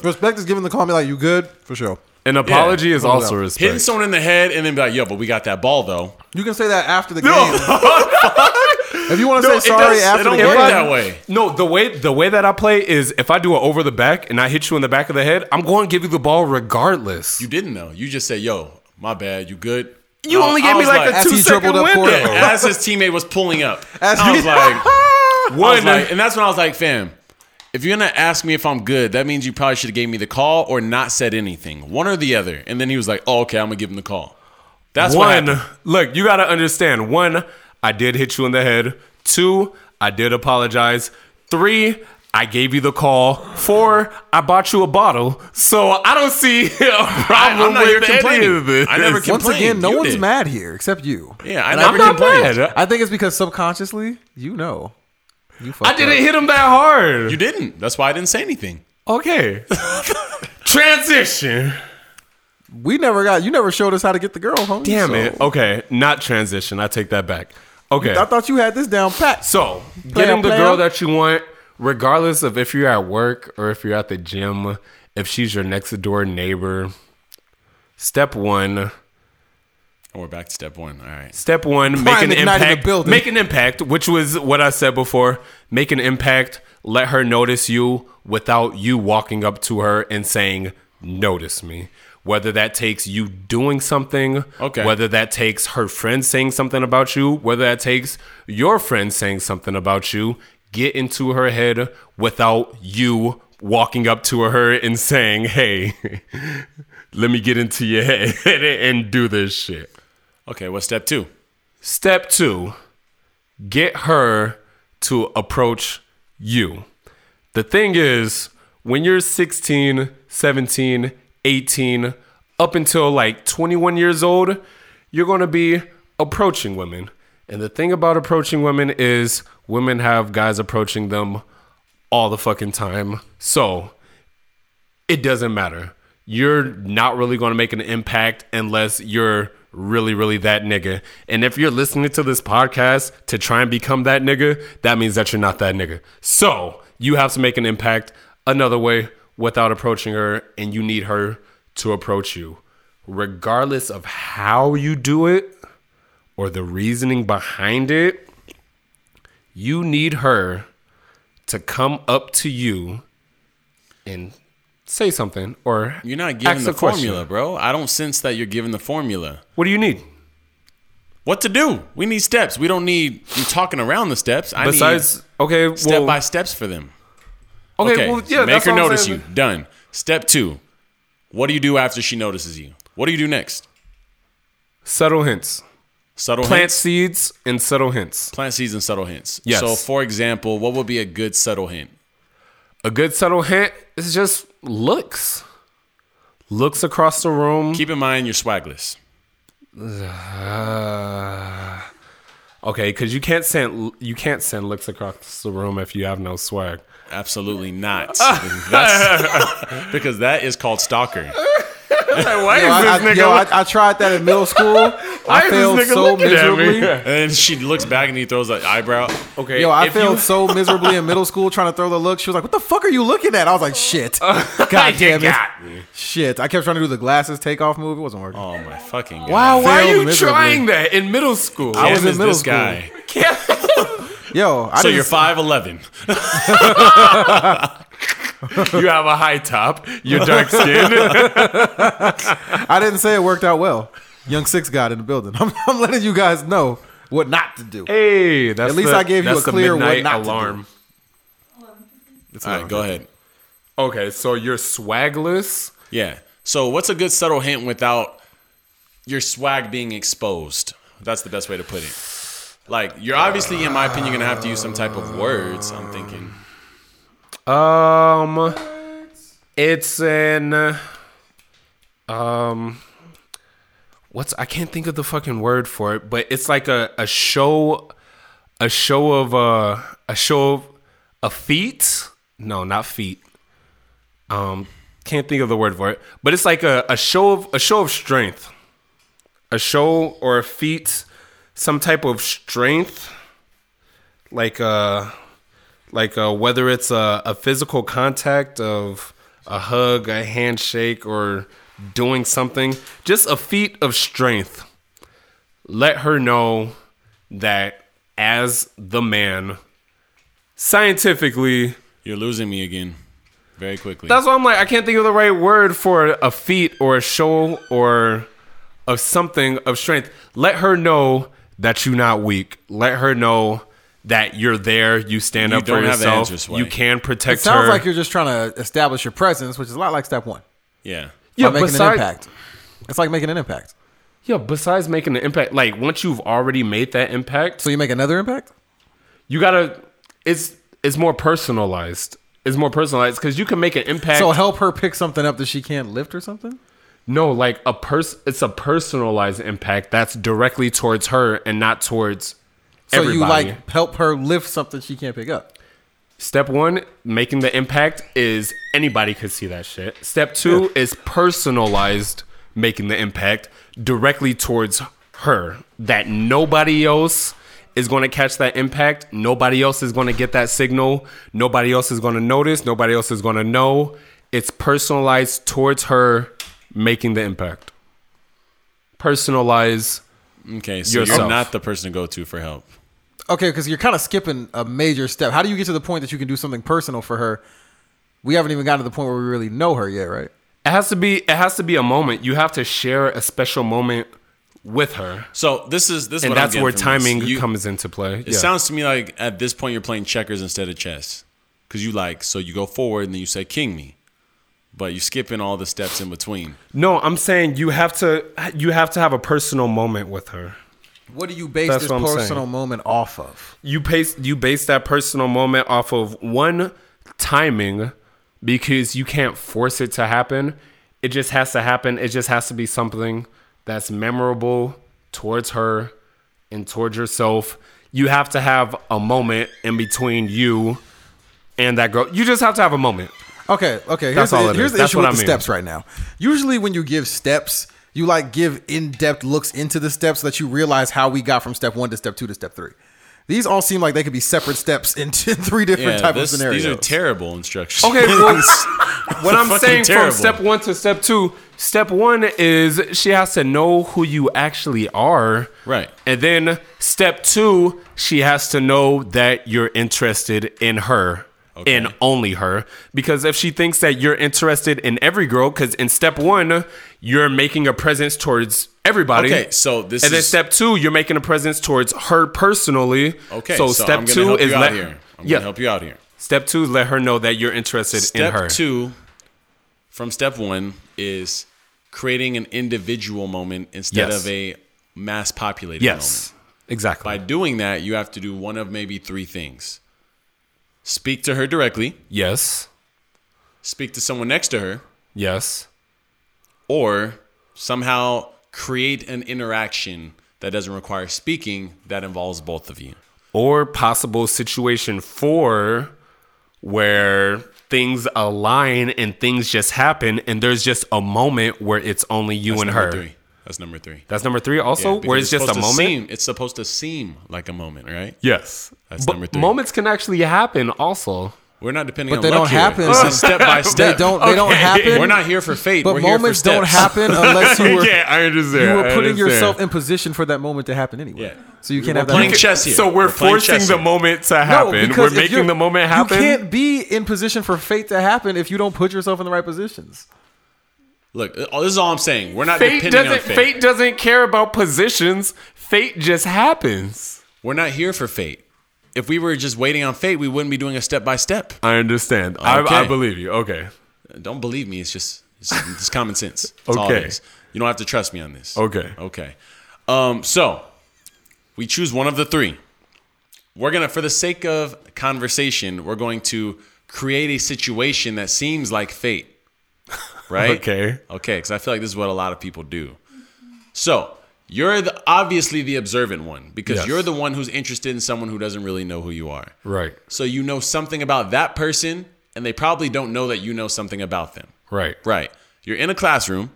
Speaker 3: Respect is giving the call me like you good for sure.
Speaker 2: An apology is
Speaker 3: Hold
Speaker 2: also
Speaker 3: up.
Speaker 2: respect.
Speaker 1: Hitting someone in the head and then be like, yo, but we got that ball though.
Speaker 3: You can say that after the game.
Speaker 2: <laughs>
Speaker 3: If you want to
Speaker 2: No,
Speaker 3: say
Speaker 2: it
Speaker 3: sorry
Speaker 1: does- it
Speaker 3: after the
Speaker 1: don't
Speaker 3: game,
Speaker 1: work
Speaker 2: I-
Speaker 1: that way.
Speaker 2: No, the way the way that I play is if I do it over the back and I hit you in the back of the head, I'm going to give you the ball regardless.
Speaker 1: You didn't know. You just said, "Yo, my bad. You good?"
Speaker 2: You
Speaker 1: I-
Speaker 2: only
Speaker 1: I
Speaker 2: gave me
Speaker 1: was
Speaker 2: like, a
Speaker 3: As
Speaker 2: two
Speaker 3: he
Speaker 2: second
Speaker 3: dribbled up
Speaker 2: window.
Speaker 3: court.
Speaker 1: Yeah, <laughs> as his teammate was pulling up,
Speaker 3: As
Speaker 1: I
Speaker 3: he-
Speaker 1: was
Speaker 3: <laughs>
Speaker 1: like, I was
Speaker 2: <laughs> One,
Speaker 1: like, and that's when I was like, "Fam, if you're gonna ask me if I'm good, that means you probably should have gave me the call or not said anything, one or the other." And then he was like, "Oh, okay, I'm gonna give him the call." That's what
Speaker 2: one.
Speaker 1: happened.
Speaker 2: Look, you got to understand. One, I did hit you in the head. Two, I did apologize. Three, I gave you the call. Four, I bought you a bottle. So I don't see <laughs> a
Speaker 1: I'm
Speaker 2: problem
Speaker 1: not here
Speaker 2: with any
Speaker 1: complaining.
Speaker 2: of this. <laughs>
Speaker 1: I never
Speaker 3: once
Speaker 1: complained.
Speaker 3: again, no
Speaker 1: You
Speaker 3: one's
Speaker 1: did.
Speaker 3: mad here except you.
Speaker 1: Yeah, I
Speaker 3: And
Speaker 1: never
Speaker 2: I'm not
Speaker 1: complained.
Speaker 2: mad.
Speaker 3: I think it's because subconsciously you know. You
Speaker 2: I
Speaker 3: fucked
Speaker 2: didn't
Speaker 3: up.
Speaker 2: hit him that hard.
Speaker 1: You didn't. That's why I didn't say anything. <laughs>
Speaker 2: okay. Transition.
Speaker 3: We never got. You never showed us how to get the girl home.
Speaker 2: Damn it. Okay, not transition. I take that back. Okay.
Speaker 3: I thought you had this down
Speaker 2: <laughs>
Speaker 3: pat.
Speaker 2: So
Speaker 3: Player,
Speaker 2: getting the
Speaker 3: player.
Speaker 2: girl that you want, regardless of if you're at work or if you're at the gym, if she's your next door neighbor. Step one.
Speaker 1: And we're back to step one. All right.
Speaker 2: Step one, make an
Speaker 3: igniting the
Speaker 2: impact.
Speaker 3: building.
Speaker 2: Make an impact, which was what I said before. Make an impact. Let her notice you without you walking up to her and saying, "Notice me." Whether that takes you doing something,
Speaker 1: Okay.
Speaker 2: Whether that takes her friend saying something about you, whether that takes your friend saying something about you, get into her head without you walking up to her and saying, "Hey, <laughs> let me get into your <laughs> head and do this shit."
Speaker 1: Okay. What's step two?
Speaker 2: Step two, get her to approach you. The thing is, when you're 16, 17, 18, up until like 21 years old, you're gonna be approaching women. And the thing about approaching women is, women have guys approaching them all the fucking time. So, it doesn't matter. You're not really going to make an impact unless you're really, really that nigga. And if you're listening to this podcast to try and become that nigga, that means that you're not that nigga. So you have to make an impact another way without approaching her, and you need her to approach you. Regardless of how you do it or the reasoning behind it, you need her to come up to you and say something or
Speaker 1: You're not
Speaker 2: ask
Speaker 1: giving
Speaker 2: a
Speaker 1: the
Speaker 2: question.
Speaker 1: formula, bro. I don't sense that you're giving the formula.
Speaker 2: What do you need?
Speaker 1: What to do? We need steps. We don't need you talking around the steps. I
Speaker 2: Besides, okay, well,
Speaker 1: need step by steps for them.
Speaker 2: okay,
Speaker 1: Okay,
Speaker 2: well, yeah,
Speaker 1: make
Speaker 2: that's
Speaker 1: her
Speaker 2: what I'm
Speaker 1: notice
Speaker 2: saying.
Speaker 1: you. Done. Step two. What do you do after she notices you? What do you do next?
Speaker 2: Subtle hints,
Speaker 1: Subtle
Speaker 2: plant
Speaker 1: hints.
Speaker 2: seeds, and subtle hints.
Speaker 1: Plant seeds and subtle hints.
Speaker 2: Yes.
Speaker 1: So, for example, what would be a good subtle hint?
Speaker 2: A good subtle hint is just looks, looks across the room.
Speaker 1: Keep in mind you're swagless.
Speaker 2: Uh, okay, because you can't send you can't send looks across the room if you have no swag.
Speaker 1: Absolutely
Speaker 2: <laughs>
Speaker 1: not. That's- <laughs> because that is called stalker.
Speaker 2: Why
Speaker 3: Yo, I, I, yo, I, I tried that in middle school.
Speaker 2: <laughs>
Speaker 3: I failed so miserably.
Speaker 1: And then she looks back and he throws that eyebrow.
Speaker 2: Okay,
Speaker 3: Yo, I
Speaker 2: if you-
Speaker 3: failed so miserably in middle school trying to throw the look. She was like, "What the fuck are you looking at?" I was
Speaker 2: <laughs>
Speaker 3: like, "Shit, god
Speaker 2: You
Speaker 3: damn it,
Speaker 2: got me.
Speaker 3: shit!" I kept trying to do the glasses takeoff move. It wasn't working.
Speaker 1: Oh my fucking god.
Speaker 2: Wow, why are
Speaker 3: Failed
Speaker 2: you
Speaker 3: miserably.
Speaker 2: trying that in middle school?
Speaker 1: I
Speaker 2: <laughs>
Speaker 3: was in middle
Speaker 1: this
Speaker 3: school.
Speaker 1: guy.
Speaker 3: <laughs> Yo, I
Speaker 1: So
Speaker 3: didn't-
Speaker 1: you're
Speaker 3: <laughs>
Speaker 1: 5'11.
Speaker 2: you have a high top, you're <laughs> dark skinned.
Speaker 3: I didn't say it worked out well. Young Six got in the building. <laughs> I'm, I'm letting you guys know what not to do.
Speaker 2: hey, that's
Speaker 3: At least
Speaker 2: the-
Speaker 3: I gave you
Speaker 2: that's
Speaker 3: a
Speaker 2: the
Speaker 3: clear what
Speaker 2: midnight
Speaker 3: not to do.
Speaker 2: alarm.
Speaker 1: All right, go ahead.
Speaker 2: Okay, so you're swagless.
Speaker 1: Yeah. So what's a good subtle hint without your swag being exposed? That's the best way to put it. Like you're obviously, in my opinion, gonna have to use some type of words. I'm thinking.
Speaker 2: Um, it's an um, what's I can't think of the fucking word for it, but it's like a a show, a show of uh, a show of a feat. No, not feet. Um, can't think of the word for it, but it's like a a show of a show of strength, a show or a feat, some type of strength, like uh like uh, whether it's a, a physical contact of a hug, a handshake, or doing something, just a feat of strength. Let her know that as the man scientifically.
Speaker 1: You're losing me again, very quickly.
Speaker 2: That's why I'm like, I can't think of the right word for a feat or a show or of something of strength. Let her know that you're not weak. Let her know that you're there. You stand
Speaker 1: You
Speaker 2: up for
Speaker 1: don't have the
Speaker 2: yourself.
Speaker 1: answers, Sway.
Speaker 2: you can
Speaker 3: It
Speaker 2: protect
Speaker 3: sounds
Speaker 2: her.
Speaker 3: like you're just trying to establish your presence, which is a lot like step one.
Speaker 1: yeah.
Speaker 2: yeah,
Speaker 3: by making
Speaker 2: besides,
Speaker 3: an impact. It's like making an impact.
Speaker 2: yeah, besides making an impact, like once you've already made that impact,
Speaker 3: So you make another impact?
Speaker 2: you gotta. It's it's more personalized. It's more personalized because you can make an impact.
Speaker 3: So help her pick something up that she can't lift or something?
Speaker 2: No, like a person, it's a personalized impact that's directly towards her and not towards
Speaker 3: So
Speaker 2: everybody.
Speaker 3: you like help her lift something she can't pick up.
Speaker 2: step one, making the impact is anybody could see that shit. Step two is personalized, making the impact directly towards her that nobody else is going to catch that impact. Nobody else is going to get that signal. Nobody else is going to notice. Nobody else is going to know. It's personalized towards her, making the impact. Personalized.
Speaker 1: Okay, so you're
Speaker 2: Yourself.
Speaker 1: not the person to go to for help.
Speaker 3: Okay, because you're kind of skipping a major step. How do you get to the point that you can do something personal for her? We haven't even gotten to the point where we really know her yet, right?
Speaker 2: It has to be. It has to be a moment. You have to share a special moment with her,
Speaker 1: So this is this is
Speaker 2: and
Speaker 1: what I'm
Speaker 2: that's
Speaker 1: getting
Speaker 2: where
Speaker 1: from this.
Speaker 2: timing
Speaker 1: You-
Speaker 2: comes into play.
Speaker 1: It
Speaker 2: yeah.
Speaker 1: sounds to me like at this point you're playing checkers instead of chess, because you like so you go forward and then you say king me, but you're skipping all the steps in between.
Speaker 2: no, I'm saying you have to. You have to have a personal moment with her.
Speaker 3: What do you base
Speaker 2: That's
Speaker 3: this
Speaker 2: what I'm saying.
Speaker 3: personal moment off of?
Speaker 2: You base. You base that personal moment off of one timing, because you can't force it to happen. It just has to happen. It just has to be something that's memorable towards her and towards yourself. You have to have a moment in between you and that girl. You just have to have a moment.
Speaker 3: Okay, okay. Here's
Speaker 2: That's
Speaker 3: the,
Speaker 2: all it
Speaker 3: here's
Speaker 2: is.
Speaker 3: the
Speaker 2: That's
Speaker 3: issue
Speaker 2: what
Speaker 3: with
Speaker 2: I
Speaker 3: the
Speaker 2: mean.
Speaker 3: steps right now. Usually, when you give steps, you like give in depth looks into the steps so that you realize how we got from step one to step two to step three. These all seem like they could be separate steps <laughs> into three different
Speaker 1: Yeah,
Speaker 3: type
Speaker 1: this,
Speaker 3: of scenarios.
Speaker 1: these are terrible instructions. <laughs>
Speaker 2: Okay, well, what I'm
Speaker 1: fucking
Speaker 2: saying
Speaker 1: terrible.
Speaker 2: from step one to step two, step one is she has to know who you actually are.
Speaker 1: Right.
Speaker 2: And then step two, she has to know that you're interested in her. and
Speaker 1: Okay.
Speaker 2: only her because if she thinks that you're interested in every girl because in step one you're making a presence towards everybody
Speaker 1: Okay, so this
Speaker 2: and then
Speaker 1: is-
Speaker 2: step two you're making a presence towards her personally
Speaker 1: okay.
Speaker 2: so, step
Speaker 1: I'm gonna
Speaker 2: two
Speaker 1: help
Speaker 2: is
Speaker 1: you out
Speaker 2: let
Speaker 1: here. I'm
Speaker 2: yeah
Speaker 1: gonna help you out here.
Speaker 2: step two is let her know that you're interested in
Speaker 1: Step
Speaker 2: her
Speaker 1: two from step one is creating an individual moment instead
Speaker 2: Yes.
Speaker 1: of a mass populated moment.
Speaker 2: Yes, exactly.
Speaker 1: By doing that, you have to do one of maybe three things. Speak to her directly,
Speaker 2: yes,
Speaker 1: speak to someone next to her,
Speaker 2: yes.
Speaker 1: or somehow create an interaction that doesn't require speaking that involves both of you.
Speaker 2: Or possible situation four where things align and things just happen, and there's just a moment where it's only you and
Speaker 1: Number
Speaker 2: her.
Speaker 1: three. That's number three.
Speaker 2: That's number three, also,
Speaker 1: Yeah,
Speaker 2: where
Speaker 1: because
Speaker 2: it's just a
Speaker 1: supposed to
Speaker 2: moment.
Speaker 1: Seem, it's supposed to seem like a moment, right?
Speaker 2: Yes,
Speaker 1: That's
Speaker 2: but
Speaker 1: number three.
Speaker 2: moments can actually happen. Also,
Speaker 1: We're not depending
Speaker 3: But
Speaker 1: on
Speaker 3: they
Speaker 1: luck
Speaker 3: don't
Speaker 1: here.
Speaker 3: happen.
Speaker 1: This is step by
Speaker 3: <laughs> they
Speaker 1: step.
Speaker 3: don't. They don't
Speaker 2: Okay. <laughs>
Speaker 3: happen.
Speaker 1: We're not here for fate.
Speaker 3: But
Speaker 1: We're
Speaker 3: moments
Speaker 1: here for
Speaker 3: don't
Speaker 1: steps.
Speaker 3: happen unless you were
Speaker 2: I understand.
Speaker 3: you were putting yourself in position for that moment to happen anyway.
Speaker 1: Yeah.
Speaker 3: So you can't
Speaker 1: were
Speaker 3: have that.
Speaker 1: playing
Speaker 3: moment.
Speaker 1: chess here.
Speaker 2: So we're,
Speaker 1: We're playing
Speaker 2: forcing
Speaker 1: chess
Speaker 2: the
Speaker 1: here.
Speaker 2: moment to happen. we're
Speaker 3: because if
Speaker 2: making
Speaker 3: you're-
Speaker 2: the moment happen.
Speaker 3: You can't be in position for fate to happen if you don't put yourself in the right positions.
Speaker 1: Look, uh, this is all I'm saying. We're not
Speaker 2: Fate
Speaker 1: depending
Speaker 2: doesn't.
Speaker 1: on fate.
Speaker 2: Fate doesn't care about positions. Fate just happens.
Speaker 1: We're not here for fate. If we were just waiting on fate, we wouldn't be doing a step by step.
Speaker 2: I understand.
Speaker 1: Okay.
Speaker 2: I, I believe you. Okay.
Speaker 1: Don't believe me. It's just it's, it's common sense. It's All it
Speaker 2: Okay.
Speaker 1: is. You don't have to trust me on this.
Speaker 2: Okay.
Speaker 1: Okay. Um, so we choose one of the three. We're gonna, for the sake of conversation, we're going to create a situation that seems like
Speaker 2: <laughs>
Speaker 1: fate. Right?
Speaker 2: Okay.
Speaker 1: Okay, because I feel like this is what a lot of people do. So you're the, obviously the observant one because
Speaker 2: Yes.
Speaker 1: you're the one who's interested in someone who doesn't really know who you are.
Speaker 2: Right.
Speaker 1: So you know something about that person, and they probably don't know that you know something about them.
Speaker 2: Right.
Speaker 1: Right. You're in a classroom.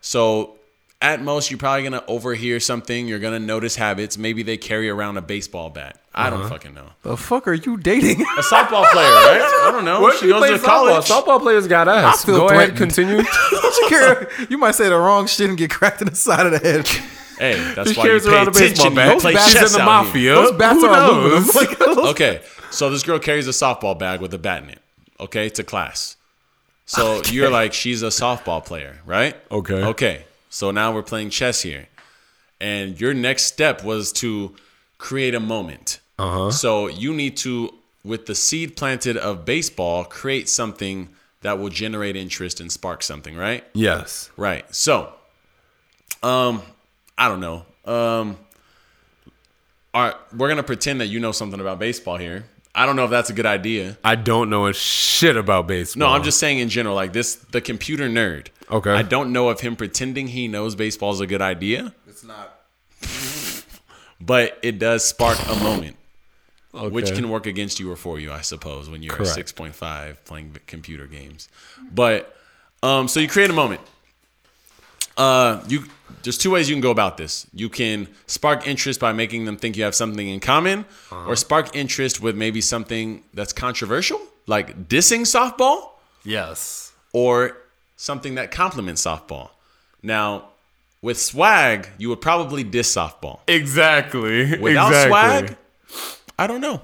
Speaker 1: So at most, you're probably going to overhear something. You're going to notice habits. Maybe they carry around a baseball bat. I
Speaker 2: Uh-huh.
Speaker 1: don't fucking know.
Speaker 3: The fuck are you dating? <laughs>
Speaker 1: A softball player, right? I don't
Speaker 2: Oh,
Speaker 1: know. she goes to college.
Speaker 2: Softball players got us.
Speaker 3: feel
Speaker 2: Go ahead.
Speaker 3: <laughs> threatened.
Speaker 2: Continue.
Speaker 3: Shakira, you might say the wrong shit and get cracked in the side of the head.
Speaker 1: Hey, that's
Speaker 2: She
Speaker 1: why you
Speaker 2: carries
Speaker 1: pay
Speaker 2: around a baseball
Speaker 1: attention. when You
Speaker 2: bat.
Speaker 1: play
Speaker 2: She's
Speaker 1: chess
Speaker 2: in the
Speaker 1: out here.
Speaker 2: mafia.
Speaker 3: Those bats
Speaker 2: Who <laughs>
Speaker 3: are
Speaker 2: knows?
Speaker 3: aluminum. Like, those-
Speaker 1: okay, so this girl carries a softball bag with a bat in it, okay, to class. So you're like, she's a softball player, right?
Speaker 2: Okay.
Speaker 1: Okay. So now we're playing chess here. And your next step was to create a moment. Uh-huh. So you need to, with the seed planted of baseball, create something that will generate interest and spark something, right?
Speaker 2: Yes.
Speaker 1: Right. So, um, I don't know. Um, all right, we're gonna pretend that you know something about baseball here. I don't know if that's a good idea.
Speaker 2: I don't know a shit about
Speaker 1: No,
Speaker 2: baseball.
Speaker 1: I'm just saying in general, like this, the computer nerd.
Speaker 2: Uh-huh. Okay.
Speaker 1: I don't know if him pretending he knows baseball is a good idea,
Speaker 3: It's not.
Speaker 1: but it does spark a moment,
Speaker 2: Okay.
Speaker 1: which can work against you or for you, I suppose, when you're
Speaker 2: Correct.
Speaker 1: six point five playing v- computer games. But um, so you create a moment. Uh, you there's two ways you can go about this. You can spark interest by making them think you have something in common,
Speaker 2: Uh-huh.
Speaker 1: or spark interest with maybe something that's controversial, like dissing softball,
Speaker 2: Yes.
Speaker 1: or something that complements softball. Now, with swag, you would probably diss softball.
Speaker 2: Exactly.
Speaker 1: Without
Speaker 2: exactly.
Speaker 1: swag, I don't know.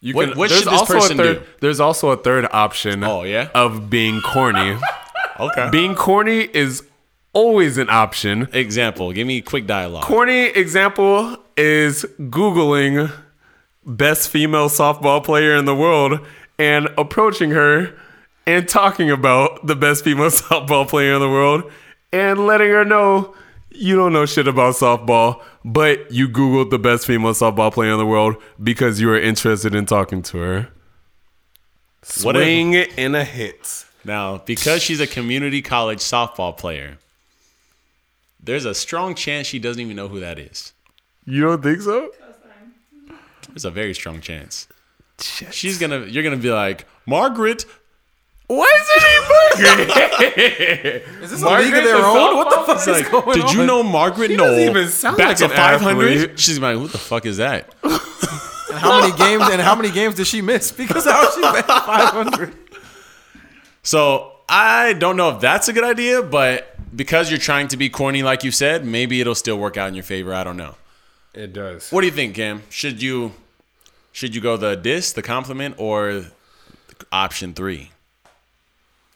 Speaker 2: You
Speaker 1: What- what
Speaker 2: there's
Speaker 1: should this
Speaker 2: also
Speaker 1: person
Speaker 2: a third,
Speaker 1: do?
Speaker 2: There's also a third option.
Speaker 1: Oh, yeah?
Speaker 2: Of being corny.
Speaker 1: Okay.
Speaker 2: being corny is always an option.
Speaker 1: Example. Give me quick dialogue.
Speaker 2: Corny example is googling best female softball player in the world and approaching her and talking about the best female <laughs> softball player in the world and letting her know you don't know shit about softball, but you googled the best female softball player in the world because you were interested in talking to her.
Speaker 1: What if-
Speaker 2: Swing and a hit.
Speaker 1: Now, because she's a community college softball player, there's a strong chance she doesn't even know who that is.
Speaker 2: You don't think so?
Speaker 1: There's a very strong chance. She's gonna. You're gonna be like Margaret.
Speaker 2: Why is it even
Speaker 3: Is this
Speaker 2: Margaret
Speaker 3: a league of their
Speaker 2: the
Speaker 3: own? What the fuck
Speaker 1: It's
Speaker 3: is
Speaker 1: like,
Speaker 3: going
Speaker 1: did
Speaker 3: on?
Speaker 1: you know Margaret Knoll?
Speaker 2: doesn't even sound
Speaker 1: bats
Speaker 2: like
Speaker 1: a
Speaker 2: an
Speaker 1: 500.
Speaker 2: athlete.
Speaker 1: She's like, what the fuck is that?
Speaker 3: And how many games and how many games did she miss because of how she
Speaker 2: <laughs>
Speaker 3: batted 500?
Speaker 1: So I don't know if that's a good idea, but because you're trying to be corny, like you said, maybe it'll still work out in your favor. I don't know.
Speaker 2: It does.
Speaker 1: What do you think, Cam? Should you should you go the diss, the compliment, or option three?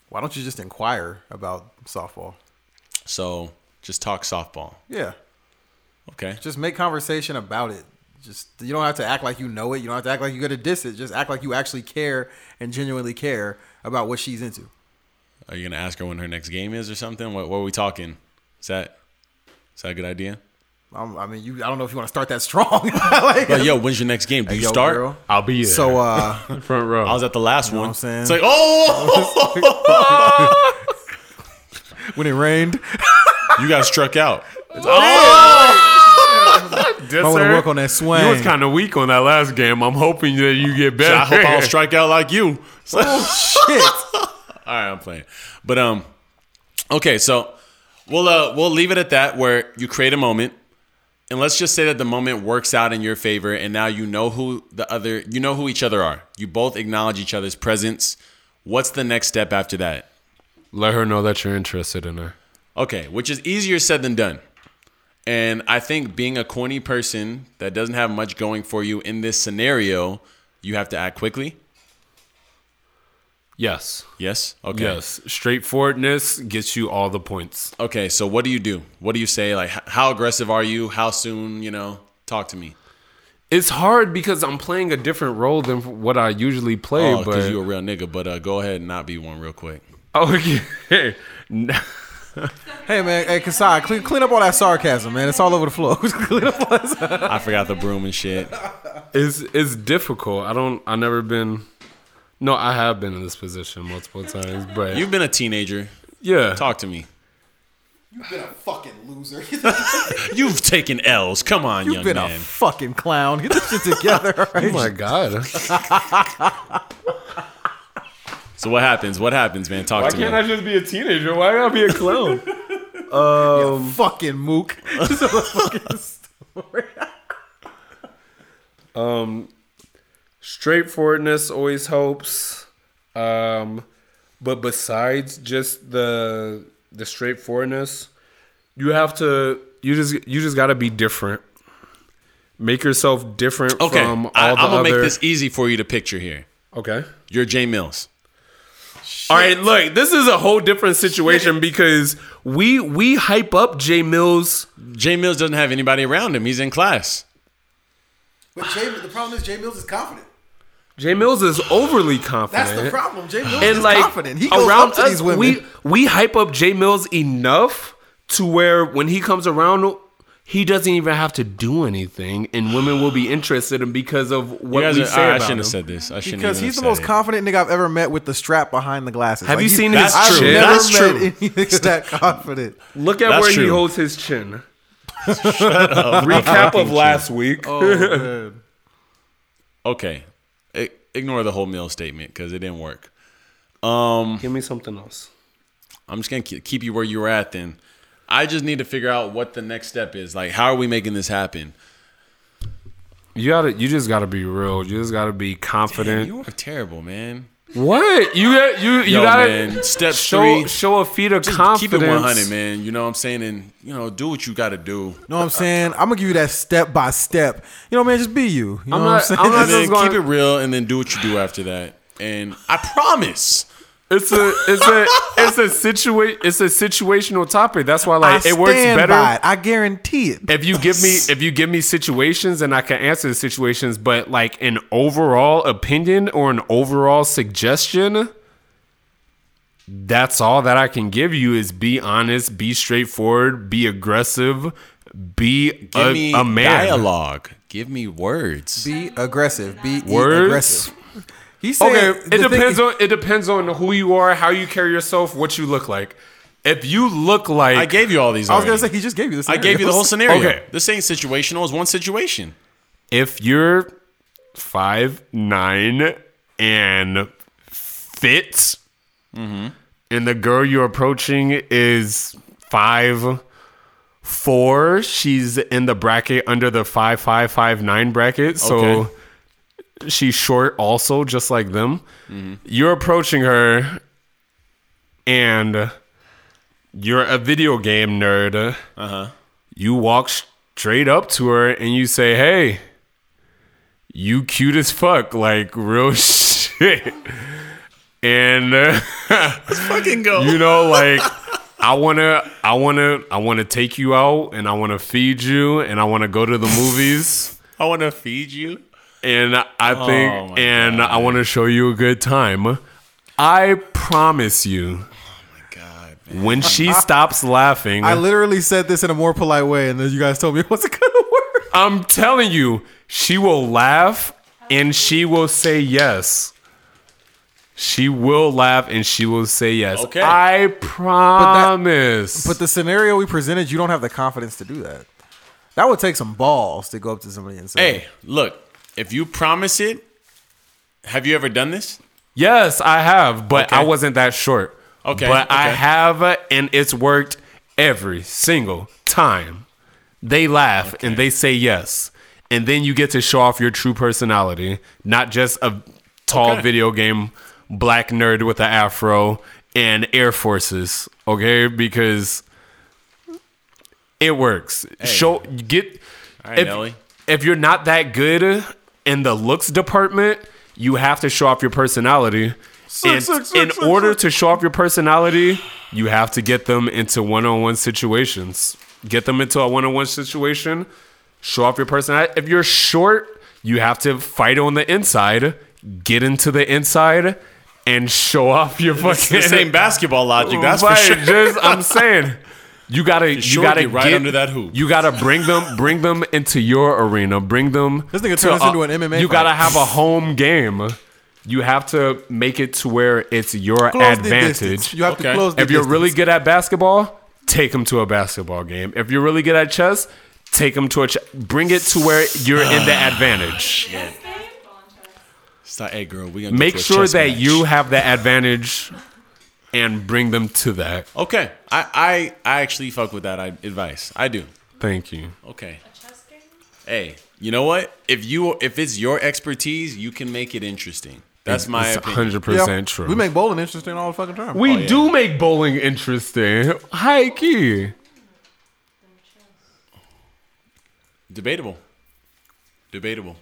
Speaker 3: Why don't you just inquire about softball?
Speaker 1: So just talk softball.
Speaker 3: Yeah,
Speaker 1: Okay.
Speaker 3: just make conversation about it. Just you don't have to act like you know it. You don't have to act like you got to diss it. Just act like you actually care and genuinely care about what she's into.
Speaker 1: Are you gonna ask her when her next game is or something? What, what are we talking? Is that is that a good idea?
Speaker 3: I'm, I mean, you. I don't know if you want to start that strong. <laughs> like,
Speaker 1: Like, yo, when's your next game? Do you
Speaker 3: yo,
Speaker 1: start?
Speaker 3: girl.
Speaker 2: I'll be there.
Speaker 3: So uh,
Speaker 2: front row.
Speaker 1: I was at the last one.
Speaker 3: what I'm saying?
Speaker 1: It's like, oh,
Speaker 3: <laughs> <laughs> when it rained,
Speaker 1: you got struck out.
Speaker 3: I want to work on that swing.
Speaker 2: You was kind of weak on that last game. I'm hoping that you get better.
Speaker 1: I
Speaker 2: <laughs>
Speaker 1: hope I'll strike out like you. It's like-
Speaker 3: shit.
Speaker 1: <laughs> All right, I'm playing. But um, okay, so we'll uh, we'll leave it at that. Where you create a moment, and let's just say that the moment works out in your favor, and now you know who the other, you know who each other are. You both acknowledge each other's presence. What's the next step after that?
Speaker 2: Let her know that you're interested in her.
Speaker 1: Okay, which is easier said than done. And I think being a corny person that doesn't have much going for you in this scenario, you have to act quickly.
Speaker 2: Yes.
Speaker 1: Yes. Okay.
Speaker 2: Yes. Straightforwardness gets you all the points.
Speaker 1: Okay, so what do you do? What do you say? Like, h- how aggressive are you? How soon? You know, talk to me.
Speaker 2: It's hard because I'm playing a different role than what I usually play.
Speaker 1: Oh, because
Speaker 2: but
Speaker 1: you a real nigga. But uh, go ahead and not be one real quick.
Speaker 2: <laughs> okay. No.
Speaker 3: Hey man, hey Kasai, clean, clean up all that sarcasm, man. It's all over the floor. <laughs> clean up all that sarcasm.
Speaker 1: I forgot the broom and shit.
Speaker 2: it's it's difficult. I don't. I never been. No, I have been in this position multiple times, but
Speaker 1: You've been a teenager.
Speaker 2: yeah,
Speaker 1: Talk to me.
Speaker 3: You've been a fucking loser. <laughs>
Speaker 1: You've taken L's. Come on,
Speaker 3: You've
Speaker 1: young
Speaker 3: been a
Speaker 1: man.
Speaker 3: fucking clown. Get this shit together. <laughs> all right?
Speaker 2: Oh my god!
Speaker 1: so what happens? What happens, man? Talk to me.
Speaker 2: just be a teenager? Why gotta be a clown?
Speaker 3: fucking mook. Just a
Speaker 2: <laughs>
Speaker 3: fucking story.
Speaker 2: Um, straightforwardness always helps um but besides just the the straightforwardness you have to you just you just gotta be different. Make yourself different
Speaker 1: Okay,
Speaker 2: from all
Speaker 1: I, I'm
Speaker 2: the
Speaker 1: gonna
Speaker 2: other.
Speaker 1: make this easy for you to picture here.
Speaker 2: okay.
Speaker 1: You're Jay Mills.
Speaker 2: All right, look, this is a whole different situation because we we hype up Jay Mills.
Speaker 1: Jay Mills doesn't have anybody around him. He's in class.
Speaker 5: But Jay, the problem is Jay Mills is confident.
Speaker 2: Jay Mills is overly confident.
Speaker 5: That's the problem. Jay Mills
Speaker 2: and
Speaker 5: is
Speaker 2: like
Speaker 5: confident.
Speaker 3: He goes
Speaker 2: around
Speaker 3: up to
Speaker 2: us,
Speaker 3: these women.
Speaker 2: we we hype up Jay Mills enough to where when he comes around, he doesn't even have to do anything, and women will be interested in because of
Speaker 1: You
Speaker 2: what
Speaker 1: guys
Speaker 2: we
Speaker 1: are- ah,
Speaker 2: say
Speaker 1: I, I
Speaker 2: about
Speaker 1: shouldn't
Speaker 2: him.
Speaker 1: have said this. I shouldn't
Speaker 3: Because
Speaker 1: even
Speaker 3: he's the
Speaker 1: have
Speaker 3: most
Speaker 1: said it.
Speaker 3: confident nigga I've ever met with the strap behind the glasses.
Speaker 2: Have you
Speaker 3: he-
Speaker 2: seen
Speaker 1: That's true.
Speaker 2: his chin?
Speaker 3: Never
Speaker 1: That's
Speaker 3: met
Speaker 1: true.
Speaker 3: any nigga that <laughs> confident.
Speaker 2: Look at
Speaker 1: That's
Speaker 2: where he
Speaker 1: true.
Speaker 2: holds his chin. <laughs> Recap of last week.
Speaker 3: Oh.
Speaker 1: Okay, I- ignore the whole Mills statement because it didn't work.
Speaker 2: Give me something else.
Speaker 1: I'm just gonna ke- keep you where you were at. Then I just need to figure out what the next step is. Like, how are we making this happen?
Speaker 2: You gotta. You just gotta be real. You just gotta be confident.
Speaker 1: You are terrible, man.
Speaker 2: what you got? You you
Speaker 1: Yo,
Speaker 2: gotta
Speaker 1: man, step
Speaker 2: show
Speaker 1: three.
Speaker 2: show a feat of
Speaker 1: Just
Speaker 2: confidence.
Speaker 1: keep it 100, man. You know what I'm saying? And you know, do what you got to do.
Speaker 3: You know what I'm saying? I'm gonna give you that step by step. You know, man, just be you. You know
Speaker 2: I'm
Speaker 3: what I'm
Speaker 2: not-
Speaker 3: saying?
Speaker 2: I'm
Speaker 3: <laughs>
Speaker 2: not-
Speaker 1: And then
Speaker 2: just going-
Speaker 1: keep it real, and then do what you do after that. And I promise.
Speaker 2: It's a it's a it's a situa- it's a situational topic. That's why like
Speaker 3: I
Speaker 2: it works
Speaker 3: stand
Speaker 2: better
Speaker 3: by it. I guarantee it.
Speaker 2: if you give me if you give me situations and I can answer the situations, but like an overall opinion or an overall suggestion, that's all that I can give you is be honest, be straightforward, be aggressive, be
Speaker 1: Give
Speaker 2: a,
Speaker 1: me
Speaker 2: a man.
Speaker 1: dialogue. Give me words.
Speaker 3: Be aggressive. Be
Speaker 2: Words?
Speaker 3: aggressive. He said,
Speaker 2: Okay,
Speaker 3: the
Speaker 2: it
Speaker 3: thing-
Speaker 2: depends on it depends on who you are, how you carry yourself, what you look like. If you look like
Speaker 1: I gave you all these.
Speaker 3: I was gonna
Speaker 1: already.
Speaker 3: say he just gave you this.
Speaker 1: I gave you the whole scenario.
Speaker 2: <laughs> Okay.
Speaker 1: This ain't situational. It's one situation.
Speaker 2: if you're five nine and fit, and the girl you're approaching is five four, she's in the bracket under the five five five nine bracket, so
Speaker 1: Okay.
Speaker 2: she's short also, just like them. You're approaching her, and you're a video game nerd. Uh huh. You walk straight up to her and you say, "Hey." you cute as fuck, like real <laughs> shit. And uh,
Speaker 1: Fucking go.
Speaker 2: you know, like I wanna, I wanna, I wanna take you out, and I wanna feed you, and I wanna go to the movies,
Speaker 1: I want to feed you.
Speaker 2: and I think,
Speaker 1: my
Speaker 2: and I wanna show you a good time. I promise you,
Speaker 1: God,
Speaker 2: when she stops laughing,
Speaker 3: <laughs> I literally said this in a more polite way, and then you guys told me it <laughs> wasn't gonna work.
Speaker 2: I'm telling you, she will laugh and she will say yes. She will laugh and she will say yes.
Speaker 1: Okay.
Speaker 2: I promise.
Speaker 3: But the scenario we presented, you don't have the confidence to do that. That would take some balls to go up to somebody and say,
Speaker 1: Hey, look. If you promise it, have you ever done this?
Speaker 2: yes, I have, but
Speaker 1: Okay.
Speaker 2: I wasn't that short.
Speaker 1: Okay,
Speaker 2: But I
Speaker 1: okay.
Speaker 2: have, uh, and it's worked every single time. They laugh and they say yes. And then you get to show off your true personality, not just a tall
Speaker 1: Okay.
Speaker 2: video game black nerd with an afro and Air Forces, okay? Because it works. Show, get.
Speaker 1: right,
Speaker 2: if,
Speaker 1: Nelly.
Speaker 2: if you're not that good in the looks department, you have to show off your personality. And
Speaker 3: suck, suck,
Speaker 2: in
Speaker 3: suck,
Speaker 2: order
Speaker 3: suck.
Speaker 2: to show off your personality, you have to get them into one-on-one situations. Get them into a one-on-one situation. Show off your personality. If you're short, you have to fight on the inside. Get into the inside and show off your fucking.
Speaker 1: This ain't basketball logic. That's
Speaker 2: Right,
Speaker 1: for sure.
Speaker 2: Oh, Just
Speaker 1: <laughs>
Speaker 2: I'm saying, you gotta, you
Speaker 1: sure
Speaker 2: gotta
Speaker 1: get right
Speaker 2: get-
Speaker 1: under that hoop.
Speaker 2: You gotta bring
Speaker 1: <laughs>
Speaker 2: them, bring them into your arena. Bring them.
Speaker 3: This
Speaker 2: to
Speaker 3: nigga turned us
Speaker 2: a-
Speaker 3: into an MMA
Speaker 2: You
Speaker 3: fight.
Speaker 2: gotta have a home game. You have to make it to where it's your
Speaker 3: "Close the distance."
Speaker 2: advantage.
Speaker 3: You have
Speaker 1: Okay.
Speaker 3: to close. The
Speaker 2: if you're
Speaker 3: distance.
Speaker 2: really good at basketball, take them to a basketball game. If you're really good at chess, take them to a. Ch- bring it to where you're
Speaker 1: <sighs>
Speaker 2: in the advantage.
Speaker 1: It's like, hey, girl, we gonna go
Speaker 2: Make
Speaker 1: to a
Speaker 2: sure
Speaker 1: chess
Speaker 2: that
Speaker 1: match.
Speaker 2: you have the advantage, and bring them to that.
Speaker 1: Okay, I, I, I actually fuck with that I, advice. I do.
Speaker 2: Thank you.
Speaker 1: Okay.
Speaker 4: Chess game?
Speaker 1: Hey, you know what? If you, if it's your expertise, you can make it interesting. That's my
Speaker 2: It's
Speaker 1: opinion. Oh,
Speaker 2: 100%
Speaker 3: Yeah,
Speaker 2: true.
Speaker 3: We make bowling interesting all the fucking time.
Speaker 2: We do make bowling interesting. High key.
Speaker 1: Debatable. Debatable.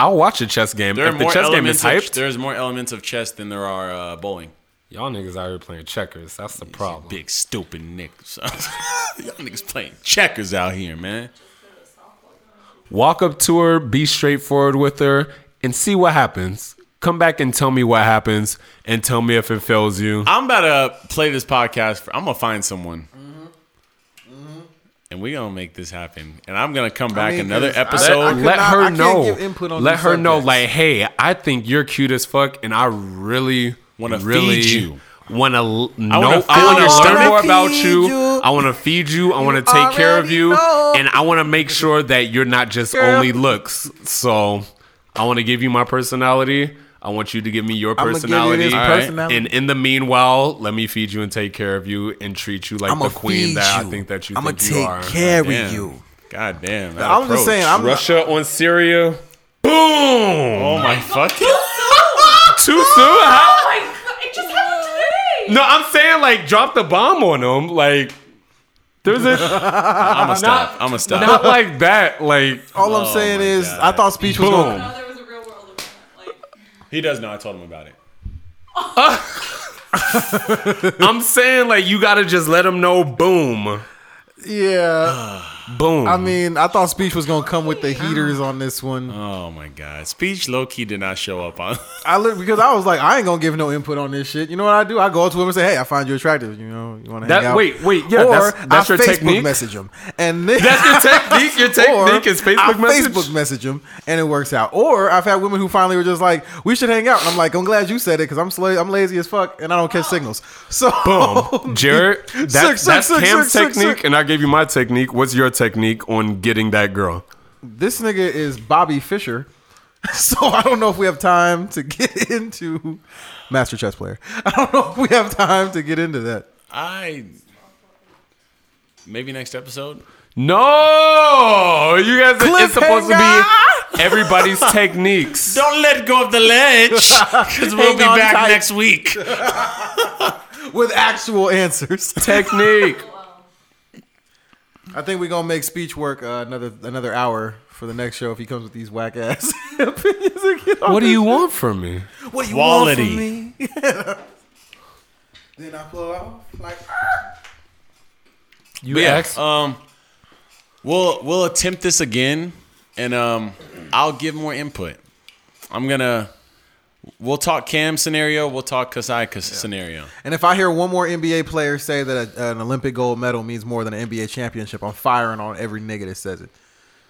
Speaker 2: I'll watch a chess game.
Speaker 1: There are
Speaker 2: If the
Speaker 1: more
Speaker 2: chess game is
Speaker 1: elements.
Speaker 2: hyped,
Speaker 1: Of, there's more elements of chess than there are uh, bowling.
Speaker 2: y'all niggas out here playing checkers. That's the problem.
Speaker 1: Big stupid niggas. <laughs> Y'all niggas playing checkers out here, man.
Speaker 2: Walk up to her, be straightforward with her, and see what happens. Come back and tell me what happens, and tell me if it fails you.
Speaker 1: I'm about to play this podcast. For, I'm gonna find someone, and we gonna make this happen. And I'm gonna come back
Speaker 3: mean,
Speaker 1: another
Speaker 3: 'cause I-
Speaker 2: Let,
Speaker 1: episode.
Speaker 3: I could
Speaker 2: let
Speaker 3: not- I
Speaker 2: her
Speaker 3: can't
Speaker 2: know.
Speaker 3: give input on
Speaker 2: let
Speaker 3: these
Speaker 2: her know,
Speaker 3: subjects.
Speaker 2: like, hey, I think you're cute as fuck, and I really
Speaker 1: Wanna feed
Speaker 2: really
Speaker 1: you.
Speaker 2: Want to know? I
Speaker 1: wanna- I wanna
Speaker 2: want to
Speaker 1: learn
Speaker 2: learn more about
Speaker 3: feed
Speaker 2: you.
Speaker 3: you.
Speaker 2: I want to feed you. I want to take care of
Speaker 3: already
Speaker 2: you,
Speaker 3: know.
Speaker 2: and I want to make sure that you're not just
Speaker 3: Girl.
Speaker 2: only looks. So, I want to give you my personality. I want you to give me your
Speaker 3: I'ma give you this
Speaker 2: personality.
Speaker 1: Alright.
Speaker 3: personality.
Speaker 2: And in the meanwhile, let me feed you and take care of you and treat you like
Speaker 3: I'ma
Speaker 2: the queen
Speaker 3: feed
Speaker 2: that I
Speaker 3: you.
Speaker 2: think that you
Speaker 3: I'ma
Speaker 2: think you are.
Speaker 3: take care of
Speaker 1: Damn.
Speaker 3: you.
Speaker 1: God damn. that
Speaker 3: I'm just
Speaker 1: approach.
Speaker 3: saying, I'm not-
Speaker 2: Russia on Syria. Boom!
Speaker 1: Oh my
Speaker 3: <laughs>
Speaker 1: fucking.
Speaker 2: Too soon? How-
Speaker 4: Oh my god, it just happened today!
Speaker 2: No, I'm saying like drop the bomb on them. Like there's a
Speaker 1: I'm gonna stop. I'm gonna stop.
Speaker 2: not like that. Like
Speaker 3: All I'm saying
Speaker 1: my
Speaker 3: is,
Speaker 1: God.
Speaker 3: I thought speech was going.
Speaker 2: Oh boom.
Speaker 4: No, there was a real world event. Like,
Speaker 1: He does know. I told him about it.
Speaker 2: I'm saying like you gotta just let them know. Boom,
Speaker 3: Yeah,
Speaker 2: boom.
Speaker 3: I mean, I thought speech was gonna come with the heaters on this one.
Speaker 1: Oh my god. Speech low key did not show up on. <laughs>
Speaker 3: I look because I was like, I ain't gonna give no input on this shit. You know what I do? I go up to him and say, Hey, I find you attractive. You know, you want to hang
Speaker 2: That-
Speaker 3: out?
Speaker 2: wait, wait, yeah,
Speaker 3: or
Speaker 2: that's- that's
Speaker 3: I
Speaker 2: your
Speaker 3: Facebook
Speaker 2: technique?
Speaker 3: Message him, and then
Speaker 2: that's your technique.
Speaker 3: <laughs>
Speaker 2: Your technique is
Speaker 3: I
Speaker 2: Facebook message.
Speaker 3: Facebook message him, and it works out. Or I've had women who finally were just like, "We should hang out," and I'm like, "I'm glad you said it because I'm sla- I'm lazy as fuck, and I don't catch signals." So oh, <laughs>
Speaker 2: Boom, Jared. That,
Speaker 3: Sick, sick,
Speaker 2: that's
Speaker 3: sick,
Speaker 2: Cam's
Speaker 3: sick, sick,
Speaker 2: technique,
Speaker 3: sick.
Speaker 2: and I gave you my technique. What's your technique on getting that girl?
Speaker 3: this nigga is Bobby Fisher. <laughs> So I don't know if we have time to get <laughs> into Master Chess Player. I don't know if we have time to get into that.
Speaker 1: I. Maybe next episode.
Speaker 2: No, you guys. It's supposed to be everybody's techniques.
Speaker 1: Don't let go of the ledge because we'll be
Speaker 3: Hang on
Speaker 1: back
Speaker 3: tight.
Speaker 1: next week.
Speaker 3: With actual answers. <laughs>
Speaker 2: technique.
Speaker 4: Oh,
Speaker 3: I think we're gonna make speech work uh, another another hour for the next show if he comes with these whack ass <laughs> opinions again.
Speaker 2: What do you want from me?
Speaker 3: What do you
Speaker 1: Quality.
Speaker 3: want from me? <laughs>
Speaker 5: Then I pull off like
Speaker 2: You
Speaker 1: But yeah,
Speaker 2: asked.
Speaker 1: Um, we'll we'll attempt this again, and um, I'll give more input. I'm gonna. We'll talk Cam scenario. We'll talk Kasai Kas- scenario.
Speaker 3: And if I hear one more NBA player say that a, an Olympic gold medal means more than an NBA championship, I'm firing on every nigga that says it.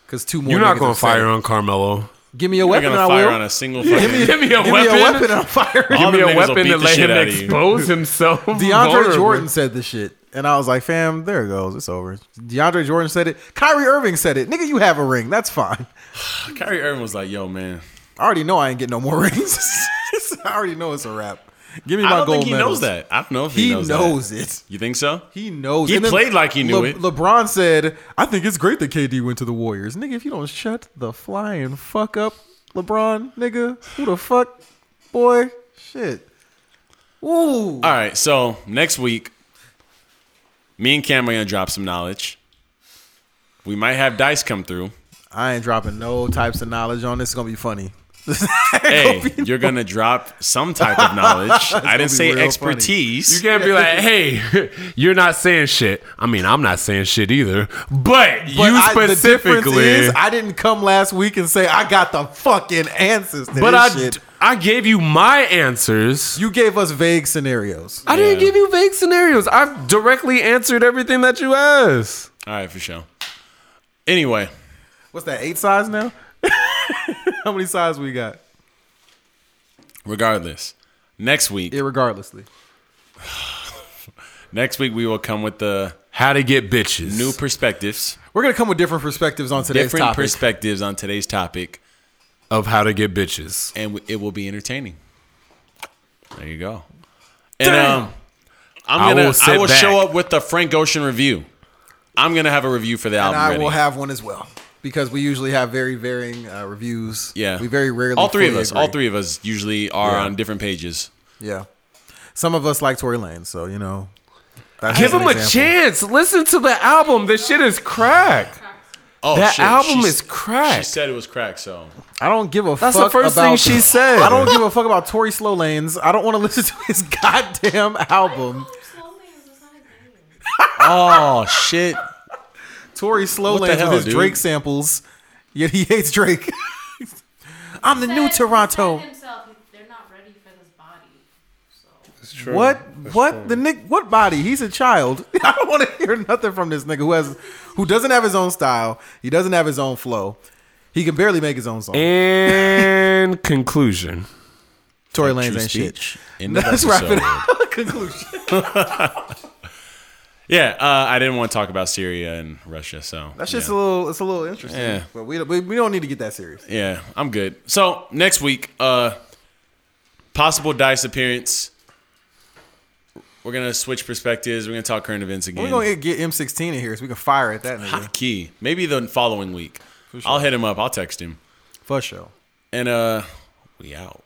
Speaker 3: Because two more.
Speaker 2: You're not
Speaker 3: niggas
Speaker 2: gonna
Speaker 3: have said
Speaker 2: fire
Speaker 3: it.
Speaker 2: on Carmelo.
Speaker 3: Give me a
Speaker 1: We're
Speaker 3: weapon.
Speaker 1: gonna
Speaker 3: and I
Speaker 1: fire
Speaker 3: will.
Speaker 1: on a single. Fucking, <laughs>
Speaker 2: Give me a
Speaker 3: Give
Speaker 2: weapon.
Speaker 3: me a weapon and I'm firing.
Speaker 1: All
Speaker 2: Give me
Speaker 1: them
Speaker 2: a
Speaker 1: niggas will
Speaker 2: weapon
Speaker 1: beat
Speaker 2: to
Speaker 1: the
Speaker 2: let
Speaker 1: shit
Speaker 2: him
Speaker 1: out of you.
Speaker 2: expose <laughs> himself.
Speaker 3: DeAndre
Speaker 2: vulnerably.
Speaker 3: Jordan said this shit. And I was like, fam, there it goes. It's over. DeAndre Jordan said it. Kyrie Irving said it. Nigga, you have a ring. That's fine.
Speaker 1: Kyrie Irving was like, "Yo, man,
Speaker 3: I already know I ain't getting no more <laughs> rings. I already know it's a wrap. Give me
Speaker 1: I
Speaker 3: my
Speaker 1: don't
Speaker 3: gold
Speaker 1: think he
Speaker 3: medals.
Speaker 1: knows that. I don't know if he,
Speaker 3: He
Speaker 1: knows,
Speaker 3: knows,
Speaker 1: that.
Speaker 3: it.
Speaker 1: You think so?
Speaker 3: He knows.
Speaker 1: He
Speaker 3: And then
Speaker 1: played like he knew
Speaker 3: Le-
Speaker 1: it.
Speaker 3: LeBron said, "I think it's great that KD went to the Warriors, nigga. If you don't shut the flying fuck up, LeBron, nigga, who the fuck, boy, shit." Ooh,
Speaker 1: All right. So next week, me and Cam are gonna drop some knowledge. We might have dice come
Speaker 3: <laughs>
Speaker 1: through.
Speaker 3: I ain't dropping no types of knowledge on this. It's gonna be funny. <laughs>
Speaker 1: Hey, you're gonna drop some type of
Speaker 3: <laughs>
Speaker 1: knowledge. I
Speaker 3: gonna
Speaker 1: didn't
Speaker 3: be
Speaker 1: say
Speaker 3: real funny.
Speaker 1: expertise.
Speaker 2: You can't be like, hey, <laughs> you're not saying shit. I mean, I'm not saying shit either. But,
Speaker 3: But
Speaker 2: you
Speaker 3: I- the difference
Speaker 2: specifically.
Speaker 3: is I didn't come last week and say I got the fucking answers. To
Speaker 2: but
Speaker 3: this
Speaker 2: I,
Speaker 3: shit.
Speaker 2: I gave you my answers.
Speaker 3: you gave us vague scenarios.
Speaker 2: I didn't
Speaker 1: Yeah.
Speaker 2: give you vague scenarios. I've directly answered everything that you asked.
Speaker 1: All right, for sure. Anyway,
Speaker 3: What's that? Eight sides now? <laughs> How many sides we got?
Speaker 1: regardless, next week,
Speaker 3: Irregardlessly.
Speaker 1: next week we will come with the
Speaker 2: How to get bitches.
Speaker 1: new perspectives,
Speaker 3: We're gonna come with different perspectives on today's
Speaker 1: different
Speaker 3: topic.
Speaker 1: perspectives on today's topic,
Speaker 2: of how to get bitches.
Speaker 1: and w- it will be entertaining. There you go. And um, I'm
Speaker 2: I
Speaker 1: gonna I
Speaker 2: will
Speaker 1: will,
Speaker 2: sit
Speaker 1: show
Speaker 2: back.
Speaker 1: up with the Frank Ocean review. I'm gonna have a review for the
Speaker 3: and
Speaker 1: album.
Speaker 3: I
Speaker 1: ready.
Speaker 3: will have one as well because we usually have very varying uh, reviews.
Speaker 1: yeah,
Speaker 3: we very rarely
Speaker 1: all three of
Speaker 3: fully
Speaker 1: us, all
Speaker 3: agree.
Speaker 1: three of us usually are
Speaker 2: Yeah.
Speaker 1: on different pages.
Speaker 3: Yeah, some of us like Tory Lane, so you know. that's
Speaker 2: Give
Speaker 3: just an
Speaker 2: him a
Speaker 3: example.
Speaker 2: chance. Listen to the album. This shit is crack.
Speaker 1: Oh,
Speaker 2: That
Speaker 1: shit.
Speaker 2: album
Speaker 1: She-
Speaker 2: is crack.
Speaker 1: She said it was crack, so
Speaker 3: I don't give a
Speaker 2: That's the
Speaker 3: fuck.
Speaker 2: first
Speaker 3: about
Speaker 2: thing she said.
Speaker 3: I don't give a fuck about Tory Slolane's. I don't want to <laughs> listen to his goddamn album.
Speaker 1: Oh shit.
Speaker 3: Tory Slolane
Speaker 1: hell,
Speaker 3: with his
Speaker 1: dude?
Speaker 3: Drake samples, yet he hates Drake. <laughs> I'm the new Toronto.
Speaker 4: They're not ready for this body. So.
Speaker 3: What? What? The Nick? What body? He's a child. <laughs> I don't want to hear nothing from this nigga who has, who doesn't have his own style. He doesn't have his own flow. He can barely make his own song.
Speaker 2: And conclusion.
Speaker 3: Tory Lanez
Speaker 1: True
Speaker 3: ain't shit.
Speaker 1: speech. End of
Speaker 3: Let's wrap it
Speaker 1: episode.
Speaker 3: up. Conclusion.
Speaker 1: Yeah, uh, I didn't want to talk about Syria and Russia, so
Speaker 3: <laughs> That's
Speaker 1: yeah.
Speaker 3: just a little. It's a little interesting.
Speaker 1: Yeah.
Speaker 3: But we, we we don't need to get that serious.
Speaker 1: Yeah, I'm good. So next week, uh possible dice appearance. We're gonna switch perspectives. We're gonna talk current events again.
Speaker 3: We're gonna get M16 in here so we can fire at that nigga
Speaker 1: Key. Maybe the following week. I'll hit him up. I'll text him.
Speaker 3: for sure.
Speaker 1: And uh we out.